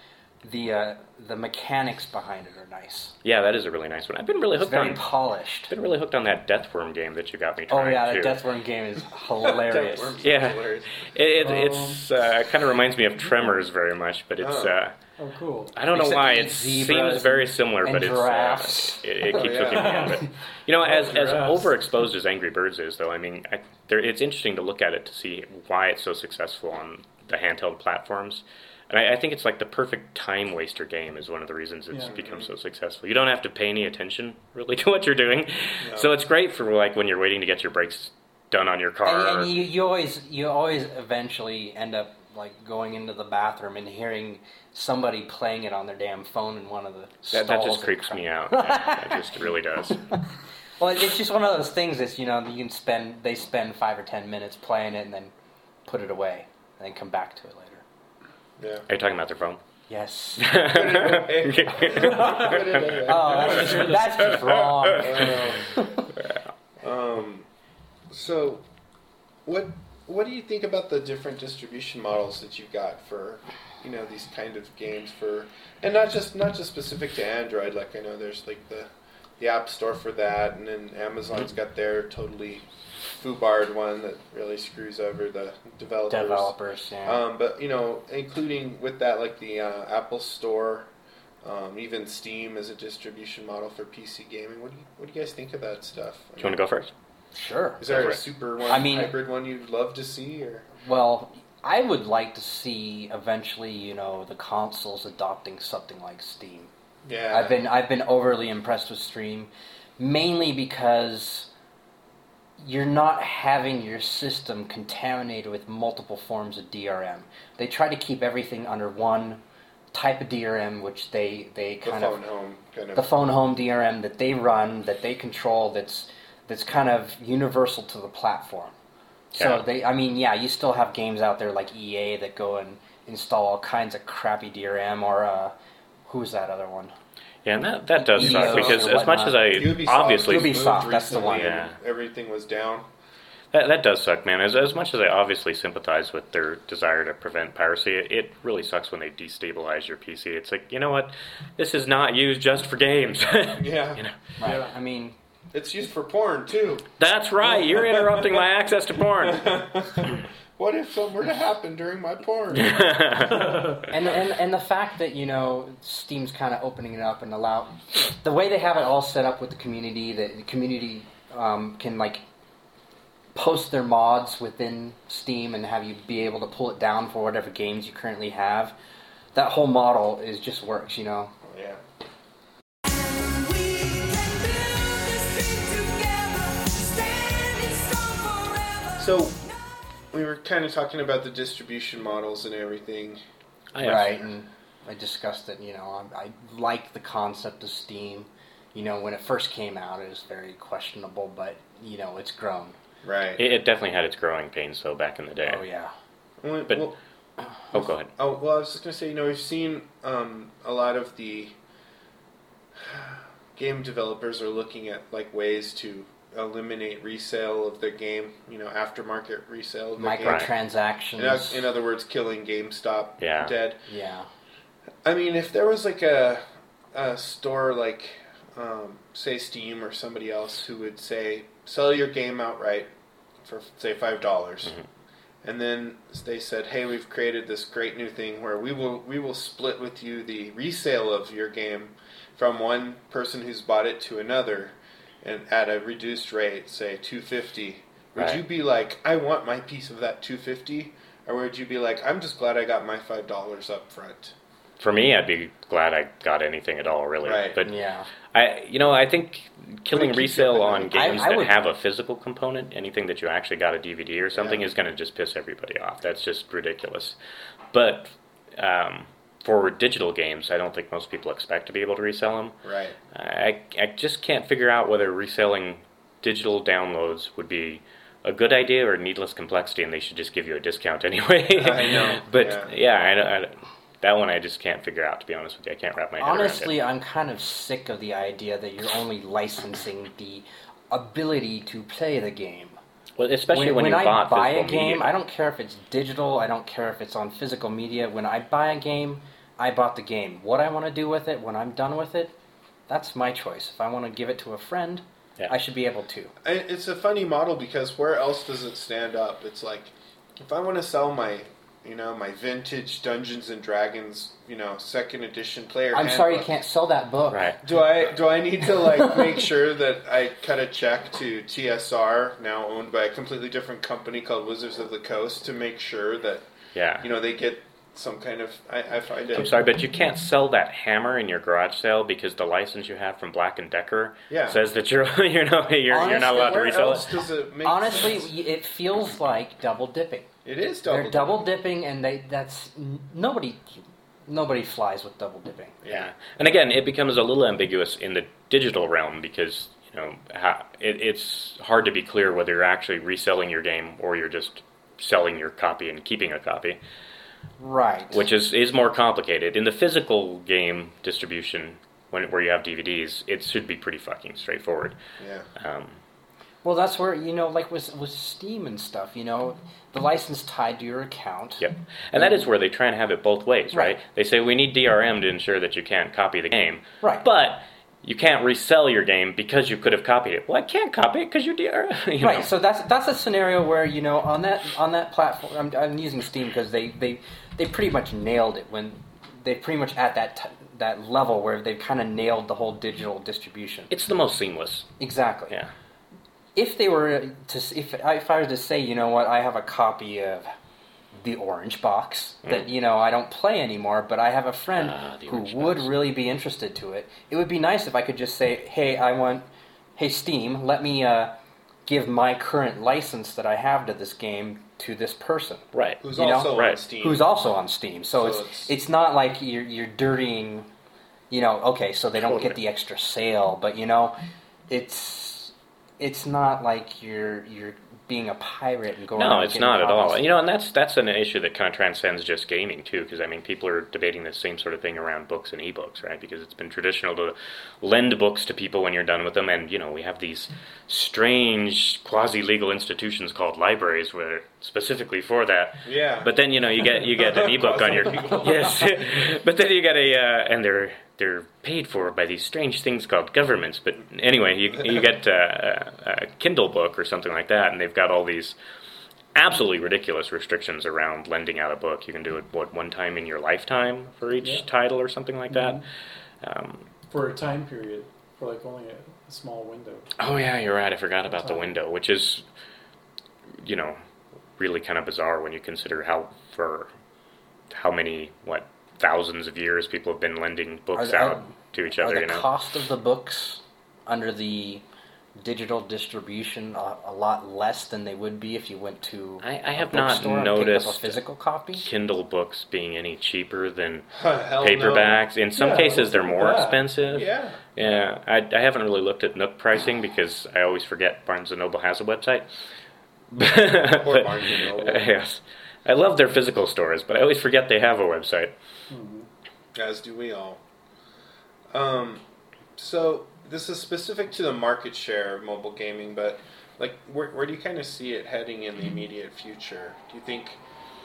[SPEAKER 6] the uh, the mechanics behind it are nice.
[SPEAKER 5] Yeah, that is a really nice one. I've been really
[SPEAKER 6] It's
[SPEAKER 5] hooked
[SPEAKER 6] very
[SPEAKER 5] on.
[SPEAKER 6] polished.
[SPEAKER 5] Been really hooked on that Deathworm game that you got me.
[SPEAKER 6] Oh
[SPEAKER 5] Trying
[SPEAKER 6] yeah,
[SPEAKER 5] too.
[SPEAKER 6] that Deathworm game is hilarious. Um,
[SPEAKER 4] Deathworm.
[SPEAKER 5] Yeah, it,
[SPEAKER 4] Hilarious.
[SPEAKER 5] it it's uh, kind of reminds me of Tremors very much, but it's
[SPEAKER 4] Oh.
[SPEAKER 5] uh,
[SPEAKER 3] Oh, cool.
[SPEAKER 5] I don't know
[SPEAKER 6] Except
[SPEAKER 5] why
[SPEAKER 6] it
[SPEAKER 5] it
[SPEAKER 6] eats zebras
[SPEAKER 5] seems very similar,
[SPEAKER 6] and
[SPEAKER 5] but it's
[SPEAKER 6] giraffes.
[SPEAKER 5] Uh, it, it keeps
[SPEAKER 4] yeah.
[SPEAKER 5] hooking me up. But, you know, as as
[SPEAKER 3] giraffes.
[SPEAKER 5] overexposed as Angry Birds is, though, I mean, I, there, it's interesting to look at it to see why it's so successful on the handheld platforms. And I, I think it's like the perfect time waster game is one of the reasons it's
[SPEAKER 3] Yeah.
[SPEAKER 5] become so successful. You don't have to pay any attention really to what you're doing, so it's great for like when you're waiting to get your brakes done on your car.
[SPEAKER 6] And,
[SPEAKER 5] or-
[SPEAKER 6] and you, you always you always eventually end up like going into the bathroom and hearing somebody playing it on their damn phone in one of the
[SPEAKER 5] that, that
[SPEAKER 6] stalls
[SPEAKER 5] just
[SPEAKER 6] and
[SPEAKER 5] creeps
[SPEAKER 6] crap.
[SPEAKER 5] me out. Yeah, that just really does.
[SPEAKER 6] Well, it- it's just one of those things that's you know you can spend they spend five or ten minutes playing it and then put it away and then come back to it later.
[SPEAKER 4] Yeah.
[SPEAKER 5] Are you talking about their phone?
[SPEAKER 6] Yes.
[SPEAKER 4] um,
[SPEAKER 6] Oh, that's just, that's just wrong.
[SPEAKER 4] so, what what do you think about the different distribution models that you've got for, you know, these kind of games for, and not just not just specific to Android. Like I know there's like the the App Store for that, and then Amazon's
[SPEAKER 5] Mm-hmm.
[SPEAKER 4] got their totally foobarred one that really screws over the developers.
[SPEAKER 6] Developers, yeah.
[SPEAKER 4] Um, but you know, including with that, like the uh, Apple Store, um, even Steam as a distribution model for PC gaming. What do you what do you guys think of that stuff?
[SPEAKER 5] Do you want to go first?
[SPEAKER 6] sure.
[SPEAKER 4] Is there
[SPEAKER 5] for
[SPEAKER 4] a
[SPEAKER 5] it?
[SPEAKER 4] super one,
[SPEAKER 6] I mean-
[SPEAKER 4] hybrid one you'd love to see, or
[SPEAKER 6] Well, I would like to see eventually you know the consoles adopting something like Steam.
[SPEAKER 4] yeah?
[SPEAKER 6] I've been I've been overly impressed with Stream, mainly because you're not having your system contaminated with multiple forms of DRM. They try to keep everything under one type of DRM, which they they
[SPEAKER 4] the
[SPEAKER 6] kind
[SPEAKER 4] phone
[SPEAKER 6] of
[SPEAKER 4] home kind of.
[SPEAKER 6] the phone home DRM that they run that they control. That's that's kind of universal to the platform. So
[SPEAKER 5] Yeah.
[SPEAKER 6] they, I mean, yeah, you still have games out there like EA that go and install all kinds of crappy DRM or uh, who was that other one?
[SPEAKER 5] Yeah, and that, that does
[SPEAKER 6] Yeah,
[SPEAKER 5] suck because
[SPEAKER 6] or
[SPEAKER 5] as much
[SPEAKER 6] whatnot.
[SPEAKER 5] as I
[SPEAKER 4] Ubisoft
[SPEAKER 5] obviously
[SPEAKER 4] just moved
[SPEAKER 6] Ubisoft, that's the
[SPEAKER 4] recently
[SPEAKER 6] one.
[SPEAKER 4] and
[SPEAKER 5] Yeah.
[SPEAKER 4] Everything was down.
[SPEAKER 5] that, that does suck, man. As as much as I obviously sympathize with their desire to prevent piracy, it, it really sucks when they destabilize your PC. It's like you know what, this is not used just for games.
[SPEAKER 4] Yeah,
[SPEAKER 5] You know,
[SPEAKER 6] Right. I mean,
[SPEAKER 4] it's used for porn too.
[SPEAKER 5] that's right. You're interrupting my access to porn.
[SPEAKER 4] What if something were to happen during my porn?
[SPEAKER 6] and, and and the fact that you know Steam's kind of opening it up and allow the way they have it all set up with the community that the community um, can like post their mods within Steam and have you be able to pull it down for whatever games you currently have. That whole model is just works, you know.
[SPEAKER 4] yeah. So we were kind of talking about the distribution models and everything.
[SPEAKER 6] Oh,
[SPEAKER 5] I have-
[SPEAKER 6] right and i discussed it you know I, I like the concept of steam you know when it first came out it was very questionable but you know it's grown
[SPEAKER 4] Right.
[SPEAKER 5] It, it definitely had its growing pains though back in the day.
[SPEAKER 6] oh yeah
[SPEAKER 4] Well,
[SPEAKER 5] but-
[SPEAKER 4] well,
[SPEAKER 5] Oh, go ahead.
[SPEAKER 4] oh, well, I was just gonna say, you know, we've seen um, a lot of the game developers are looking at like ways to eliminate resale of their game. You know, aftermarket resale of their game. In,
[SPEAKER 6] microtransactions
[SPEAKER 4] oth- in other words, killing GameStop
[SPEAKER 5] Yeah.
[SPEAKER 4] dead.
[SPEAKER 6] yeah
[SPEAKER 4] I mean, if there was like a, a store like, um, say, Steam or somebody else who would say, sell your game outright for, say, $5. dollars And then they said, hey, we've created this great new thing where we will, we will split with you the resale of your game from one person who's bought it to another and at a reduced rate, say 250 would
[SPEAKER 5] Right.
[SPEAKER 4] you be like, I want my piece of that 250 Or would you be like, I'm just glad I got my $5 up front?
[SPEAKER 5] For me, I'd be glad I got anything at all, really.
[SPEAKER 4] Right.
[SPEAKER 5] But
[SPEAKER 6] yeah
[SPEAKER 5] I, you know, I think killing
[SPEAKER 4] Would it keep
[SPEAKER 5] resale
[SPEAKER 4] you up at
[SPEAKER 5] on
[SPEAKER 4] night?
[SPEAKER 5] games
[SPEAKER 6] I- I
[SPEAKER 5] that
[SPEAKER 6] would-
[SPEAKER 5] have a physical component, anything that you actually got a DVD or something,
[SPEAKER 4] Yeah.
[SPEAKER 5] is going to just piss everybody off. That's just ridiculous. But um, for digital games, I don't think most people expect to be able to resell them.
[SPEAKER 4] Right.
[SPEAKER 5] I, I just can't figure out whether reselling digital downloads would be a good idea or needless complexity, and they should just give you a discount anyway.
[SPEAKER 4] I know,
[SPEAKER 5] but
[SPEAKER 4] yeah.
[SPEAKER 5] yeah, I, I, That one I just can't figure out. To be honest with you, I can't wrap my head
[SPEAKER 6] Honestly,
[SPEAKER 5] around
[SPEAKER 6] I'm kind of sick of the idea that you're only licensing the ability to play the game.
[SPEAKER 5] it. Well, especially when, you
[SPEAKER 6] I
[SPEAKER 5] bought
[SPEAKER 6] buy a
[SPEAKER 5] physical
[SPEAKER 6] game,
[SPEAKER 5] media.
[SPEAKER 6] I don't care if it's digital, I don't care if it's on physical media. When I buy a game, I bought the game. What I want to do with it when I'm done with it, that's my choice. If I want to give it to a friend,
[SPEAKER 5] Yeah.
[SPEAKER 6] I should be able to.
[SPEAKER 4] I- It's a funny model because where else does it stand up? It's like if I want to sell my, you know, my vintage Dungeons and Dragons, you know, second edition player.
[SPEAKER 6] I'm sorry you
[SPEAKER 4] handbook,
[SPEAKER 6] can't sell that book.
[SPEAKER 5] Right.
[SPEAKER 4] Do I do I need to like make sure that I cut a check to TSR, now owned by a completely different company called Wizards of the Coast, to make sure that
[SPEAKER 5] Yeah.
[SPEAKER 4] you know they get some kind of? I, I find it.
[SPEAKER 5] I'm sorry, but you can't sell that hammer in your garage sale because the license you have from Black and Decker
[SPEAKER 4] Yeah.
[SPEAKER 5] says that you're you're not you're, you're not
[SPEAKER 6] Honestly,
[SPEAKER 5] allowed to
[SPEAKER 4] Where
[SPEAKER 5] resell
[SPEAKER 4] else
[SPEAKER 5] it.
[SPEAKER 4] does it make
[SPEAKER 6] Honestly,
[SPEAKER 4] sense?
[SPEAKER 6] it feels like double dipping.
[SPEAKER 4] it is double.
[SPEAKER 6] They're double dipping, and they that's n- nobody nobody flies with double dipping.
[SPEAKER 5] Yeah, and again, it becomes a little ambiguous in the digital realm because you know how, it, it's hard to be clear whether you're actually reselling your game or you're just selling your copy and keeping a copy,
[SPEAKER 6] Right.
[SPEAKER 5] which is is more complicated. In the physical game distribution, when where you have DVDs, it should be pretty fucking straightforward.
[SPEAKER 4] Yeah.
[SPEAKER 6] Oh.
[SPEAKER 5] Um,
[SPEAKER 6] well, that's where you know, like with with Steam and stuff, you know, the license tied to your account.
[SPEAKER 5] Yep. And that is where they try and have it both ways, right?
[SPEAKER 6] Right.
[SPEAKER 5] They say we need DRM to ensure that you can't copy the game.
[SPEAKER 6] Right.
[SPEAKER 5] But you can't resell your game because you could have copied it. Well, I can't copy it because you're DRM. You
[SPEAKER 6] Right,
[SPEAKER 5] know.
[SPEAKER 6] so that's that's a scenario where you know on that on that platform. I'm, I'm using Steam because they, they they pretty much nailed it when they pretty much at that t- that level where they've kind of nailed the whole digital distribution.
[SPEAKER 5] it's the most seamless.
[SPEAKER 6] Exactly.
[SPEAKER 5] Yeah.
[SPEAKER 6] if they were to s- if I, if I were to say you know what i have a copy of the orange box that you know i don't play anymore but i have a friend
[SPEAKER 5] Hmm. Ah, The
[SPEAKER 6] who
[SPEAKER 5] Orange
[SPEAKER 6] would
[SPEAKER 5] Box.
[SPEAKER 6] really be interested to it it would be nice if i could just say hey i want hey steam let me uh, give my current license that i have to this game to this person
[SPEAKER 5] Right.
[SPEAKER 4] Who's
[SPEAKER 6] You know?
[SPEAKER 4] also on
[SPEAKER 5] Right.
[SPEAKER 4] Steam?
[SPEAKER 6] who's also on steam so,
[SPEAKER 4] So
[SPEAKER 6] it's,
[SPEAKER 4] it's-
[SPEAKER 6] it's not like you're, you're dirtying you know okay so they don't get
[SPEAKER 5] Totally.
[SPEAKER 6] the extra sale but you know it's it's not like you're you're being a pirate and going
[SPEAKER 5] No,
[SPEAKER 6] out
[SPEAKER 5] it's
[SPEAKER 6] getting
[SPEAKER 5] not at all.
[SPEAKER 6] copies.
[SPEAKER 5] You know, and that's that's an issue that kind of transcends just gaming too, because I mean, people are debating the same sort of thing around books and ebooks, right? Because it's been traditional to lend books to people when you're done with them, and you know, we have these strange quasi-legal institutions called libraries, where specifically for that.
[SPEAKER 4] Yeah.
[SPEAKER 5] But then you know, you get you get an ebook on your yes, but then you get a uh, and they're they're paid for by these strange things called governments. But anyway, you you get uh, a, a Kindle book or something like that, and they've got all these absolutely ridiculous restrictions around lending out a book. You can do it what one time in your lifetime for each title or something like that. Um,
[SPEAKER 3] for a time period, for like only a, a small window.
[SPEAKER 5] oh yeah, you're right. I forgot about the window, which is, you know, really kind of bizarre when you consider how for how many what thousands of years people have been lending books
[SPEAKER 6] Are- are-
[SPEAKER 5] out to each
[SPEAKER 6] Are
[SPEAKER 5] other.
[SPEAKER 6] the
[SPEAKER 5] You know,
[SPEAKER 6] cost of the books under the digital distribution a, a lot less than they would be if you went to
[SPEAKER 5] I- I
[SPEAKER 6] a
[SPEAKER 5] have not
[SPEAKER 6] bookstore and picked up
[SPEAKER 5] noticed-
[SPEAKER 6] a physical copy
[SPEAKER 5] Kindle books being any cheaper than
[SPEAKER 4] Hell no.
[SPEAKER 5] paperbacks. In some
[SPEAKER 3] Yeah,
[SPEAKER 5] cases, they're more
[SPEAKER 3] yeah.
[SPEAKER 5] expensive.
[SPEAKER 4] Yeah.
[SPEAKER 5] Yeah, I, I haven't really looked at Nook pricing because I always forget Barnes and Noble has a website.
[SPEAKER 4] Poor Barnes and Noble.
[SPEAKER 5] Yes, I love their physical stores, but I always forget they have a website.
[SPEAKER 4] As do we all. Um, so this is specific to the market share of mobile gaming, but like, where, where do you kind of see it heading in the immediate future? Do you think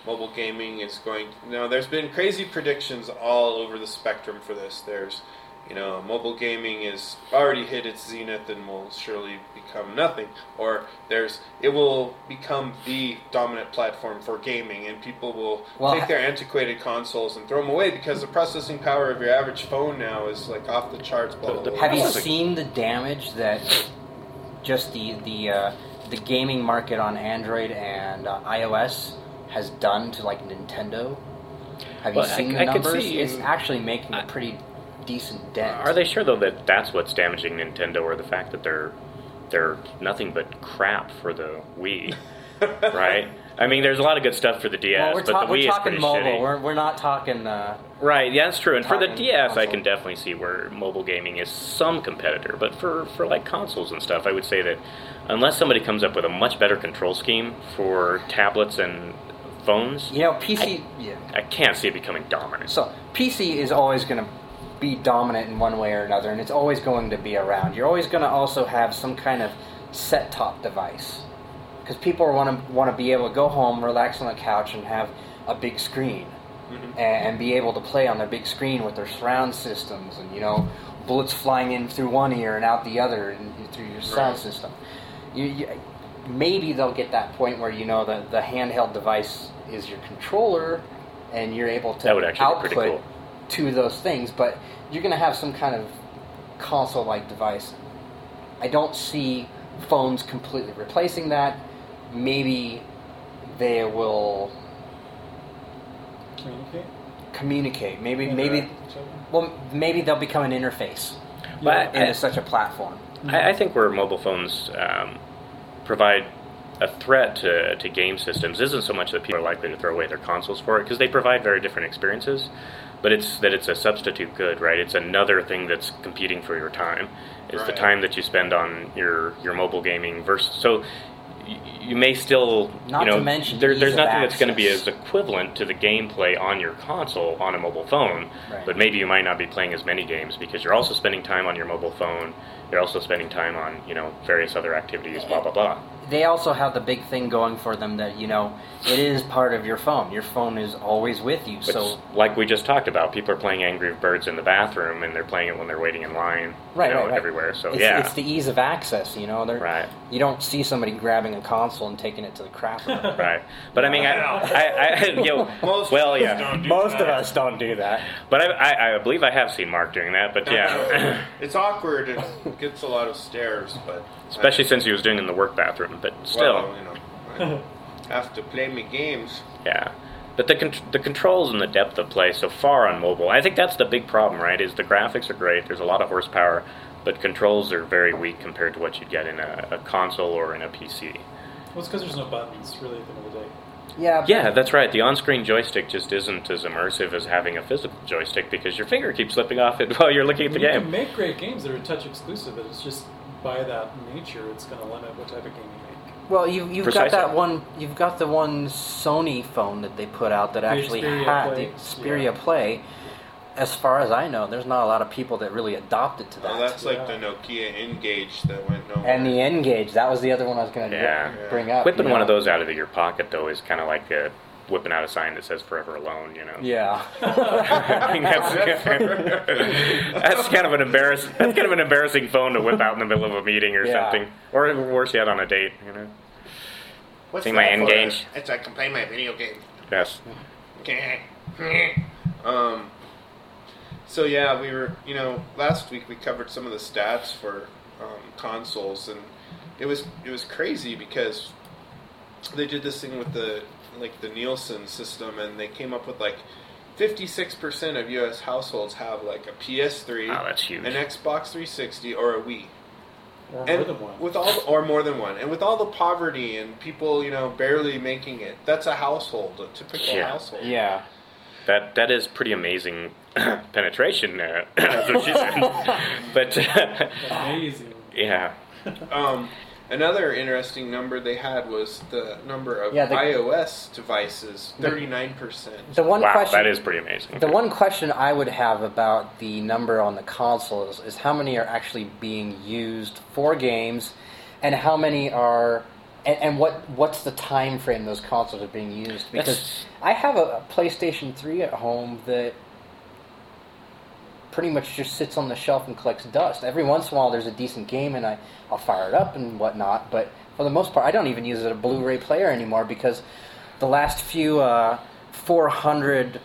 [SPEAKER 4] mobile gaming is going? Now, there's been crazy predictions all over the spectrum for this. There's, you know, mobile gaming is already hit its zenith and will surely become nothing, or there's it will become the dominant platform for gaming, and people will
[SPEAKER 6] Well,
[SPEAKER 4] take their their antiquated consoles and throw them away because the processing power of your average phone now is like off the charts. Blah, blah,
[SPEAKER 5] The- the-
[SPEAKER 4] blah.
[SPEAKER 6] Have you
[SPEAKER 5] Oh, the-
[SPEAKER 6] seen the damage that just the the uh, the gaming market on Android and uh, iOS has done to like Nintendo? Have you
[SPEAKER 5] Well, I-
[SPEAKER 6] seen
[SPEAKER 5] I
[SPEAKER 6] the
[SPEAKER 5] can
[SPEAKER 6] numbers?
[SPEAKER 5] see-
[SPEAKER 6] it's actually making a pretty decent dent.
[SPEAKER 5] Are they sure though that that's what's damaging Nintendo, or the fact that they're they're nothing but crap for the Wii, right? I mean, there's a lot of good stuff for the DS,
[SPEAKER 6] Well, we're,
[SPEAKER 5] but
[SPEAKER 6] ta-
[SPEAKER 5] the Wii
[SPEAKER 6] we're
[SPEAKER 5] is
[SPEAKER 6] talking
[SPEAKER 5] pretty
[SPEAKER 6] mobile.
[SPEAKER 5] shitty.
[SPEAKER 6] We're, we're not talking. Uh,
[SPEAKER 5] Right, yeah, that's true. And for the
[SPEAKER 6] Talking
[SPEAKER 5] DS, I
[SPEAKER 6] console.
[SPEAKER 5] can definitely see where mobile gaming is some competitor. But for, for like consoles and stuff, I would say that unless somebody comes up with a much better control scheme for tablets and phones.
[SPEAKER 6] You know, PC. yeah.
[SPEAKER 5] I can't see it becoming dominant.
[SPEAKER 6] So PC is always going to be dominant in one way or another, and it's always going to be around. You're always going to also have some kind of set-top device because people want to want to be able to go home, relax on the couch, and have a big screen,
[SPEAKER 5] Mm-hmm.
[SPEAKER 6] and, and be able to play on their big screen with their surround systems, and you know, bullets flying in through one ear and out the other, and through your sound system. You, you, maybe they'll get that point where you know the, the handheld device is your controller, and you're able to
[SPEAKER 5] That would actually be
[SPEAKER 6] output
[SPEAKER 5] pretty cool.
[SPEAKER 6] to those things, but you're going to have some kind of console like device. I don't see phones completely replacing that. Maybe they will
[SPEAKER 3] Communicate.
[SPEAKER 6] communicate. Maybe maybe
[SPEAKER 3] Interact with each other.
[SPEAKER 6] well maybe they'll become an interface
[SPEAKER 5] But
[SPEAKER 6] into such a platform.
[SPEAKER 5] I, I think where mobile phones um, provide a threat to, to game systems isn't so much that people are likely to throw away their consoles for it because they provide very different experiences, but it's that it's a substitute good, right? It's another thing that's competing for your time. Is the
[SPEAKER 4] Right.
[SPEAKER 5] time that you spend on your your mobile gaming versus so. y- You may still,
[SPEAKER 6] Not
[SPEAKER 5] you know,
[SPEAKER 6] to mention
[SPEAKER 5] there,
[SPEAKER 6] ease
[SPEAKER 5] there's
[SPEAKER 6] of
[SPEAKER 5] nothing that's going to be
[SPEAKER 6] access.
[SPEAKER 5] as equivalent to the gameplay on your console on a mobile phone,
[SPEAKER 6] Right.
[SPEAKER 5] but maybe you might not be playing as many games because you're also spending time on your mobile phone. You're also spending time on you know various other activities, blah blah blah.
[SPEAKER 6] They also have the big thing going for them that you know it is part of your phone. Your phone is always with you.
[SPEAKER 5] But
[SPEAKER 6] so
[SPEAKER 5] like we just talked about, people are playing Angry Birds in the bathroom and they're playing it when they're waiting in line,
[SPEAKER 6] right,
[SPEAKER 5] you know,
[SPEAKER 6] right, right.
[SPEAKER 5] everywhere. So
[SPEAKER 6] it's,
[SPEAKER 5] yeah,
[SPEAKER 6] it's the ease of access. You know, They're-
[SPEAKER 5] Right.
[SPEAKER 6] You don't see somebody grabbing a console and taking it to the crap.
[SPEAKER 5] right. But I mean, I, I, I you know,
[SPEAKER 4] Most
[SPEAKER 5] well,
[SPEAKER 4] people
[SPEAKER 5] yeah.
[SPEAKER 4] don't do
[SPEAKER 6] Most of
[SPEAKER 4] that.
[SPEAKER 6] us don't do that.
[SPEAKER 5] But I, I, I believe I have seen Mark doing that. But yeah,
[SPEAKER 4] It's awkward and gets a lot of stares, but
[SPEAKER 5] especially since he was doing it in the work bathroom. But still.
[SPEAKER 4] well, you know, I have to play me games.
[SPEAKER 5] Yeah, but the con- the controls and the depth of play so far on mobile, I think that's the big problem, right? Is the graphics are great. There's a lot of horsepower, but controls are very weak compared to what you'd get in a, a console or in a PC.
[SPEAKER 3] Well, it's because there's no buttons, really, at the end of the day.
[SPEAKER 6] Yeah. but-
[SPEAKER 5] Yeah, that's right. The on-screen joystick just isn't as immersive as having a physical joystick because your finger keeps slipping off it while you're looking at the
[SPEAKER 3] you can
[SPEAKER 5] game.
[SPEAKER 3] make great games that are touch exclusive, but it's just by that nature, it's going to limit what type of game you make.
[SPEAKER 6] Well, you, you've
[SPEAKER 5] Precisely.
[SPEAKER 6] got that one. You've got the one Sony phone that they put out that actually
[SPEAKER 3] Xperia
[SPEAKER 6] had
[SPEAKER 3] Play.
[SPEAKER 6] the Xperia Play. As far as I know, there's not a lot of people that really adopted to that.
[SPEAKER 4] Well, that's like the
[SPEAKER 3] Yeah.
[SPEAKER 4] Nokia Engage that went nowhere.
[SPEAKER 6] and the N gauge. That was the other one I was going to
[SPEAKER 5] Yeah.
[SPEAKER 6] bring up.
[SPEAKER 5] Whipping
[SPEAKER 6] you
[SPEAKER 5] one
[SPEAKER 6] know?
[SPEAKER 5] of those out of your pocket though is kind of like uh whipping out a sign that says "Forever Alone," you know.
[SPEAKER 6] Yeah.
[SPEAKER 5] I think that's, that's kind of an embarrassing. That's kind of an embarrassing phone to whip out in the middle of a meeting or
[SPEAKER 6] Yeah.
[SPEAKER 5] something, or even worse yet, on a date. You know.
[SPEAKER 4] What's
[SPEAKER 5] See my
[SPEAKER 4] that for?
[SPEAKER 5] Engage?
[SPEAKER 4] It's I can play my video game.
[SPEAKER 5] Yes.
[SPEAKER 4] um, so yeah, we were you know last week we covered some of the stats for um, consoles and it was it was crazy because they did this thing with the like the Nielsen system and they came up with like. 56% of US households have like a PS3,
[SPEAKER 5] Wow, that's huge.
[SPEAKER 4] an Xbox 360 or a Wii
[SPEAKER 3] Or more
[SPEAKER 4] and
[SPEAKER 3] than one.
[SPEAKER 4] with all the, or more than one and with all the poverty and people you know barely making it that's a household a typical
[SPEAKER 5] Yeah.
[SPEAKER 4] household
[SPEAKER 6] yeah.
[SPEAKER 5] That that is pretty amazing penetration. Uh, that's what she said. but
[SPEAKER 6] Ah.
[SPEAKER 3] Amazing.
[SPEAKER 5] yeah,
[SPEAKER 4] um another interesting number they had was the number of
[SPEAKER 6] Yeah, the-
[SPEAKER 4] ios devices 39%
[SPEAKER 6] The one
[SPEAKER 5] wow,
[SPEAKER 6] question.
[SPEAKER 5] that is pretty amazing.
[SPEAKER 6] the one question I would have about the number on the consoles is how many are actually being used for games, and how many are, and, and what what's the time frame those consoles are being used? Because
[SPEAKER 5] That's-
[SPEAKER 6] I have a, a PlayStation Three at home that pretty much just sits on the shelf and collects dust. Every once in a while, there's a decent game, and I, I'll fire it up and whatnot. But for the most part, I don't even use it as a Blu-ray player anymore because the last few uh, 400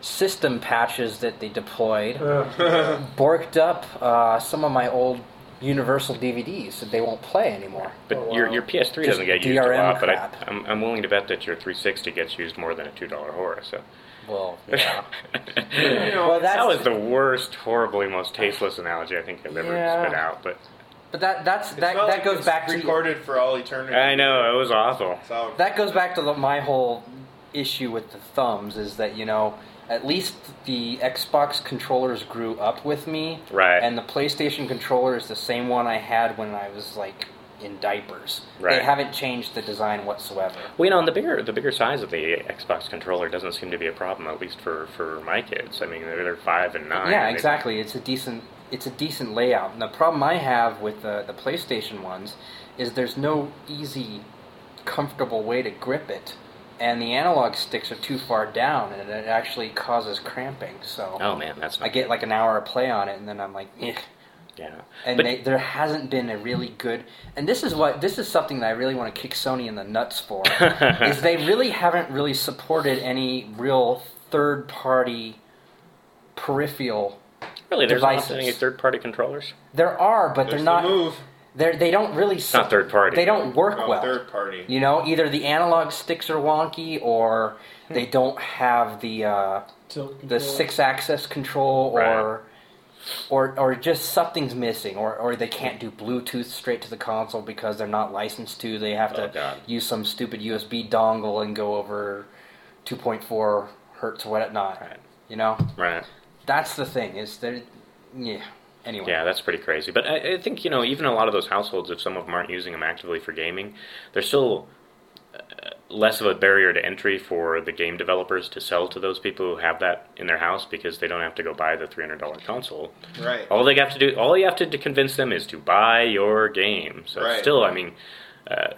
[SPEAKER 6] system patches that they deployed borked up uh, some of my old Universal DVDs that they won't play anymore.
[SPEAKER 5] But your your PS3 doesn't
[SPEAKER 6] Oh, Just
[SPEAKER 5] get used a
[SPEAKER 6] DRM
[SPEAKER 5] lot.
[SPEAKER 6] crap.
[SPEAKER 5] But I, I'm I'm willing to bet that your 360 gets used more than a two dollar whore. So.
[SPEAKER 6] Well, yeah.
[SPEAKER 5] well,
[SPEAKER 6] Well, that's-
[SPEAKER 5] that was the worst, horribly, most tasteless analogy I think I've ever
[SPEAKER 6] Yeah.
[SPEAKER 5] spit out. But
[SPEAKER 6] but that that's
[SPEAKER 4] It's
[SPEAKER 6] that,
[SPEAKER 4] not
[SPEAKER 6] that
[SPEAKER 4] like
[SPEAKER 6] goes
[SPEAKER 4] it's
[SPEAKER 6] back to
[SPEAKER 4] recorded for all eternity
[SPEAKER 5] I know it was awful.
[SPEAKER 4] so
[SPEAKER 6] that goes back to the, my whole issue with the thumbs is that you know at least the Xbox controllers grew up with me,
[SPEAKER 5] Right.
[SPEAKER 6] And the PlayStation controller is the same one I had when I was like in diapers.
[SPEAKER 5] Right.
[SPEAKER 6] They haven't changed the design whatsoever.
[SPEAKER 5] Well, you know, and the bigger the bigger size of the Xbox controller doesn't seem to be a problem, at least for for my kids. I mean, they're, they're five and nine.
[SPEAKER 6] yeah,
[SPEAKER 5] and Oh, they-
[SPEAKER 6] exactly. It's a decent it's a decent layout. And the problem I have with the the PlayStation ones is there's no easy, comfortable way to grip it, and the analog sticks are too far down, and it actually causes cramping. So
[SPEAKER 5] Oh man, that's not
[SPEAKER 6] I get like an hour of play on it, and then I'm like, eh.
[SPEAKER 5] yeah.
[SPEAKER 6] and
[SPEAKER 5] but
[SPEAKER 6] they, there hasn't been a really good. And this is what this is something that I really want to kick Sony in the nuts for is they really haven't really supported any real third party peripheral.
[SPEAKER 5] really, there's not
[SPEAKER 6] devices.
[SPEAKER 5] any third-party controllers.
[SPEAKER 6] There are, but
[SPEAKER 4] There's
[SPEAKER 6] they're
[SPEAKER 4] the
[SPEAKER 6] not.
[SPEAKER 4] move.
[SPEAKER 6] They're, they don't really. It's
[SPEAKER 5] not third party.
[SPEAKER 6] They don't work
[SPEAKER 4] Oh,
[SPEAKER 6] well.
[SPEAKER 4] third party.
[SPEAKER 6] You know, either the analog sticks are wonky, or they don't have the uh,
[SPEAKER 3] Tilt
[SPEAKER 6] the
[SPEAKER 3] control.
[SPEAKER 6] six axis control or or or just something's missing or or they can't do bluetooth straight to the console because they're not licensed to they have
[SPEAKER 5] Oh,
[SPEAKER 6] to
[SPEAKER 5] God.
[SPEAKER 6] use some stupid usb dongle and go over 2.4 hertz or whatnot
[SPEAKER 5] Right.
[SPEAKER 6] you know
[SPEAKER 5] Right.
[SPEAKER 6] that's the thing is there yeah anyway
[SPEAKER 5] Yeah, that's pretty crazy. But I, I think you know, even a lot of those households, if some of them aren't using them actively for gaming, there's still uh, less of a barrier to entry for the game developers to sell to those people who have that in their house because they don't have to go buy the three hundred dollar console.
[SPEAKER 4] Right.
[SPEAKER 5] All they have to do, all you have to, to convince them is to buy your game. So
[SPEAKER 4] Right.
[SPEAKER 5] still, I mean, uh,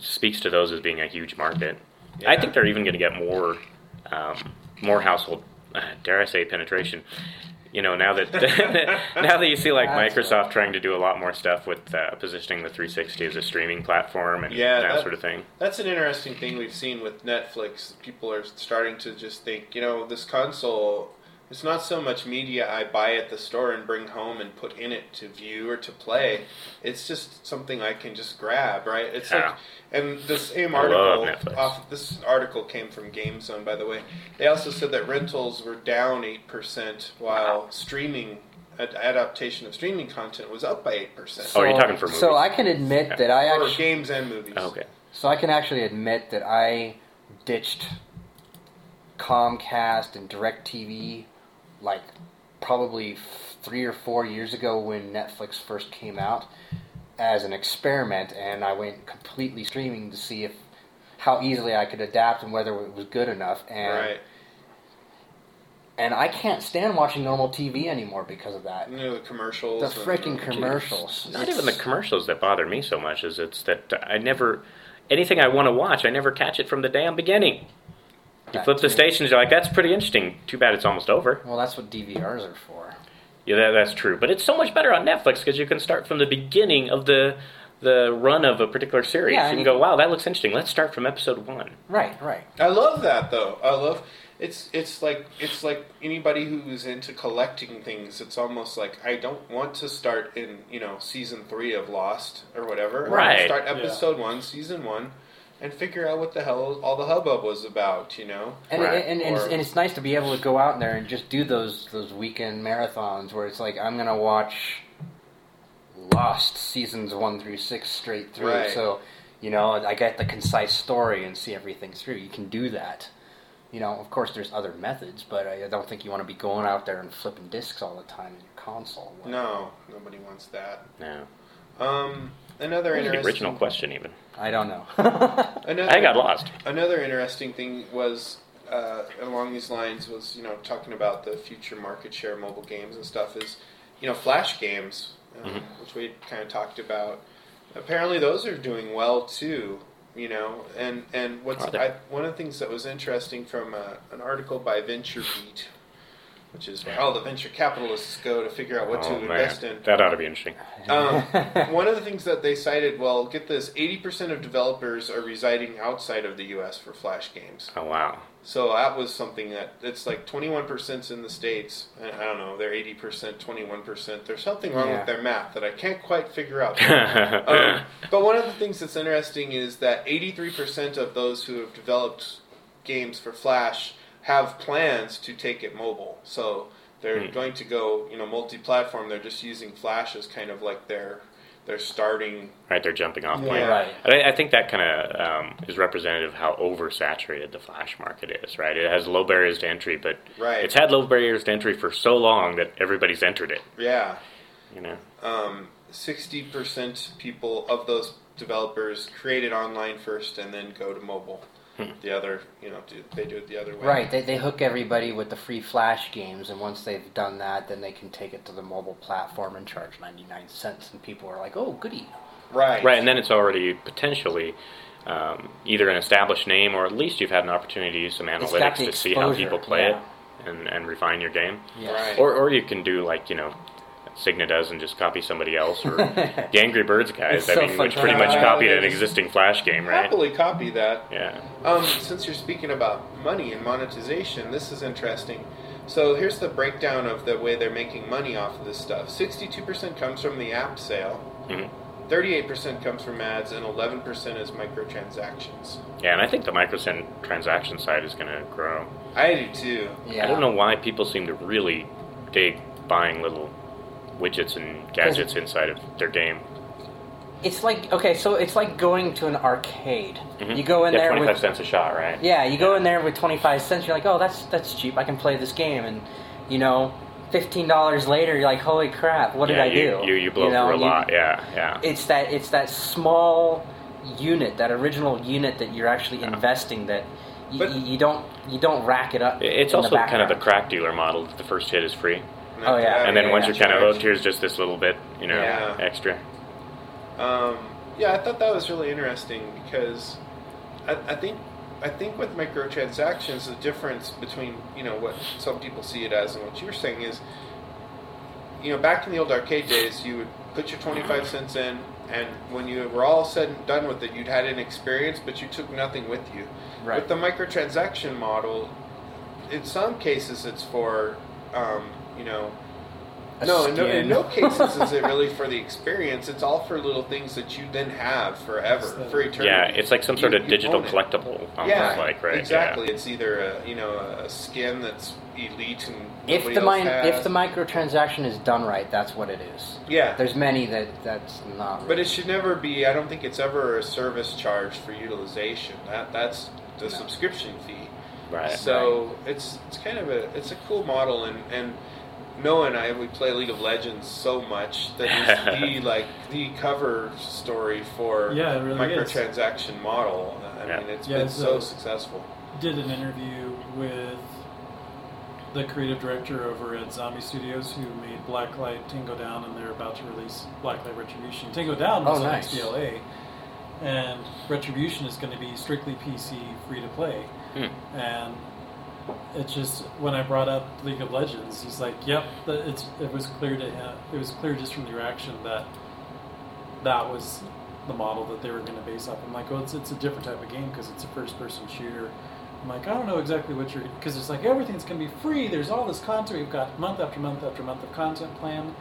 [SPEAKER 5] speaks to those as being a huge market. I
[SPEAKER 4] Yeah.
[SPEAKER 5] think they're even going to get more, um, more household, uh, dare I say, penetration. You know, now that now that you see like
[SPEAKER 6] That's
[SPEAKER 5] Microsoft trying to do a lot more stuff with uh, positioning the 360 as a streaming platform and
[SPEAKER 4] Yeah,
[SPEAKER 5] that,
[SPEAKER 4] that-
[SPEAKER 5] sort of thing.
[SPEAKER 4] That's an interesting thing we've seen with Netflix. People are starting to just think, you know, this console, it's not so much media I buy at the store and bring home and put in it to view or to play. It's just something I can just grab, right? It's like,
[SPEAKER 5] Yeah.
[SPEAKER 4] and the same
[SPEAKER 5] I love
[SPEAKER 4] article,
[SPEAKER 5] Netflix.
[SPEAKER 4] off, this article came from GameZone, by the way. They also said that rentals were down 8% while streaming, ad- adaptation of streaming content was up by 8%.
[SPEAKER 5] Oh, you're talking for
[SPEAKER 6] so
[SPEAKER 5] movies.
[SPEAKER 6] i can admit that i
[SPEAKER 4] for
[SPEAKER 6] actually
[SPEAKER 4] games and movies.
[SPEAKER 5] Okay,
[SPEAKER 6] So I can actually admit that I ditched Comcast and DirecTV like probably f- three or four years ago when Netflix first came out as an experiment, and I went completely streaming to see if how easily I could adapt and whether it was good enough. And
[SPEAKER 4] Right.
[SPEAKER 6] and I can't stand watching normal TV anymore because of that.
[SPEAKER 4] You know, the commercials.
[SPEAKER 6] The
[SPEAKER 4] and-
[SPEAKER 6] freaking commercials.
[SPEAKER 5] not even the commercials that bother me so much is it's that I never anything I want to watch, I never catch it from the damn beginning. You
[SPEAKER 6] That
[SPEAKER 5] flip the
[SPEAKER 6] too.
[SPEAKER 5] stations, you're like, that's pretty interesting. Too bad it's almost over.
[SPEAKER 6] Well, that's what DVRs are for.
[SPEAKER 5] Yeah, that, that's true. But it's so much better on Netflix because you can start from the beginning of the the run of a particular series.
[SPEAKER 6] Yeah,
[SPEAKER 5] you
[SPEAKER 6] and
[SPEAKER 5] can
[SPEAKER 6] you-
[SPEAKER 5] go, wow, that looks interesting. Let's start from episode one.
[SPEAKER 6] Right, right.
[SPEAKER 4] I love that though. I love it's it's like it's like anybody who's into collecting things. It's almost like I don't want to start in you know season three of Lost or whatever. I wanna
[SPEAKER 5] Right.
[SPEAKER 4] Start episode one, season one, and figure out what the hell all the hubbub was about. You know.
[SPEAKER 6] And,
[SPEAKER 5] Right.
[SPEAKER 6] and, and, and, it's,
[SPEAKER 4] Or-
[SPEAKER 6] and it's nice to be able to go out there and just do those those weekend marathons where it's like I'm gonna watch Lost seasons one through six straight through.
[SPEAKER 4] Right.
[SPEAKER 6] So you know I get the concise story and see everything through. You can do that. You know, of course, there's other methods, but I I don't think you want to be going out there and flipping discs all the time in your console.
[SPEAKER 4] No, nobody wants that.
[SPEAKER 5] Yeah.
[SPEAKER 4] Um, another
[SPEAKER 5] That was the
[SPEAKER 4] interesting
[SPEAKER 5] original question, even.
[SPEAKER 6] I don't know.
[SPEAKER 4] Another,
[SPEAKER 5] I got lost.
[SPEAKER 4] Another interesting thing was uh, along these lines was you know talking about the future market share of mobile games and stuff is you know flash games um,
[SPEAKER 5] Mm-hmm.
[SPEAKER 4] which we kind of talked about. Apparently those are doing well too. You know, and and what's
[SPEAKER 5] Are they?
[SPEAKER 4] I, one of the things that was interesting from uh an article by VentureBeat, which is where all the venture capitalists go to figure out what to
[SPEAKER 5] oh, man.
[SPEAKER 4] invest in.
[SPEAKER 5] That ought to be interesting.
[SPEAKER 4] Um, one of the things that they cited, well, get this: eighty percent of developers are residing outside of the U.S. for Flash games.
[SPEAKER 5] Oh, wow.
[SPEAKER 4] So that was something that it's like twenty-one percent's in the states. and I don't know; they're eighty percent, twenty-one percent. There's something wrong
[SPEAKER 6] Yeah.
[SPEAKER 4] with their math that I can't quite figure out. um, but one of the things that's interesting is that eighty-three percent of those who have developed games for Flash have plans to take it mobile. So they're
[SPEAKER 5] Hmm.
[SPEAKER 4] going to go, you know, multi-platform. They're just using Flash as kind of like their their starting.
[SPEAKER 5] Right, they're jumping off point.
[SPEAKER 4] Yeah.
[SPEAKER 6] Right.
[SPEAKER 5] And I, I think that kind of um, is representative of how oversaturated the Flash market is, right? It has low barriers to entry, but
[SPEAKER 4] Right.
[SPEAKER 5] it's had low barriers to entry for so long that everybody's entered it,
[SPEAKER 4] Yeah.
[SPEAKER 5] you know?
[SPEAKER 4] Um, sixty percent people of those developers create it online first and then go to mobile.
[SPEAKER 5] Hmm.
[SPEAKER 4] The other, you know, do, they do it the other way.
[SPEAKER 6] Right, they, they hook everybody with the free Flash games, and once they've done that, then they can take it to the mobile platform and charge 99 cents, and people are like, oh, goody.
[SPEAKER 4] Right.
[SPEAKER 5] Right, and then it's already potentially um, either an established name or at least you've had an opportunity to use some
[SPEAKER 6] It's got
[SPEAKER 5] analytics
[SPEAKER 6] the
[SPEAKER 5] to see how
[SPEAKER 6] exposure,
[SPEAKER 5] people play
[SPEAKER 6] yeah.
[SPEAKER 5] it and, and refine your game.
[SPEAKER 6] Yes.
[SPEAKER 4] Right.
[SPEAKER 5] Or, or you can do like, you know, Cigna does and just copy somebody else or the Angry Birds guys,
[SPEAKER 6] It's
[SPEAKER 5] I
[SPEAKER 6] so
[SPEAKER 5] mean,
[SPEAKER 6] fun
[SPEAKER 5] which
[SPEAKER 6] to
[SPEAKER 5] pretty
[SPEAKER 6] play.
[SPEAKER 5] much copied an existing Flash game, right?
[SPEAKER 4] Happily copy that.
[SPEAKER 5] Yeah.
[SPEAKER 4] Um, since you're speaking about money and monetization, this is interesting. So here's the breakdown of the way they're making money off of this stuff. 62% comes from the app sale,
[SPEAKER 5] Mhm.
[SPEAKER 4] 38% comes from ads, and 11% is microtransactions.
[SPEAKER 5] Yeah, and I think the microtransaction side is going to grow.
[SPEAKER 4] I do too.
[SPEAKER 6] Yeah.
[SPEAKER 5] I don't know why people seem to really dig buying little widgets and gadgets inside of their game.
[SPEAKER 6] It's like, okay, so it's like going to an arcade. You go
[SPEAKER 5] Mm-hmm.
[SPEAKER 6] in
[SPEAKER 5] yeah,
[SPEAKER 6] there
[SPEAKER 5] 25
[SPEAKER 6] with.
[SPEAKER 5] cents a shot, right?
[SPEAKER 6] Yeah, you go in there with 25 cents, you're like, oh, that's, that's cheap, I can play this game, and, you know, $15 later, you're like, holy crap, what did
[SPEAKER 5] Yeah,
[SPEAKER 6] I
[SPEAKER 5] you,
[SPEAKER 6] do?
[SPEAKER 5] You, you blow
[SPEAKER 6] know,
[SPEAKER 5] through a
[SPEAKER 6] you-
[SPEAKER 5] lot, yeah, yeah.
[SPEAKER 6] it's that it's that small unit, that original unit that you're actually investing that y-
[SPEAKER 4] But-
[SPEAKER 6] y- you don't you don't rack it up.
[SPEAKER 5] It- It's
[SPEAKER 6] in
[SPEAKER 5] also
[SPEAKER 6] the
[SPEAKER 5] kind of the
[SPEAKER 6] background.
[SPEAKER 5] crack dealer model. that The first hit is free,
[SPEAKER 6] Oh, yeah.
[SPEAKER 5] and then
[SPEAKER 6] yeah,
[SPEAKER 5] once
[SPEAKER 6] yeah,
[SPEAKER 5] you're kind of
[SPEAKER 4] charge.
[SPEAKER 5] hooked, here's just this little bit, you know,
[SPEAKER 4] Yeah.
[SPEAKER 5] extra.
[SPEAKER 4] Um, yeah, I thought that was really interesting because I, I think I think with microtransactions, the difference between you know what some people see it as and what you were saying is, you know, back in the old arcade days, you would put your twenty five cents in, and when you were all said and done with it, you'd had an experience, but you took nothing with you.
[SPEAKER 6] Right.
[SPEAKER 4] With the microtransaction model, in some cases, it's for um, you know
[SPEAKER 6] A
[SPEAKER 4] no, in no, in
[SPEAKER 6] skin.
[SPEAKER 4] no cases is it really for the experience. It's all for little things that you then have forever,
[SPEAKER 3] So-
[SPEAKER 4] for eternity.
[SPEAKER 5] Yeah, it's like some
[SPEAKER 4] You-
[SPEAKER 5] sort of
[SPEAKER 4] you
[SPEAKER 5] digital
[SPEAKER 4] own it.
[SPEAKER 5] collectible, almost
[SPEAKER 4] Yeah,
[SPEAKER 5] like right.
[SPEAKER 4] exactly. It's either a, you know a skin that's elite and
[SPEAKER 6] If
[SPEAKER 4] nobody
[SPEAKER 6] the
[SPEAKER 4] else
[SPEAKER 6] min-
[SPEAKER 4] has.
[SPEAKER 6] if the microtransaction is done right, that's what it is.
[SPEAKER 4] yeah,
[SPEAKER 6] There's many that that's not.
[SPEAKER 4] but it should never be. I don't think it's ever a service charge for utilization. That that's the subscription fee.
[SPEAKER 5] Yeah, right.
[SPEAKER 4] So it's it's kind of a it's a cool model and and Noah and I we play League of Legends so much that it's the like the cover story for
[SPEAKER 3] Yeah, it really is.
[SPEAKER 4] microtransaction model. I
[SPEAKER 5] Yeah.
[SPEAKER 4] mean it's
[SPEAKER 3] Yeah,
[SPEAKER 4] been
[SPEAKER 3] it's uh,
[SPEAKER 4] so
[SPEAKER 3] a-
[SPEAKER 4] successful.
[SPEAKER 3] did an interview with the creative director over at Zombie Studios who made Blacklight Tingo Down, and they're about to release Blacklight Retribution. Tingo Down was
[SPEAKER 6] Oh,
[SPEAKER 3] on
[SPEAKER 6] nice.
[SPEAKER 3] XBLA, and Retribution is going to be strictly PC free to play. And it's just when I brought up League of Legends, he's like, "Yep, the- it's it was clear to him. It was clear just from the reaction that that was the model that they were going to base off." I'm like, "Well, it's it's a different type of game because it's a first-person shooter." I'm like, "I don't know exactly what you're because it's like everything's going to be free. There's all this content. We've got month after month after month of content planned."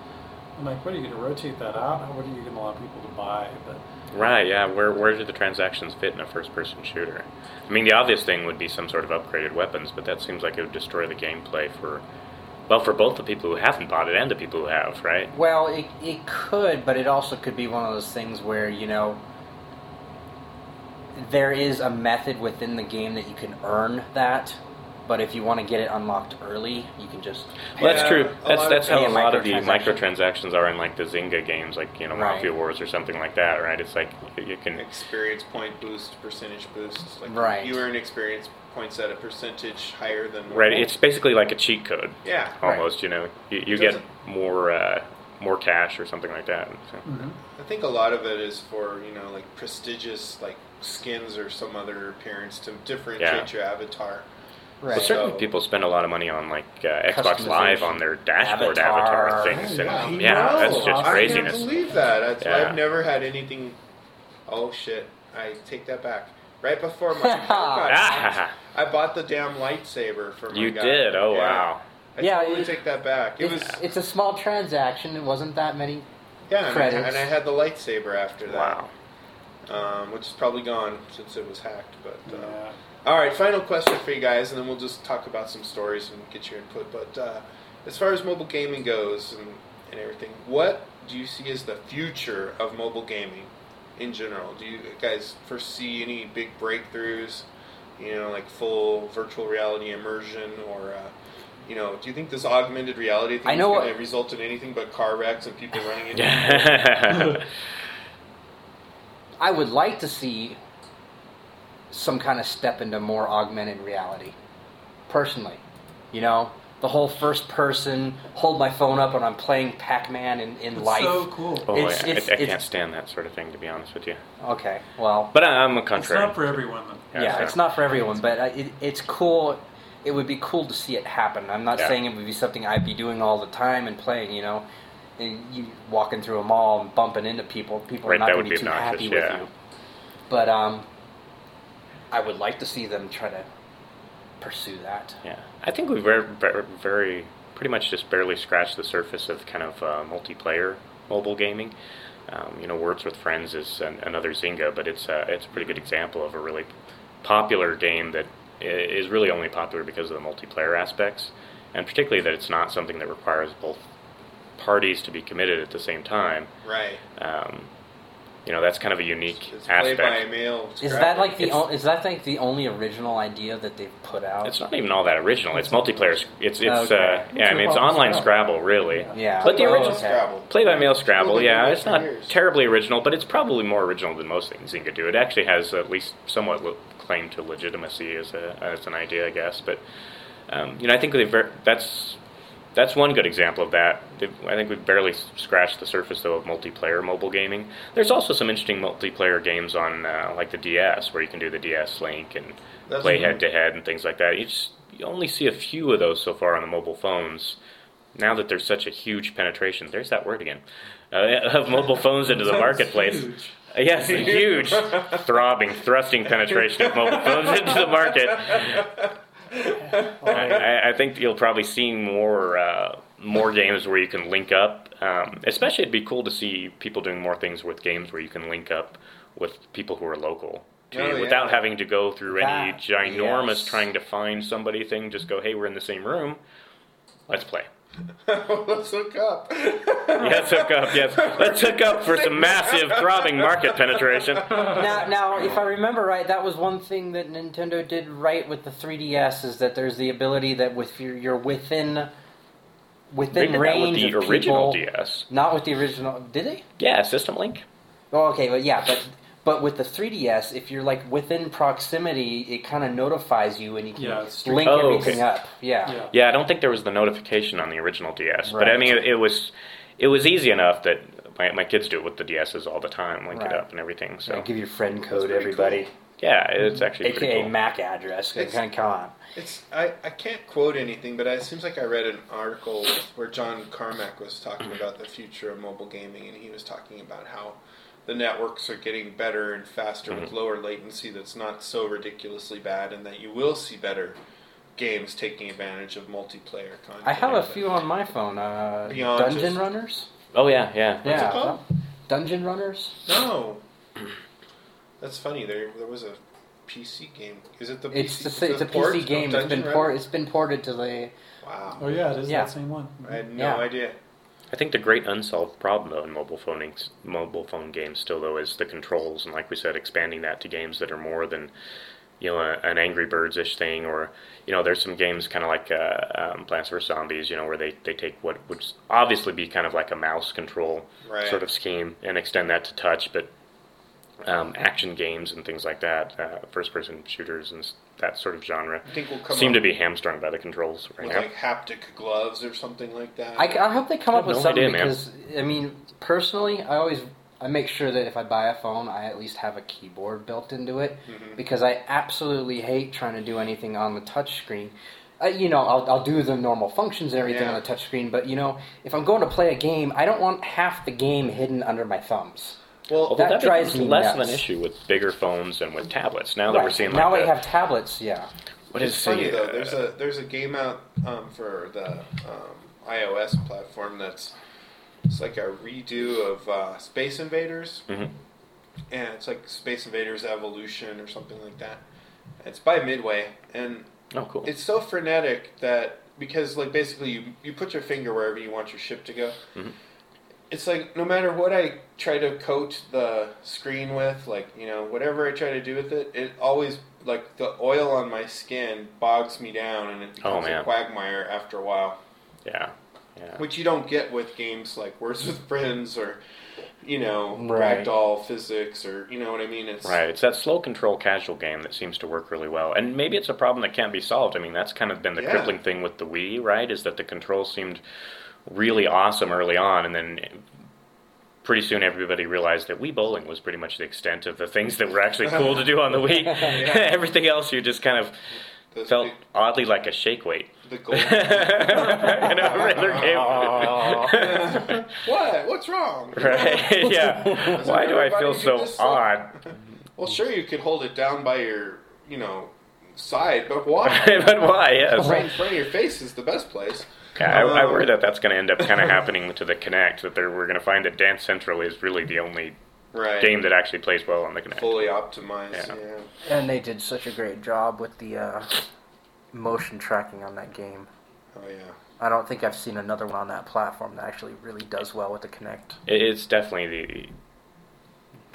[SPEAKER 3] I'm like, "What are you going to rotate that out? What are you going to allow people to buy?" But
[SPEAKER 5] Right, yeah. Where where do the transactions fit in a first-person shooter? I mean, the obvious thing would be some sort of upgraded weapons, but that seems like it would destroy the gameplay for, well, for both the people who haven't bought it and the people who have, right?
[SPEAKER 6] Well, it, it could, but it also could be one of those things where, you know, there is a method within the game that you can earn that, but if you want to get it unlocked early, you can just.
[SPEAKER 5] Well, that's
[SPEAKER 4] Yeah,
[SPEAKER 5] true.
[SPEAKER 4] a
[SPEAKER 5] That's
[SPEAKER 4] lot
[SPEAKER 5] that's
[SPEAKER 4] of
[SPEAKER 5] how a
[SPEAKER 6] times- Yeah,
[SPEAKER 5] lot of the
[SPEAKER 6] microtransaction.
[SPEAKER 5] microtransactions are in like the Zynga games, like you know
[SPEAKER 6] Right.
[SPEAKER 5] Mafia Wars or something like that, right? It's like you can
[SPEAKER 4] Experience point boost, percentage boost. Like
[SPEAKER 6] Right.
[SPEAKER 4] you earn experience points at a percentage higher than
[SPEAKER 5] right.
[SPEAKER 4] normal.
[SPEAKER 5] It's basically like a cheat code,
[SPEAKER 4] yeah.
[SPEAKER 6] Right.
[SPEAKER 5] almost. You know, you, you
[SPEAKER 4] It
[SPEAKER 5] get
[SPEAKER 4] doesn't-
[SPEAKER 5] more uh, more cash or something like that. So-
[SPEAKER 4] I think a lot of it is for you know like prestigious like skins or some other appearance to differentiate
[SPEAKER 5] Yeah.
[SPEAKER 4] your avatar.
[SPEAKER 6] Right.
[SPEAKER 5] Well, certainly
[SPEAKER 4] So-
[SPEAKER 5] people spend a lot of money on like uh, Xbox
[SPEAKER 6] Customization.
[SPEAKER 5] Live on their dashboard avatar,
[SPEAKER 6] Avatar.
[SPEAKER 5] things. and-
[SPEAKER 4] I
[SPEAKER 5] Yeah,
[SPEAKER 3] Yeah.
[SPEAKER 4] know.
[SPEAKER 5] that's just
[SPEAKER 3] Awesome.
[SPEAKER 5] craziness.
[SPEAKER 4] I can't believe that. That's,
[SPEAKER 5] Yeah.
[SPEAKER 4] I've never had anything. Oh shit! I take that back. Right before my computer got hacked, I bought the damn lightsaber for my
[SPEAKER 5] You
[SPEAKER 4] guy.
[SPEAKER 5] did? Oh,
[SPEAKER 4] Yeah.
[SPEAKER 5] wow.
[SPEAKER 4] I
[SPEAKER 6] Yeah,
[SPEAKER 4] totally
[SPEAKER 6] it-
[SPEAKER 4] take that back. It was
[SPEAKER 6] It's, it's a small transaction. It wasn't that many.
[SPEAKER 4] yeah, and I,
[SPEAKER 6] credits.
[SPEAKER 4] and I had the lightsaber after that,
[SPEAKER 5] Wow.
[SPEAKER 4] um, which is probably gone since it was hacked. But uh,
[SPEAKER 3] yeah.
[SPEAKER 4] All right, final question for you guys, and then we'll just talk about some stories and get your input. But uh, as far as mobile gaming goes and, and everything, what do you see as the future of mobile gaming in general? Do you guys foresee any big breakthroughs? You know, like full virtual reality immersion or uh, you know, do you think this augmented reality thing
[SPEAKER 6] I know
[SPEAKER 4] is
[SPEAKER 6] what-
[SPEAKER 4] going to result in anything but car wrecks and people running into
[SPEAKER 6] I would like to see some kind of step into more augmented reality, personally. You know, the whole first person, hold my phone up and I'm playing Pac Man in, in
[SPEAKER 3] It's
[SPEAKER 6] life.
[SPEAKER 3] so cool.
[SPEAKER 5] Oh,
[SPEAKER 6] It's-
[SPEAKER 5] I, I-
[SPEAKER 6] it's-
[SPEAKER 5] I,
[SPEAKER 6] it's-
[SPEAKER 5] can't stand that sort of thing, to be honest with you.
[SPEAKER 6] Okay, well,
[SPEAKER 5] But I, I'm a
[SPEAKER 3] It's
[SPEAKER 5] contrary.
[SPEAKER 3] not for everyone. Though.
[SPEAKER 5] Yeah,
[SPEAKER 6] yeah,
[SPEAKER 5] so-
[SPEAKER 6] it's not for everyone, but uh, it, it's cool. It would be cool to see it happen. I'm not
[SPEAKER 5] Yeah.
[SPEAKER 6] saying it would be something I'd be doing all the time and playing, you know. And you walking through a mall and bumping into people, people
[SPEAKER 5] Right,
[SPEAKER 6] are not
[SPEAKER 5] that
[SPEAKER 6] going
[SPEAKER 5] would
[SPEAKER 6] to
[SPEAKER 5] be
[SPEAKER 6] be too
[SPEAKER 5] obnoxious,
[SPEAKER 6] happy
[SPEAKER 5] yeah.
[SPEAKER 6] with you. But um, I would like to see them try to pursue that.
[SPEAKER 5] Yeah, I think we very, very, very pretty much just barely scratched the surface of kind of uh, multiplayer mobile gaming. Um, you know, Words with Friends is an, another Zynga, but it's a, it's a pretty good example of a really popular game that i- is really only popular because of the multiplayer aspects, and particularly that it's not something that requires both parties to be committed at the same time.
[SPEAKER 4] you. right.
[SPEAKER 5] Um, you know, that's kind of a unique
[SPEAKER 4] It's played
[SPEAKER 5] aspect.
[SPEAKER 4] by a male.
[SPEAKER 6] Is that
[SPEAKER 4] scrapper.
[SPEAKER 6] like the
[SPEAKER 5] It's-
[SPEAKER 6] o- is that like the only original idea that they've put out?
[SPEAKER 5] It's not even all that original. It's multiplayer. sc- It's it's
[SPEAKER 6] Oh, Okay.
[SPEAKER 5] uh, yeah. I mean, it's online Scrabble, really.
[SPEAKER 6] yeah,
[SPEAKER 5] But the
[SPEAKER 6] Oh,
[SPEAKER 5] original
[SPEAKER 6] okay.
[SPEAKER 4] Scrabble.
[SPEAKER 5] Play by mail Scrabble,
[SPEAKER 4] Well, they've
[SPEAKER 5] yeah,
[SPEAKER 4] been
[SPEAKER 5] it's
[SPEAKER 4] for
[SPEAKER 5] not
[SPEAKER 4] years.
[SPEAKER 5] terribly original, but it's probably more original than most things Zynga do. It actually has at least somewhat le- claim to legitimacy as a as an idea, I guess. But um, you know, I think they've ver- that's that's one good example of that. They've, I think we've barely s- scratched the surface though of multiplayer mobile gaming. There's also some interesting multiplayer games on uh, like the DS, where you can do the DS link and
[SPEAKER 4] That's
[SPEAKER 5] play
[SPEAKER 4] cool.
[SPEAKER 5] head to head and things like that. You, just, you only see a few of those so far on the mobile phones. Now that there's such a huge penetration, there's that word again, uh, of mobile phones into the
[SPEAKER 3] That's
[SPEAKER 5] marketplace.
[SPEAKER 3] huge.
[SPEAKER 5] Yes, a huge, throbbing, thrusting penetration of mobile phones into the market. I, I- I think you'll probably see more uh, more games where you can link up. Um, especially, it'd be cool to see people doing more things with games where you can link up with people who are local to
[SPEAKER 4] Oh,
[SPEAKER 5] you
[SPEAKER 4] yeah.
[SPEAKER 5] without having to go through any
[SPEAKER 6] That-
[SPEAKER 5] ginormous
[SPEAKER 6] yes.
[SPEAKER 5] trying to find somebody thing. Just go, hey, we're in the same room. Let's play.
[SPEAKER 4] Let's hook up.
[SPEAKER 5] Yes, hook up. Yes, let's hook up for some massive throbbing market penetration.
[SPEAKER 6] now, now, if I remember right, that was one thing that Nintendo did right with the 3DS is that there's the ability that with your, you're within
[SPEAKER 5] They
[SPEAKER 6] within
[SPEAKER 5] did that with
[SPEAKER 6] range
[SPEAKER 5] the
[SPEAKER 6] of
[SPEAKER 5] original
[SPEAKER 6] people,
[SPEAKER 5] DS.
[SPEAKER 6] not with the original. Did they?
[SPEAKER 5] Yeah, System Link.
[SPEAKER 6] Oh, okay, but yeah, but but with the 3DS, if you're like within proximity, it kind of notifies you and you can
[SPEAKER 3] Yeah, it's
[SPEAKER 6] link
[SPEAKER 5] Oh, okay.
[SPEAKER 6] everything up. Yeah.
[SPEAKER 3] Yeah.
[SPEAKER 5] Yeah, I don't think there was the notification on the original DS, but I
[SPEAKER 6] Right.
[SPEAKER 5] mean, it, it was it was easy enough that my, my kids do it with the DSs all the time, link it
[SPEAKER 6] Right.
[SPEAKER 5] up and everything. So
[SPEAKER 6] I give your friend code,
[SPEAKER 4] pretty
[SPEAKER 6] everybody,
[SPEAKER 5] yeah, it's actually
[SPEAKER 6] aka
[SPEAKER 5] pretty cool.
[SPEAKER 6] MAC address.
[SPEAKER 4] It's-
[SPEAKER 6] Come on.
[SPEAKER 4] It's I, I can't quote anything, but it seems like I read an article where John Carmack was talking about the future of mobile gaming, and he was talking about how the networks are getting better and faster with
[SPEAKER 6] Mm-hmm.
[SPEAKER 4] lower latency that's not so ridiculously bad, and that you will see better games taking advantage of multiplayer content.
[SPEAKER 6] I have a few on my phone. Uh,
[SPEAKER 4] Beyond
[SPEAKER 6] Dungeon
[SPEAKER 4] just-
[SPEAKER 6] Runners.
[SPEAKER 5] oh yeah, yeah,
[SPEAKER 6] Yeah.
[SPEAKER 4] it called?
[SPEAKER 6] Dungeon Runners.
[SPEAKER 4] No, that's funny. There there was a PC game. Is it the PC?
[SPEAKER 6] It's the,
[SPEAKER 4] is
[SPEAKER 6] sa- it's a
[SPEAKER 4] it port
[SPEAKER 6] PC
[SPEAKER 4] of
[SPEAKER 6] game. It's
[SPEAKER 4] Dungeon
[SPEAKER 6] been
[SPEAKER 4] Run?
[SPEAKER 6] port. It's been ported to the.
[SPEAKER 3] Oh
[SPEAKER 4] Wow,
[SPEAKER 3] yeah, it is
[SPEAKER 6] Yeah.
[SPEAKER 3] that same one.
[SPEAKER 4] I had no
[SPEAKER 6] Yeah.
[SPEAKER 4] idea.
[SPEAKER 5] I think the great unsolved problem though in mobile phoning mobile phone games still though is the controls, and like we said, expanding that to games that are more than you know a, an Angry Birds ish thing, or you know there's some games kind of like uh, um, Plants vs Zombies, you know, where they they take what would obviously be kind of like a mouse control
[SPEAKER 4] Right.
[SPEAKER 5] sort of scheme and extend that to touch, but um, action games and things like that, uh, first person shooters and s- that sort of genre
[SPEAKER 4] I think we'll come
[SPEAKER 5] seem
[SPEAKER 4] up
[SPEAKER 5] to be hamstrung by the controls right
[SPEAKER 4] with
[SPEAKER 5] now.
[SPEAKER 4] like haptic gloves or something like that.
[SPEAKER 6] I, I hope they come
[SPEAKER 5] I
[SPEAKER 6] up
[SPEAKER 5] have
[SPEAKER 6] with
[SPEAKER 5] no
[SPEAKER 6] something
[SPEAKER 5] idea, man.
[SPEAKER 6] because I mean, personally, I always I make sure that if I buy a phone, I at least have a keyboard built into it
[SPEAKER 4] Mm-hmm.
[SPEAKER 6] because I absolutely hate trying to do anything on the touch screen. Uh, you know, I'll, I'll do the normal functions and everything
[SPEAKER 4] Yeah.
[SPEAKER 6] on the touch screen, but you know, if I'm going to play a game, I don't want half the game hidden under my thumbs.
[SPEAKER 4] well,
[SPEAKER 5] Although
[SPEAKER 6] That
[SPEAKER 5] that,
[SPEAKER 6] drives
[SPEAKER 5] becomes
[SPEAKER 6] me
[SPEAKER 5] less of
[SPEAKER 6] nuts.
[SPEAKER 5] an issue with bigger phones and with tablets. Now that we're
[SPEAKER 6] Right.
[SPEAKER 5] seeing like
[SPEAKER 6] now
[SPEAKER 5] the-
[SPEAKER 6] I have tablets. Yeah.
[SPEAKER 5] what
[SPEAKER 4] it's
[SPEAKER 5] is
[SPEAKER 4] funny
[SPEAKER 5] the,
[SPEAKER 4] though. There's a there's a game out um, for the um, iOS platform that's it's like a redo of uh, Space Invaders,
[SPEAKER 5] Mhm.
[SPEAKER 4] and it's like Space Invaders Evolution or something like that. It's by Midway, and
[SPEAKER 5] oh cool.
[SPEAKER 4] it's so
[SPEAKER 5] Mm-hmm.
[SPEAKER 4] frenetic that because like basically you you put your finger wherever you want your ship to go. it's like no matter what I try to coat the screen with, like you know whatever I try to do with it, it always like the oil on my skin bogs me down, and it
[SPEAKER 5] Oh,
[SPEAKER 4] becomes a
[SPEAKER 5] man.
[SPEAKER 4] quagmire after a while,
[SPEAKER 5] Yeah. Yeah.
[SPEAKER 4] which you don't get with games like Words with Friends or you know
[SPEAKER 6] Right.
[SPEAKER 4] Ragdoll Physics or you know what I mean. It's
[SPEAKER 5] Right. It's that slow control casual game that seems to work really well. And maybe it's a problem that can't be solved. I mean, that's kind of been the
[SPEAKER 4] Yeah.
[SPEAKER 5] crippling thing with the Wii, right? Is that the controls seemed really awesome early on, and then pretty soon everybody realized that Wii bowling was pretty much the extent of the things that were actually cool to do on the Wii. Everything else you just kind of
[SPEAKER 4] those
[SPEAKER 5] felt
[SPEAKER 4] big-
[SPEAKER 5] oddly like a shake weight.
[SPEAKER 4] the gold.
[SPEAKER 5] you know, regular
[SPEAKER 4] Uh,
[SPEAKER 5] game.
[SPEAKER 4] what? What's wrong?
[SPEAKER 5] right? Yeah. Why do I
[SPEAKER 4] everybody
[SPEAKER 5] feel
[SPEAKER 4] do
[SPEAKER 5] so
[SPEAKER 4] this thing?
[SPEAKER 5] odd?
[SPEAKER 4] Well, sure you could hold it down by your you know side, but why?
[SPEAKER 5] but why? Yes.
[SPEAKER 6] Oh.
[SPEAKER 4] right in front of your face is the best place.
[SPEAKER 5] Yeah, I, I
[SPEAKER 4] Um,
[SPEAKER 5] worry that that's going to end up kind of happening to the Kinect. That they're, we're going to find that Dance Central is really the only
[SPEAKER 4] Right.
[SPEAKER 5] game that actually plays well on the Kinect.
[SPEAKER 4] fully optimized.
[SPEAKER 5] Yeah.
[SPEAKER 4] Yeah.
[SPEAKER 6] And they did such a great job with the uh, motion tracking on that game.
[SPEAKER 4] Oh yeah.
[SPEAKER 6] I don't think I've seen another one on that platform that actually really does well with the Kinect.
[SPEAKER 5] It, it's definitely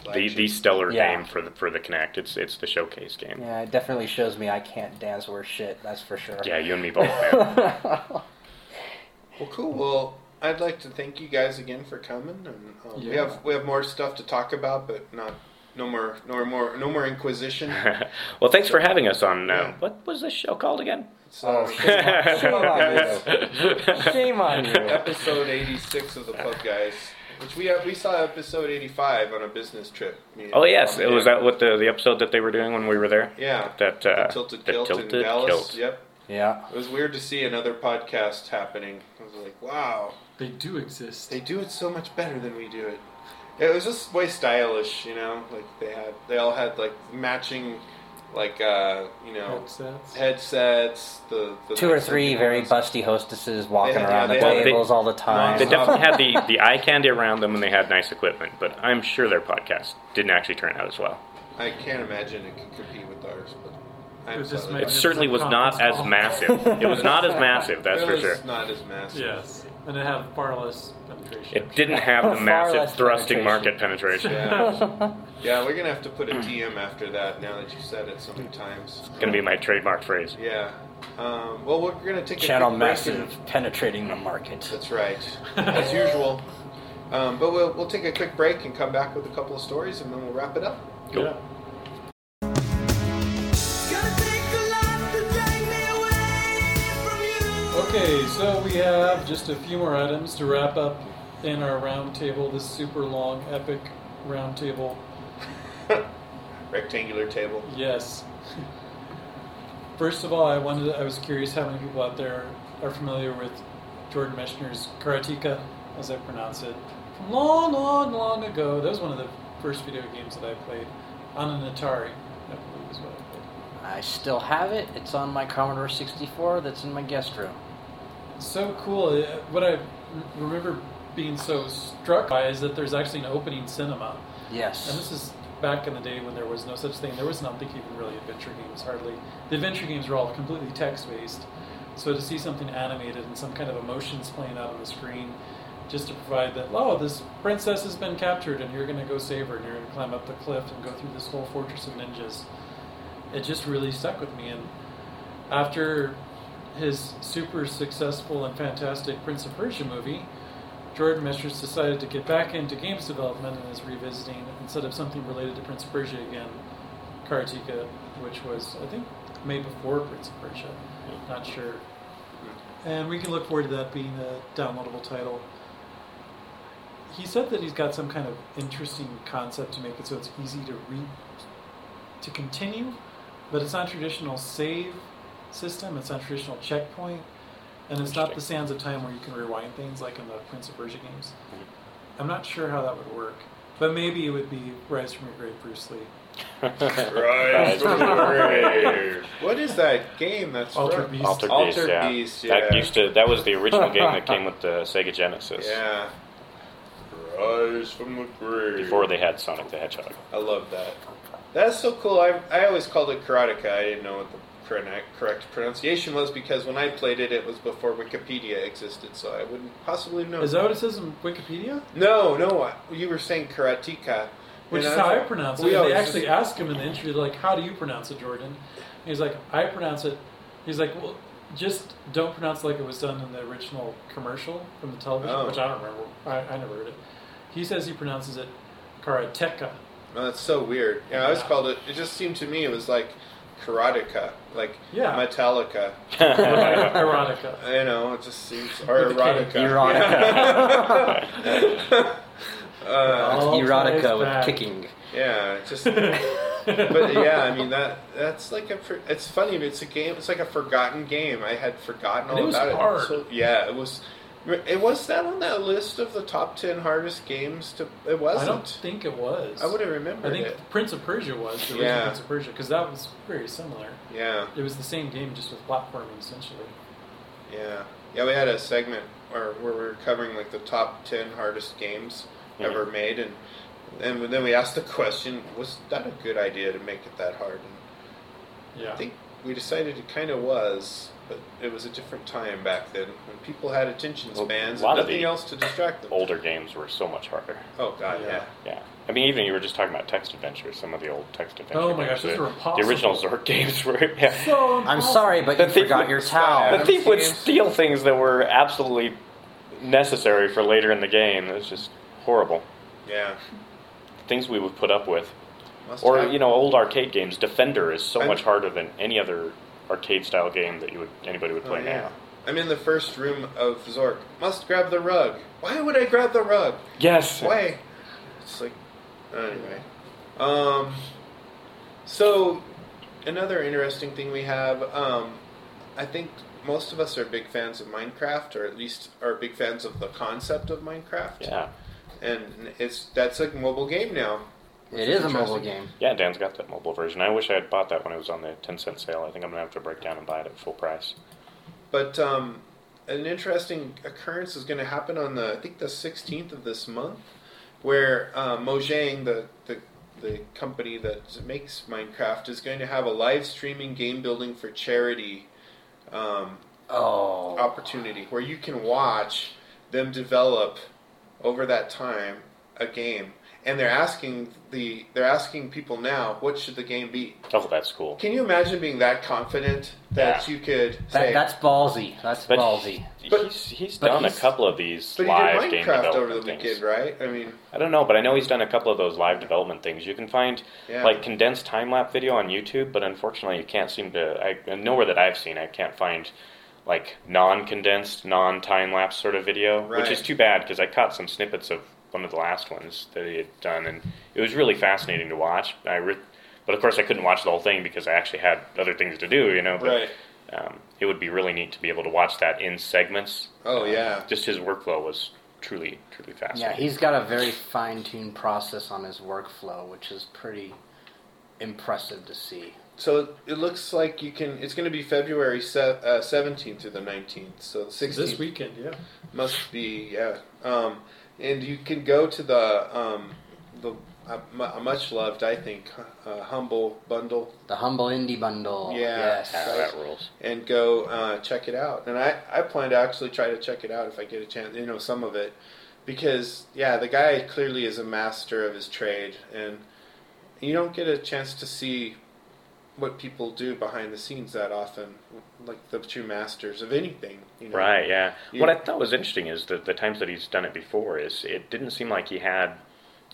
[SPEAKER 5] the the, the stellar
[SPEAKER 6] Yeah.
[SPEAKER 5] game for the for the Kinect. It's it's the showcase game.
[SPEAKER 6] Yeah, it definitely shows me I can't dance worth shit. That's for sure.
[SPEAKER 5] Yeah, you and me both. Man.
[SPEAKER 4] Well, cool. Well, I'd like to thank you guys again for coming, and um, we
[SPEAKER 3] Yeah.
[SPEAKER 4] have we have more stuff to talk about, but not no more no more no more Inquisition.
[SPEAKER 5] well, thanks for having us on. Uh,
[SPEAKER 4] Yeah.
[SPEAKER 5] What was this show called again?
[SPEAKER 4] So.
[SPEAKER 6] Shame on you. Shame on you.
[SPEAKER 4] Episode 86 of the Pub Guys, which we uh, we saw episode 85 on a business trip. me and
[SPEAKER 5] Oh yes,
[SPEAKER 4] Tom
[SPEAKER 5] it was
[SPEAKER 4] did.
[SPEAKER 5] that what the the episode that they were doing when we were there.
[SPEAKER 4] Yeah.
[SPEAKER 5] That uh,
[SPEAKER 4] The tilted
[SPEAKER 5] the
[SPEAKER 4] kilt in
[SPEAKER 5] tilted
[SPEAKER 4] Dallas.
[SPEAKER 5] kilt.
[SPEAKER 4] Yep.
[SPEAKER 6] Yeah.
[SPEAKER 4] It was weird to see another podcast happening. I was like, wow,
[SPEAKER 3] They do exist.
[SPEAKER 4] they do it so much better than we do it. It was just way stylish, you know. Like they had, they all had like matching, like uh, you know,
[SPEAKER 3] Headsets.
[SPEAKER 4] headsets. The, the
[SPEAKER 6] Two or three very busty hostesses walking
[SPEAKER 4] They had-
[SPEAKER 6] around
[SPEAKER 4] yeah,
[SPEAKER 6] the
[SPEAKER 4] they
[SPEAKER 5] had-
[SPEAKER 6] tables
[SPEAKER 5] they-
[SPEAKER 6] all the time.
[SPEAKER 5] They definitely had the, the eye candy around them and they had nice equipment, but I'm sure their podcast didn't actually turn out as well.
[SPEAKER 4] I can't imagine it could compete with ours, but I'm
[SPEAKER 3] It just
[SPEAKER 4] sorry.
[SPEAKER 3] made-
[SPEAKER 5] It certainly was not as massive. It was not as massive, that's
[SPEAKER 4] it
[SPEAKER 5] for
[SPEAKER 4] was
[SPEAKER 5] sure.
[SPEAKER 4] not as massive.
[SPEAKER 3] Yes, and they have far less penetration.
[SPEAKER 5] It didn't have the
[SPEAKER 6] Far
[SPEAKER 5] massive
[SPEAKER 6] less
[SPEAKER 5] thrusting
[SPEAKER 6] penetration.
[SPEAKER 5] market penetration.
[SPEAKER 4] Yeah. yeah, we're gonna have to put a DM after that. Now that you've said it so many times.
[SPEAKER 5] It's going to be my trademark phrase.
[SPEAKER 4] Yeah. Um, well, we're gonna take a
[SPEAKER 6] Channel
[SPEAKER 4] quick break and-
[SPEAKER 6] massive penetrating the market.
[SPEAKER 4] That's right, as usual. Um, but we'll, we'll take a quick break and come back with a couple of stories, and then we'll wrap it up.
[SPEAKER 5] Cool.
[SPEAKER 3] Okay, so we have just a few more items to wrap up in our roundtable. This super long, epic roundtable.
[SPEAKER 4] Rectangular table.
[SPEAKER 3] Yes. First of all, I wanted I was curious how many people out there are familiar with Jordan Mechner's Karateka, as I pronounce it. From long, long, long ago. That was one of the first video games that I played on an Atari, I believe is what I played.
[SPEAKER 6] I still have it. It's on my Commodore 64 that's in my guest room.
[SPEAKER 3] so cool. Uh, What I r- remember being so struck by is that there's actually an opening cinema, and this
[SPEAKER 6] Yes.
[SPEAKER 3] is back in the day when there was no such thing. There was, not, I don't think, even really adventure games. Hardly the adventure games were all completely text based. So to see something animated and some kind of emotions playing out on the screen, just to provide that, oh, this princess has been captured, and you're going to go save her, and you're going to climb up the cliff and go through this whole fortress of ninjas. It just really stuck with me, and after his super successful and fantastic Prince of Persia movie, Jordan Mechers decided to get back into games development and is revisiting, instead of something related to Prince of Persia again, Karateka, which was, I think, made before Prince of Persia. Not sure. And we can look forward to that being a downloadable title. He said that he's got some kind of interesting concept to make it so it's easy to read, to continue, but it's not traditional save system. It's not traditional checkpoint, and it's not the Sands of Time where you can rewind things like in the Prince of Persia games.
[SPEAKER 6] Mm-hmm.
[SPEAKER 3] I'm not sure how that would work, but maybe it would be Rise from Your Grave, Bruce Lee.
[SPEAKER 4] What is that game? That's
[SPEAKER 3] Altered
[SPEAKER 4] from?
[SPEAKER 3] Beast.
[SPEAKER 5] Altered,
[SPEAKER 4] Altered
[SPEAKER 5] Beast, yeah.
[SPEAKER 4] Beast,
[SPEAKER 5] That
[SPEAKER 4] yeah.
[SPEAKER 5] used to that was the original game that came with the Sega Genesis.
[SPEAKER 4] Yeah. Rise from the grave.
[SPEAKER 5] Before they had Sonic the Hedgehog.
[SPEAKER 4] I love that. That's so cool. I, I always called it Karateka. I didn't know what the correct, correct pronunciation was because when I played it, it was before Wikipedia existed, so I wouldn't possibly know.
[SPEAKER 3] Is that what it says in Wikipedia?
[SPEAKER 4] No, no, I- you were saying Karatika.
[SPEAKER 3] Which
[SPEAKER 4] and
[SPEAKER 3] is how I pronounce it.
[SPEAKER 4] we
[SPEAKER 3] And they
[SPEAKER 4] always
[SPEAKER 3] actually
[SPEAKER 4] just-
[SPEAKER 3] ask him in the interview, like, how do you pronounce it, Jordan? And he's like, I pronounce it. He's like, well, just don't pronounce it like it was done in the original commercial from the television,
[SPEAKER 4] Oh.
[SPEAKER 3] which I don't remember. I, I never heard it. He says he pronounces it Karateka.
[SPEAKER 4] Oh, that's so weird. Yeah, I always
[SPEAKER 3] Yeah.
[SPEAKER 4] called it. It just seemed to me it was like Karateka, like
[SPEAKER 3] Yeah.
[SPEAKER 4] Metallica.
[SPEAKER 3] Erotica.
[SPEAKER 4] You know, it just seems or
[SPEAKER 3] With a K.
[SPEAKER 4] erotica. uh,
[SPEAKER 3] All
[SPEAKER 6] Erotica
[SPEAKER 3] ties
[SPEAKER 6] with
[SPEAKER 3] back.
[SPEAKER 6] kicking.
[SPEAKER 4] yeah, it just. but yeah, I mean that that's like a. for- It's funny. but It's a game. It's like a forgotten game. I had forgotten all
[SPEAKER 3] And it was
[SPEAKER 4] about
[SPEAKER 3] hard.
[SPEAKER 4] it. So, yeah, it was. It was that on that list of the top ten hardest games to. It
[SPEAKER 3] I don't
[SPEAKER 4] wasn't.
[SPEAKER 3] think it was.
[SPEAKER 4] I, would have remembered
[SPEAKER 3] I think
[SPEAKER 4] it.
[SPEAKER 3] Prince of Persia was the
[SPEAKER 4] Yeah.
[SPEAKER 3] original Prince of Persia because that was very similar.
[SPEAKER 4] Yeah,
[SPEAKER 3] It was the same game just with platforming essentially.
[SPEAKER 4] yeah, yeah. We had a segment where, where we were covering like the top ten hardest games ever made, and and then we asked the question: Was that a good idea to make it that hard? And
[SPEAKER 3] Yeah.
[SPEAKER 4] I think we decided it kind of was, but it was a different time back then when people had attention
[SPEAKER 5] Well,
[SPEAKER 4] spans
[SPEAKER 5] a lot
[SPEAKER 4] and
[SPEAKER 5] of
[SPEAKER 4] nothing
[SPEAKER 5] the
[SPEAKER 4] else to distract them.
[SPEAKER 5] Older games were so much harder.
[SPEAKER 4] Oh god, yeah.
[SPEAKER 5] Yeah, I mean, even you were just talking about text adventures. Some of the old text adventures.
[SPEAKER 3] Oh my gosh, those were
[SPEAKER 5] The original
[SPEAKER 3] impossible.
[SPEAKER 5] Zork games were. Yeah.
[SPEAKER 3] So
[SPEAKER 6] I'm sorry, but
[SPEAKER 5] The
[SPEAKER 6] you
[SPEAKER 5] thief
[SPEAKER 6] forgot
[SPEAKER 5] would-
[SPEAKER 6] your towel.
[SPEAKER 5] the thief would
[SPEAKER 4] games.
[SPEAKER 5] steal things that were absolutely necessary for later in the game. It was just horrible.
[SPEAKER 4] Yeah.
[SPEAKER 5] Things we would put up with.
[SPEAKER 4] Must
[SPEAKER 5] Or,
[SPEAKER 4] have-
[SPEAKER 5] you know, old arcade games. Defender is so
[SPEAKER 4] I'm-
[SPEAKER 5] much harder than any other arcade style game that you would anybody would
[SPEAKER 4] Oh,
[SPEAKER 5] play
[SPEAKER 4] yeah.
[SPEAKER 5] now.
[SPEAKER 4] I'm in the first room of Zork. Must grab the rug. Why would I grab the rug?
[SPEAKER 5] Yes.
[SPEAKER 4] Why? It's like anyway. Um so another interesting thing we have, um I think most of us are big fans of Minecraft or at least are big fans of the concept of Minecraft.
[SPEAKER 5] Yeah.
[SPEAKER 4] and it's that's a mobile game now.
[SPEAKER 6] It is a mobile
[SPEAKER 4] Interesting.
[SPEAKER 6] game.
[SPEAKER 5] Yeah, Dan's got that mobile version. I wish I had bought that when it was on the 10 cent sale. I think I'm going to have to break down and buy it at full price.
[SPEAKER 4] But um, an interesting occurrence is going to happen on the I think the 16th of this month, where uh, Mojang, the, the the company that makes Minecraft, is going to have a live streaming game building for charity um,
[SPEAKER 6] Oh.
[SPEAKER 4] opportunity where you can watch them develop over that time a game. And they're asking the they're asking people now what should the game be?
[SPEAKER 5] Oh, that's cool.
[SPEAKER 4] Can you imagine being that confident that
[SPEAKER 5] Yeah.
[SPEAKER 4] you could say
[SPEAKER 6] That, that's ballsy. That's
[SPEAKER 5] But
[SPEAKER 6] ballsy.
[SPEAKER 4] But-
[SPEAKER 5] he's, he's
[SPEAKER 6] but
[SPEAKER 5] done
[SPEAKER 6] he's-
[SPEAKER 5] a couple of these
[SPEAKER 4] But he
[SPEAKER 5] live
[SPEAKER 4] did
[SPEAKER 5] game
[SPEAKER 4] Minecraft over the
[SPEAKER 5] development things.
[SPEAKER 4] weekend, right? I mean,
[SPEAKER 5] I don't know, but I know he's done a couple of those live development things. You can find
[SPEAKER 4] Yeah.
[SPEAKER 5] like condensed time lapse video on YouTube, but unfortunately, you can't seem to. I nowhere that I've seen, I can't find like non-condensed, non-time lapse sort of video, which is
[SPEAKER 4] Right.
[SPEAKER 5] too bad because I caught some snippets of one of the last ones that he had done, and it was really fascinating to watch. I re- but of course, I couldn't watch the whole thing because I actually had other things to do, you know. But
[SPEAKER 4] Right.
[SPEAKER 5] um, it would be really neat to be able to watch that in segments.
[SPEAKER 4] Oh,
[SPEAKER 5] Um,
[SPEAKER 4] yeah.
[SPEAKER 5] just his workflow was truly, truly fascinating.
[SPEAKER 6] Yeah, he's got a very fine-tuned process on his workflow, which is pretty impressive to see.
[SPEAKER 4] so it looks like you can. It's going to be February uh, seventeenth through the nineteenth. So the
[SPEAKER 3] this
[SPEAKER 4] sixteenth
[SPEAKER 3] weekend, yeah.
[SPEAKER 4] must be yeah. Um, and you can go to the um, the uh, mu- uh, much loved, I think, uh, humble bundle
[SPEAKER 6] The humble indie bundle.
[SPEAKER 4] Yeah.
[SPEAKER 6] Yes.
[SPEAKER 5] Ah, that rules.
[SPEAKER 4] and go uh, check it out. And I, I plan to actually try to check it out if I get a chance, you know, some of it. Because, yeah, the guy clearly is a master of his trade, and you don't get a chance to see what people do behind the scenes that often, like the true masters of anything. You know?
[SPEAKER 5] Right, yeah.
[SPEAKER 4] You-
[SPEAKER 5] what I thought was interesting is that the times that he's done it before is it didn't seem like he had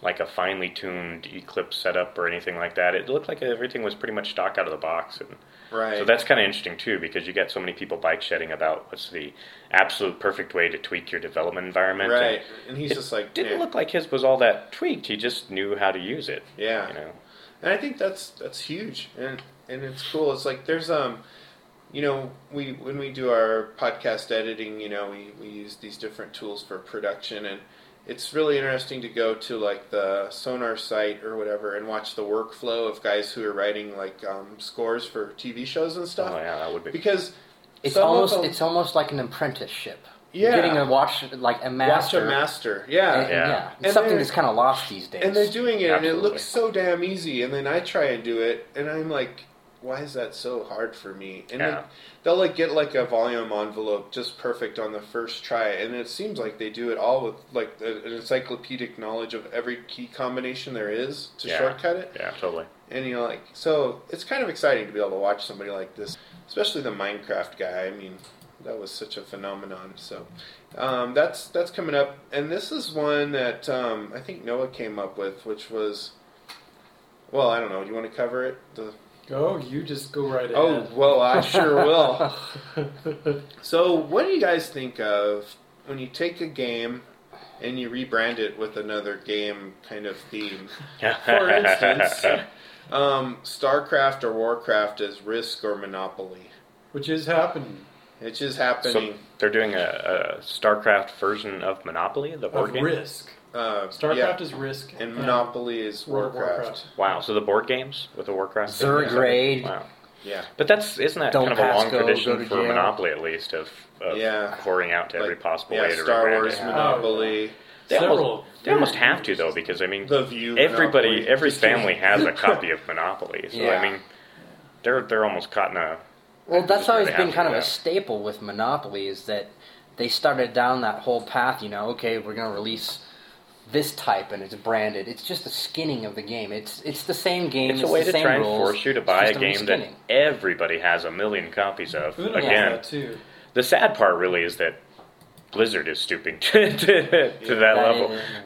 [SPEAKER 5] like a finely tuned Eclipse setup or anything like that. It looked like everything was pretty much stock out of the box and
[SPEAKER 4] Right.
[SPEAKER 5] so that's kind of interesting too because you get so many people bike shedding about what's the absolute perfect way to tweak your development environment. and
[SPEAKER 4] Right. And he's
[SPEAKER 5] it
[SPEAKER 4] just like,
[SPEAKER 5] didn't
[SPEAKER 4] "Nah."
[SPEAKER 5] look like his was all that tweaked. He just knew how to use it.
[SPEAKER 4] Yeah.
[SPEAKER 5] You know.
[SPEAKER 4] And I think that's that's huge, and and it's cool. It's like there's um, you know, we when we do our podcast editing, you know, we we use these different tools for production, and it's really interesting to go to like the Sonar site or whatever and watch the workflow of guys who are writing like um, scores for TV shows and stuff.
[SPEAKER 5] Oh yeah, that would be
[SPEAKER 4] Because
[SPEAKER 6] It's
[SPEAKER 4] some of
[SPEAKER 6] almost
[SPEAKER 4] them-
[SPEAKER 6] it's almost like an apprenticeship.
[SPEAKER 4] Yeah.
[SPEAKER 6] You're getting to watch like a
[SPEAKER 4] watch
[SPEAKER 6] master.
[SPEAKER 4] a master, yeah.
[SPEAKER 6] And,
[SPEAKER 5] Yeah.
[SPEAKER 6] yeah.
[SPEAKER 4] And
[SPEAKER 6] It's something
[SPEAKER 4] they're-
[SPEAKER 6] that's kind of lost these days.
[SPEAKER 4] And they're doing it, and
[SPEAKER 5] Absolutely.
[SPEAKER 4] it looks so damn easy. And then I try and do it, and I'm like, why is that so hard for me? And
[SPEAKER 5] Yeah.
[SPEAKER 4] like, they'll like get like a volume envelope just perfect on the first try, and it seems like they do it all with like a- an encyclopedic knowledge of every key combination there is to
[SPEAKER 5] Yeah.
[SPEAKER 4] shortcut it.
[SPEAKER 5] Yeah, totally.
[SPEAKER 4] And you know, like so, it's kind of exciting to be able to watch somebody like this, especially the Minecraft guy. I mean, that was such a phenomenon. So um, that's that's coming up, and this is one that um, I think Noah came up with, which was, well, I don't know. Do you want to cover it? The,
[SPEAKER 3] Oh, you just go right
[SPEAKER 4] oh,
[SPEAKER 3] ahead.
[SPEAKER 4] well, I sure will. So, what do you guys think of when you take a game and you rebrand it with another game kind of theme? For instance, um, StarCraft or Warcraft is Risk or Monopoly.
[SPEAKER 3] Which is happening.
[SPEAKER 4] It's just
[SPEAKER 5] so
[SPEAKER 4] happening.
[SPEAKER 5] they're doing a, a StarCraft version of Monopoly, the board
[SPEAKER 3] Of
[SPEAKER 5] game.
[SPEAKER 3] risk.
[SPEAKER 4] uh,
[SPEAKER 3] StarCraft
[SPEAKER 4] yeah.
[SPEAKER 3] is risk.
[SPEAKER 4] and Monopoly is
[SPEAKER 3] World of
[SPEAKER 4] Warcraft.
[SPEAKER 3] Warcraft.
[SPEAKER 5] Wow, so the board games with the Warcraft. thing?
[SPEAKER 6] Zergrade.
[SPEAKER 5] Wow.
[SPEAKER 4] Yeah,
[SPEAKER 5] But that's isn't that
[SPEAKER 6] Don't
[SPEAKER 5] kind of a long
[SPEAKER 6] pass go,
[SPEAKER 5] tradition
[SPEAKER 6] go to
[SPEAKER 5] for
[SPEAKER 6] jail.
[SPEAKER 5] Monopoly at least of, of
[SPEAKER 4] Yeah.
[SPEAKER 5] pouring out to every
[SPEAKER 4] Like,
[SPEAKER 5] possible
[SPEAKER 4] yeah,
[SPEAKER 5] way to
[SPEAKER 4] Star
[SPEAKER 5] rebrand it.
[SPEAKER 4] Wars
[SPEAKER 3] Oh,
[SPEAKER 4] Monopoly.
[SPEAKER 5] They
[SPEAKER 3] Several.
[SPEAKER 5] almost, they almost have to though because I mean
[SPEAKER 4] The View.
[SPEAKER 5] everybody
[SPEAKER 4] Monopoly.
[SPEAKER 5] every
[SPEAKER 4] Just
[SPEAKER 5] family has a copy of Monopoly. So
[SPEAKER 6] Yeah.
[SPEAKER 5] I mean they're they're almost caught in a
[SPEAKER 6] Well, that's
[SPEAKER 5] Just
[SPEAKER 6] always
[SPEAKER 5] really
[SPEAKER 6] been
[SPEAKER 5] happy
[SPEAKER 6] kind of
[SPEAKER 5] with
[SPEAKER 6] a
[SPEAKER 5] that.
[SPEAKER 6] staple with Monopoly is that they started down that whole path. You know, okay, we're going to release this type and it's branded. It's just the skinning of the game. It's it's the same game.
[SPEAKER 5] it's
[SPEAKER 6] It's,
[SPEAKER 5] a way
[SPEAKER 6] the
[SPEAKER 5] to
[SPEAKER 6] same
[SPEAKER 5] try and
[SPEAKER 6] rules,
[SPEAKER 5] force you to
[SPEAKER 6] it's
[SPEAKER 5] buy a
[SPEAKER 6] just
[SPEAKER 5] game that
[SPEAKER 6] reskinning.
[SPEAKER 5] everybody has a million copies of.
[SPEAKER 3] Uno does
[SPEAKER 5] Again,
[SPEAKER 3] that too.
[SPEAKER 5] the sad part really is that Blizzard is stooping to, to, to that
[SPEAKER 6] That
[SPEAKER 5] level.
[SPEAKER 6] is- yeah.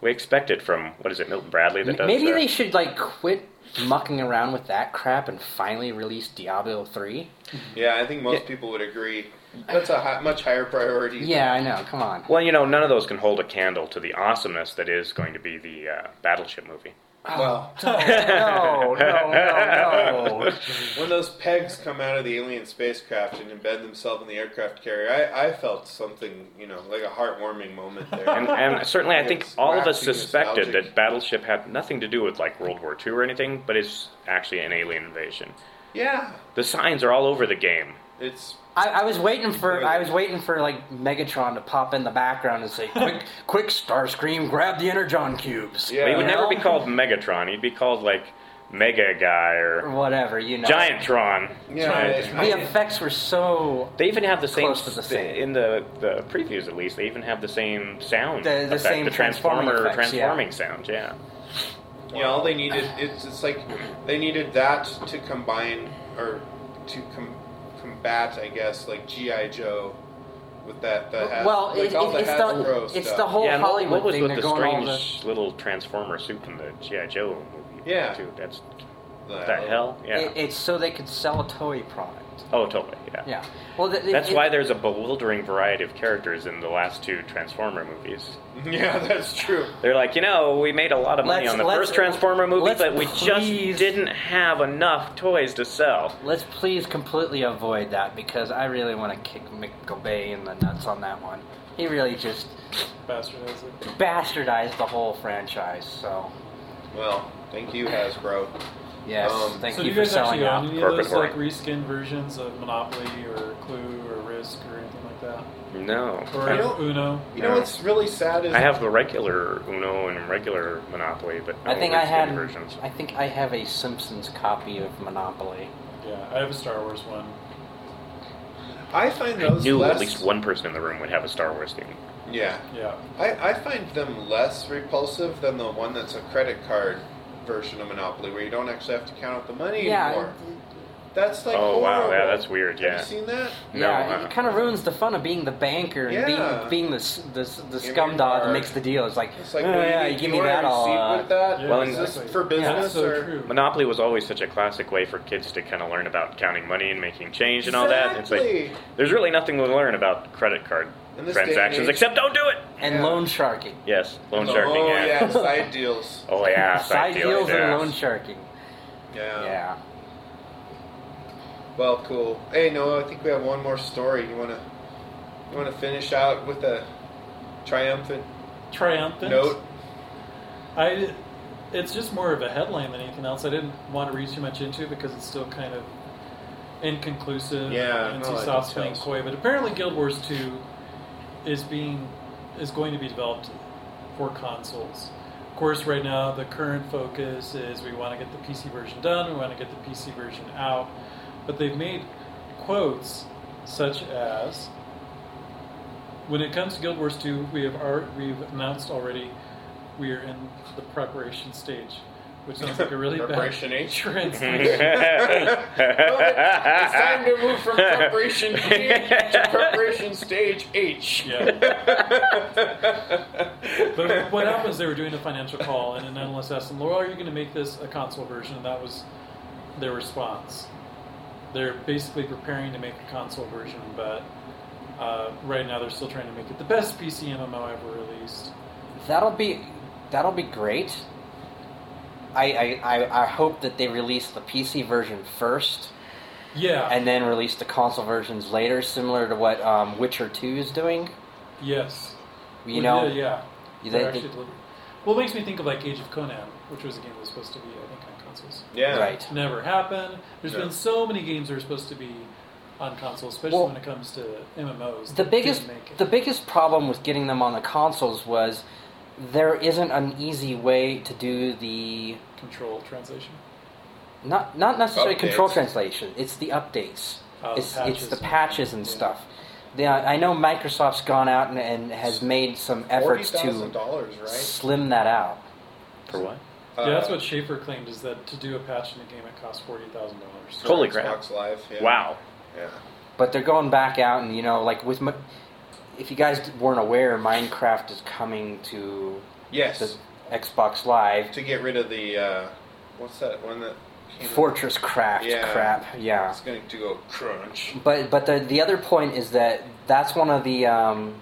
[SPEAKER 5] We expect it from what is it, Milton Bradley that does
[SPEAKER 6] Maybe
[SPEAKER 5] the-
[SPEAKER 6] they should like quit mucking around with that crap and finally release Diablo three.
[SPEAKER 5] Hmm.
[SPEAKER 4] Yeah, I think most people would agree. That's a high, much higher priority.
[SPEAKER 6] Yeah, I know. Come on.
[SPEAKER 5] Well, you know, none of those can hold a candle to the awesomeness that is going to be the uh, Battleship movie.
[SPEAKER 4] Well,
[SPEAKER 6] No, no, no, no.
[SPEAKER 4] When those pegs come out of the alien spacecraft and embed themselves in the aircraft carrier, I, I felt something, you know, like a heartwarming moment there.
[SPEAKER 5] And, and certainly, I think
[SPEAKER 4] It's
[SPEAKER 5] all of us
[SPEAKER 4] waxing
[SPEAKER 5] suspected
[SPEAKER 4] nostalgic.
[SPEAKER 5] that Battleship had nothing to do with like World War II or anything, but it's actually an alien invasion.
[SPEAKER 4] yeah,
[SPEAKER 5] The signs are all over the game.
[SPEAKER 4] it's
[SPEAKER 6] I, I was waiting for I was waiting for like Megatron to pop in the background and say, "Quick, quick, Starscream, grab the Energon cubes."
[SPEAKER 4] Yeah.
[SPEAKER 5] he would
[SPEAKER 6] You
[SPEAKER 5] never
[SPEAKER 6] know?
[SPEAKER 5] be called Megatron. He'd be called like Mega Guy
[SPEAKER 6] or
[SPEAKER 5] or
[SPEAKER 6] whatever. You know,
[SPEAKER 5] Giantron.
[SPEAKER 4] yeah.
[SPEAKER 5] Giant-
[SPEAKER 4] I-
[SPEAKER 6] The effects were so
[SPEAKER 5] They even have the same,
[SPEAKER 6] Close to the same.
[SPEAKER 5] in the the previews at least. They even have the same sound,
[SPEAKER 6] The- the
[SPEAKER 5] effect,
[SPEAKER 6] same
[SPEAKER 5] the
[SPEAKER 6] transforming
[SPEAKER 5] transformer
[SPEAKER 6] effects, yeah.
[SPEAKER 5] transforming sound. Yeah,
[SPEAKER 4] you know, they needed it's, it's like they needed that to combine or to com- combat, I guess, like GI Joe with that the Has-
[SPEAKER 6] well.
[SPEAKER 4] like
[SPEAKER 6] it,
[SPEAKER 4] all
[SPEAKER 6] it,
[SPEAKER 4] the
[SPEAKER 6] it's
[SPEAKER 4] Hasbro
[SPEAKER 6] the it's
[SPEAKER 4] stuff.
[SPEAKER 6] the whole
[SPEAKER 5] yeah. and what-
[SPEAKER 6] Hollywood
[SPEAKER 5] what was
[SPEAKER 6] thing.
[SPEAKER 5] with
[SPEAKER 6] They're
[SPEAKER 5] the
[SPEAKER 6] going all
[SPEAKER 5] strange
[SPEAKER 6] the
[SPEAKER 5] little transformer suit in the GI Joe movie?
[SPEAKER 4] Yeah. Uh,
[SPEAKER 5] too. That's
[SPEAKER 4] the,
[SPEAKER 5] what the hell. Yeah.
[SPEAKER 6] it, it's so they could sell a toy product.
[SPEAKER 5] oh, totally. Yeah.
[SPEAKER 6] Yeah. Well, th-
[SPEAKER 5] That's
[SPEAKER 6] it-
[SPEAKER 5] why there's a bewildering variety of characters in the last two Transformer movies.
[SPEAKER 4] Yeah, that's true.
[SPEAKER 5] They're like, you know, we made a lot of money
[SPEAKER 6] Let's-
[SPEAKER 5] on the
[SPEAKER 6] let's-
[SPEAKER 5] first Transformer movie,
[SPEAKER 6] let's
[SPEAKER 5] but we just
[SPEAKER 6] please-
[SPEAKER 5] didn't have enough toys to sell.
[SPEAKER 6] Let's please completely avoid that because I really want to kick Mick Gobey in the nuts on that one. He really just
[SPEAKER 3] Bastardize it.
[SPEAKER 6] bastardized the whole franchise. So,
[SPEAKER 4] Well, thank you, Hasbro.
[SPEAKER 6] yes,
[SPEAKER 4] Um,
[SPEAKER 6] thank
[SPEAKER 3] so do you
[SPEAKER 6] you for
[SPEAKER 3] guys
[SPEAKER 6] selling
[SPEAKER 3] actually own
[SPEAKER 6] out.
[SPEAKER 3] any of
[SPEAKER 5] Corporate
[SPEAKER 3] those like
[SPEAKER 5] whoring.
[SPEAKER 3] reskin versions of Monopoly or Clue or Risk or anything like that?
[SPEAKER 5] No.
[SPEAKER 3] Or
[SPEAKER 4] I don't-
[SPEAKER 3] Uno?
[SPEAKER 4] You know what's really sad is
[SPEAKER 5] I have the regular Uno and regular Monopoly, but no
[SPEAKER 3] Oh,
[SPEAKER 6] I think I
[SPEAKER 5] reskin
[SPEAKER 6] had.
[SPEAKER 5] versions.
[SPEAKER 6] I think I have a Simpsons copy of Monopoly.
[SPEAKER 3] Yeah, I have a Star Wars one.
[SPEAKER 4] I find
[SPEAKER 5] I
[SPEAKER 4] those
[SPEAKER 5] knew
[SPEAKER 4] less,
[SPEAKER 5] at least one person in the room would have a Star Wars theme.
[SPEAKER 4] Yeah,
[SPEAKER 3] Yeah.
[SPEAKER 4] I, I find them less repulsive than the one that's a credit card version of Monopoly, where you don't actually have to count out the money
[SPEAKER 6] Yeah,
[SPEAKER 4] anymore. That's like
[SPEAKER 5] oh wow,
[SPEAKER 4] horrible.
[SPEAKER 5] yeah, that's weird.
[SPEAKER 4] Have
[SPEAKER 5] Yeah,
[SPEAKER 4] you seen that?
[SPEAKER 5] No,
[SPEAKER 6] yeah,
[SPEAKER 3] uh-huh.
[SPEAKER 5] uh-uh.
[SPEAKER 6] it kind of ruins the fun of being the banker and
[SPEAKER 4] Yeah.
[SPEAKER 6] being being the s- the, s- the
[SPEAKER 4] Give me
[SPEAKER 6] scum
[SPEAKER 4] your
[SPEAKER 6] dog
[SPEAKER 4] card.
[SPEAKER 6] that makes the deal. It's like,
[SPEAKER 4] It's like,
[SPEAKER 6] oh,
[SPEAKER 4] well,
[SPEAKER 6] yeah,
[SPEAKER 4] you,
[SPEAKER 6] you
[SPEAKER 4] need-
[SPEAKER 6] give
[SPEAKER 4] you
[SPEAKER 6] me
[SPEAKER 4] want
[SPEAKER 6] that
[SPEAKER 4] a
[SPEAKER 6] all.
[SPEAKER 4] receipt
[SPEAKER 6] uh,
[SPEAKER 4] with that.
[SPEAKER 3] Yeah,
[SPEAKER 5] Well,
[SPEAKER 4] is this
[SPEAKER 3] exactly.
[SPEAKER 4] for
[SPEAKER 6] Yeah,
[SPEAKER 4] business
[SPEAKER 3] That's so
[SPEAKER 4] or?
[SPEAKER 3] true.
[SPEAKER 5] Monopoly was always such a classic way for kids to kind of learn about counting money and making change and all that. It's like
[SPEAKER 4] Exactly.
[SPEAKER 5] there's really nothing to learn about credit card
[SPEAKER 4] In this day and
[SPEAKER 5] transactions
[SPEAKER 4] age-
[SPEAKER 5] except don't do it.
[SPEAKER 6] and
[SPEAKER 4] Yeah.
[SPEAKER 6] loan sharking,
[SPEAKER 5] Yes, loan
[SPEAKER 4] Oh,
[SPEAKER 5] sharking. yeah.
[SPEAKER 4] yeah, side deals.
[SPEAKER 5] Oh yeah,
[SPEAKER 6] side
[SPEAKER 5] deal,
[SPEAKER 6] deals and
[SPEAKER 5] yeah.
[SPEAKER 6] loan sharking.
[SPEAKER 4] Yeah.
[SPEAKER 6] Yeah.
[SPEAKER 4] Well, cool. Hey, Noah, I think we have one more story. You wanna you wanna finish out with a triumphant
[SPEAKER 3] Triumphant.
[SPEAKER 4] note?
[SPEAKER 3] I, it's just more of a headline than anything else. I didn't want to read too much into it because it's still kind of inconclusive.
[SPEAKER 4] Yeah,
[SPEAKER 3] and
[SPEAKER 4] no,
[SPEAKER 3] NC
[SPEAKER 4] it
[SPEAKER 3] Soft's playing
[SPEAKER 4] tells.
[SPEAKER 3] coy, but apparently Guild Wars Two is being is going to be developed for consoles. Of course, right now the current focus is we want to get the PC version done, we want to get the PC version out, but they've made quotes such as when it comes to Guild Wars 2, we have ar- we've announced already we are in the preparation stage, which sounds like a really
[SPEAKER 4] Preparation
[SPEAKER 3] bad
[SPEAKER 4] H?
[SPEAKER 3] translation.
[SPEAKER 4] it's time to move from preparation P to preparation stage H.
[SPEAKER 3] yeah. But what happened is they were doing a financial call, and an analyst asked them, "Laura, are you going to make this a console version?" And that was their response. They're basically preparing to make a console version, but uh, right now they're still trying to make it the best PC MMO ever released.
[SPEAKER 6] That'll be that'll be great. I, I, I, I hope that they release the PC version first
[SPEAKER 3] Yeah.
[SPEAKER 6] and then release the console versions later, similar to what um, Witcher 2 is doing.
[SPEAKER 3] yes.
[SPEAKER 6] You
[SPEAKER 3] We
[SPEAKER 6] know,
[SPEAKER 3] did, yeah.
[SPEAKER 6] you-
[SPEAKER 3] They're
[SPEAKER 6] they-
[SPEAKER 3] actually delivering. Well, it makes me think of like Age of Conan, which was a game that was supposed to be, I think, on consoles.
[SPEAKER 4] Yeah.
[SPEAKER 6] right.
[SPEAKER 3] Never happened. There's
[SPEAKER 4] Yeah.
[SPEAKER 3] been so many games that are supposed to be on consoles, especially
[SPEAKER 6] Well,
[SPEAKER 3] when it comes to MMOs.
[SPEAKER 6] The
[SPEAKER 3] that
[SPEAKER 6] biggest
[SPEAKER 3] didn't make it.
[SPEAKER 6] the biggest problem with getting them on the consoles was there isn't an easy way to do the
[SPEAKER 3] control translation.
[SPEAKER 6] not not necessarily control
[SPEAKER 4] Updates.
[SPEAKER 6] translation. It's the updates.
[SPEAKER 3] Oh,
[SPEAKER 6] it's
[SPEAKER 3] patches
[SPEAKER 6] it's the
[SPEAKER 3] and-
[SPEAKER 6] patches and
[SPEAKER 3] yeah.
[SPEAKER 6] stuff. They, I know Microsoft's gone out and, and has made some efforts to
[SPEAKER 4] $40,000, right?
[SPEAKER 6] slim that out.
[SPEAKER 5] For what?
[SPEAKER 4] Uh,
[SPEAKER 3] yeah, that's what Schaefer claimed is that to do a patch in the game it costs forty thousand dollars.
[SPEAKER 4] for
[SPEAKER 5] Holy crap.
[SPEAKER 4] Xbox Live. Yeah.
[SPEAKER 5] Wow.
[SPEAKER 4] Yeah.
[SPEAKER 6] But they're going back out and you know like with Mi- if you guys weren't aware, Minecraft is coming to
[SPEAKER 4] Yes.
[SPEAKER 6] the Xbox Live.
[SPEAKER 4] to get rid of the uh, what's that one that came out?
[SPEAKER 6] Fortress craft
[SPEAKER 4] Yeah.
[SPEAKER 6] crap, yeah.
[SPEAKER 4] It's going to go crunch.
[SPEAKER 6] But but the the other point is that that's one of the um,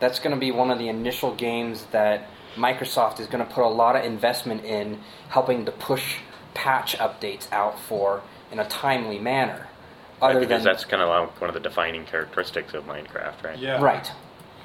[SPEAKER 6] that's going to be one of the initial games that Microsoft is going to put a lot of investment in helping to push patch updates out for in a timely manner. Other
[SPEAKER 5] because
[SPEAKER 6] than
[SPEAKER 5] that's kind of like one of the defining characteristics of Minecraft, right?
[SPEAKER 3] Yeah,
[SPEAKER 6] right,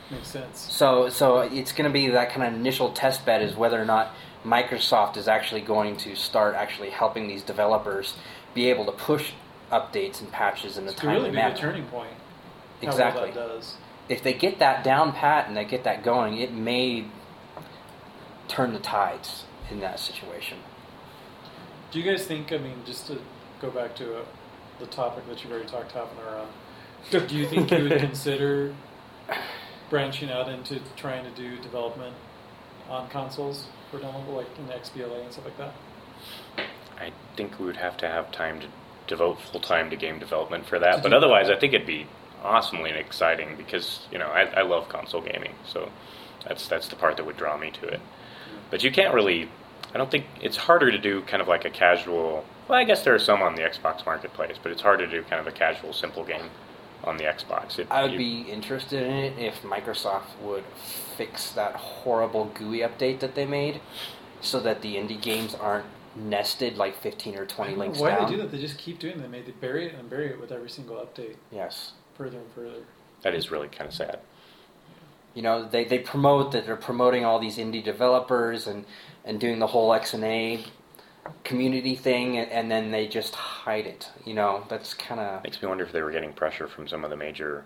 [SPEAKER 3] makes sense.
[SPEAKER 6] so so it's going to be that kind of initial test bed is whether or not Microsoft is actually going to start actually helping these developers be able to push updates and patches in a
[SPEAKER 3] It's
[SPEAKER 6] timely
[SPEAKER 3] really be
[SPEAKER 6] manner.
[SPEAKER 3] a turning point. how well
[SPEAKER 6] Exactly.
[SPEAKER 3] that does.
[SPEAKER 6] if they get that down pat and they get that going, it may turn the tides in that situation.
[SPEAKER 3] Do you guys think? I mean, just to go back to uh the topic that you've already talked half an hour on, do you think you would consider branching out into trying to do development on consoles for downloadable, like in XBLA and stuff like that?
[SPEAKER 5] I think we would have to have time to devote full time to game development for that.
[SPEAKER 3] To
[SPEAKER 5] But
[SPEAKER 3] do-
[SPEAKER 5] otherwise, I think it'd be awesomely exciting because you know I, I love console gaming, so that's that's the part that would draw me to it. But you can't really. I don't think it's harder to do kind of like a casual. Well, I guess there are some on the Xbox Marketplace, but it's harder to do kind of a casual, simple game on the Xbox. It,
[SPEAKER 6] I would
[SPEAKER 5] you-
[SPEAKER 6] be interested in it if Microsoft would fix that horrible GUI update that they made so that the indie games aren't nested like 15 or 20 links
[SPEAKER 3] Why
[SPEAKER 6] down.
[SPEAKER 3] they do that? They just keep doing that. They they bury it and bury it with every single update,
[SPEAKER 6] Yes.
[SPEAKER 3] further and further.
[SPEAKER 5] That is really kind of sad.
[SPEAKER 6] You know, they, they promote that they're promoting all these indie developers and, and doing the whole X and A community thing, and, and then they just hide it. You know, that's kind of.
[SPEAKER 5] Makes me wonder if they were getting pressure from some of the major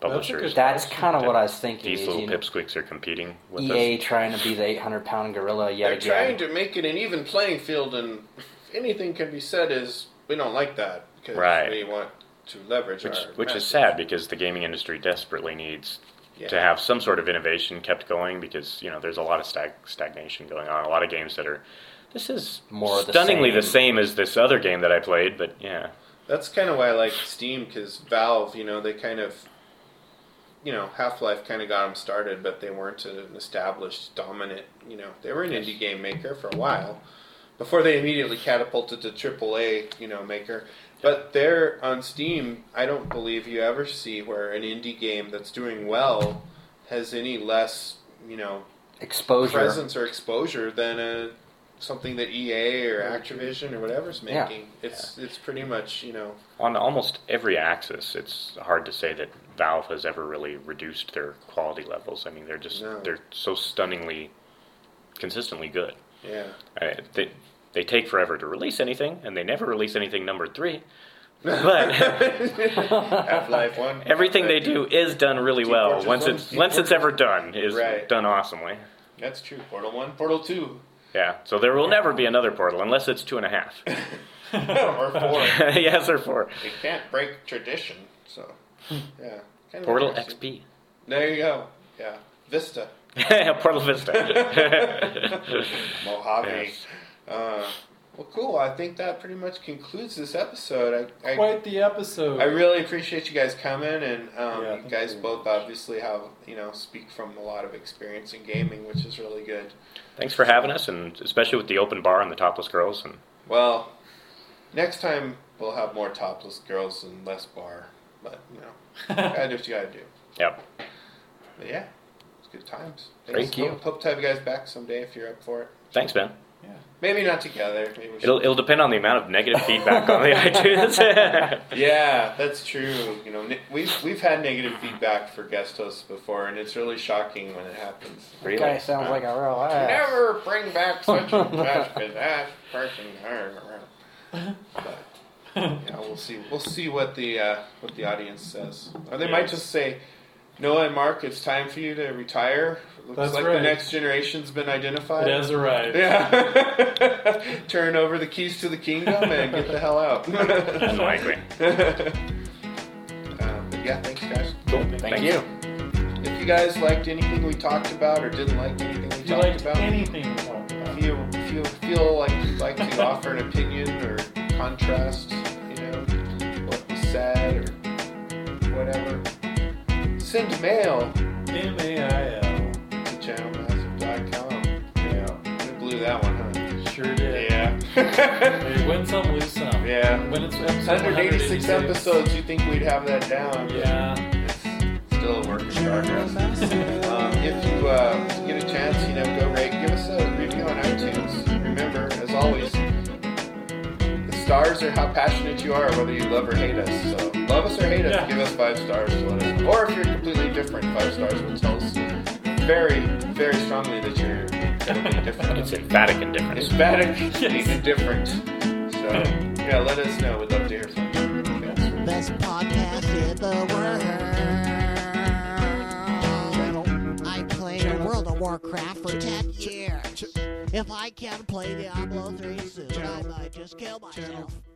[SPEAKER 5] publishers.
[SPEAKER 3] good-
[SPEAKER 6] That's kind of what I was thinking.
[SPEAKER 5] These
[SPEAKER 6] is,
[SPEAKER 5] little
[SPEAKER 6] you E know,
[SPEAKER 5] pipsqueaks are competing with
[SPEAKER 6] EA
[SPEAKER 5] us.
[SPEAKER 6] trying to be the 800 pound gorilla yet
[SPEAKER 4] They're
[SPEAKER 6] again.
[SPEAKER 4] trying to make it an even playing field, and anything can be said is we don't like that because
[SPEAKER 5] Right.
[SPEAKER 4] we want to leverage
[SPEAKER 5] Which,
[SPEAKER 4] our
[SPEAKER 5] which is
[SPEAKER 4] message.
[SPEAKER 5] sad because the gaming industry desperately needs
[SPEAKER 4] Yeah.
[SPEAKER 5] to have some sort of innovation kept going because you know there's a lot of stag- stagnation going on. A lot of games that are this is
[SPEAKER 6] More of the
[SPEAKER 5] stunningly the
[SPEAKER 6] same.
[SPEAKER 5] same as this other game that I played, but yeah,
[SPEAKER 4] That's kind of why I like Steam because Valve, you know, they kind of, you know, Half Life kind of got them started, but they weren't an established dominant. You know, they were an indie game maker for a while before they immediately catapulted to AAA, you know, maker. But they're on Steam. I don't believe you ever see where an indie game that's doing well has any less, you know,
[SPEAKER 6] Exposure.
[SPEAKER 4] presence or exposure than a something that EA or Activision or whatever's
[SPEAKER 6] Yeah.
[SPEAKER 4] making. It's it's pretty much you know
[SPEAKER 5] on almost every axis, it's hard to say that Valve has ever really reduced their quality levels. I mean, they're just
[SPEAKER 4] No.
[SPEAKER 5] they're so stunningly consistently good.
[SPEAKER 4] yeah.
[SPEAKER 5] I- Uh, they they take forever to release anything, and they never release anything number three. But
[SPEAKER 4] Half Life One.
[SPEAKER 5] everything they do is done really
[SPEAKER 4] Team
[SPEAKER 5] well
[SPEAKER 4] Fortress
[SPEAKER 5] once
[SPEAKER 4] one,
[SPEAKER 5] it's
[SPEAKER 4] Team
[SPEAKER 5] once it's
[SPEAKER 4] Fortress.
[SPEAKER 5] ever done is
[SPEAKER 4] Right.
[SPEAKER 5] done awesomely.
[SPEAKER 4] That's true. Portal one, Portal two,
[SPEAKER 5] Yeah, so there will never be another portal unless it's two and a half.
[SPEAKER 4] or four.
[SPEAKER 5] yes, or four.
[SPEAKER 4] We can't break tradition, so yeah. Kind of
[SPEAKER 5] Portal
[SPEAKER 4] interesting.
[SPEAKER 5] XP.
[SPEAKER 4] There you go. Yeah, Vista,
[SPEAKER 5] portal Vista.
[SPEAKER 4] Mojave.
[SPEAKER 5] Yes.
[SPEAKER 4] Uh, well, cool. I think that pretty much concludes this episode. I, I
[SPEAKER 3] Quite the episode.
[SPEAKER 4] I really appreciate you guys coming, and um,
[SPEAKER 3] Yeah,
[SPEAKER 4] you
[SPEAKER 3] thank
[SPEAKER 4] guys
[SPEAKER 3] you.
[SPEAKER 4] both obviously have you know speak from a lot of experience in gaming, which is really good.
[SPEAKER 5] Thanks for having us, and especially with the open bar and the topless girls. And
[SPEAKER 4] Well, next time we'll have more topless girls and less bar, but you know, gotta do what you gotta do.
[SPEAKER 5] yeah,
[SPEAKER 4] But yeah, it's good times.
[SPEAKER 5] Thank you.
[SPEAKER 4] Hope, hope to have you guys back someday if you're up for it.
[SPEAKER 5] thanks, man.
[SPEAKER 4] Maybe not together. Maybe we should-
[SPEAKER 5] It'll it'll depend on the amount of negative feedback on the iTunes.
[SPEAKER 4] Yeah, that's true. You know, ne- we've we've had negative feedback for guest hosts before, and it's really shocking when it happens.
[SPEAKER 5] really?
[SPEAKER 6] Guy sounds like a real ass.
[SPEAKER 4] Never bring back such a trash because that person. But yeah, we'll see. We'll see what the uh, what the audience says. Or they might
[SPEAKER 5] Yes.
[SPEAKER 4] just say, Noah and Mark, it's time for you to retire. Looks
[SPEAKER 3] That's
[SPEAKER 4] like the
[SPEAKER 3] right.
[SPEAKER 4] next generation's been identified.
[SPEAKER 3] It has arrived.
[SPEAKER 4] Yeah. Turn over the keys to the kingdom and get the hell out.
[SPEAKER 5] Unlikely.
[SPEAKER 4] um, but Um, yeah, thanks guys.
[SPEAKER 5] Cool. Thank, you.
[SPEAKER 4] If you guys liked anything we talked about or didn't like anything we
[SPEAKER 3] If you
[SPEAKER 4] talked
[SPEAKER 3] liked
[SPEAKER 4] about,
[SPEAKER 3] anything we talked about,
[SPEAKER 4] if you, if you feel like you'd like to offer an opinion or contrast, you know, what was said or whatever, send mail
[SPEAKER 3] M-A-I-L.
[SPEAKER 4] to channelmassive.com. Yeah. We blew that one, huh?
[SPEAKER 3] Sure did.
[SPEAKER 4] Yeah.
[SPEAKER 3] We win some, lose some.
[SPEAKER 4] Yeah.
[SPEAKER 3] When it's episode
[SPEAKER 4] 186
[SPEAKER 3] 186.
[SPEAKER 4] episodes, you think we'd have that down. but
[SPEAKER 3] Yeah.
[SPEAKER 4] It's still a work in progress. um, if you uh, get a chance, you know, go rate, give us a review on iTunes. Remember, as always, the stars are how passionate you are, whether you love or hate us. So love us or hate us,
[SPEAKER 3] Yeah.
[SPEAKER 4] give us five stars. Let us- Or if you're completely different, five stars will tell us very, very strongly that you're totally different.
[SPEAKER 5] It's emphatic
[SPEAKER 4] It's
[SPEAKER 5] indifference.
[SPEAKER 4] emphatic,
[SPEAKER 3] Yes.
[SPEAKER 4] it's different. So yeah, let us know. We'd love to hear from you. Yes.
[SPEAKER 10] Best podcast in the world. I played World of Warcraft for 10 years. If I can't play Diablo 3 soon, I might just kill myself.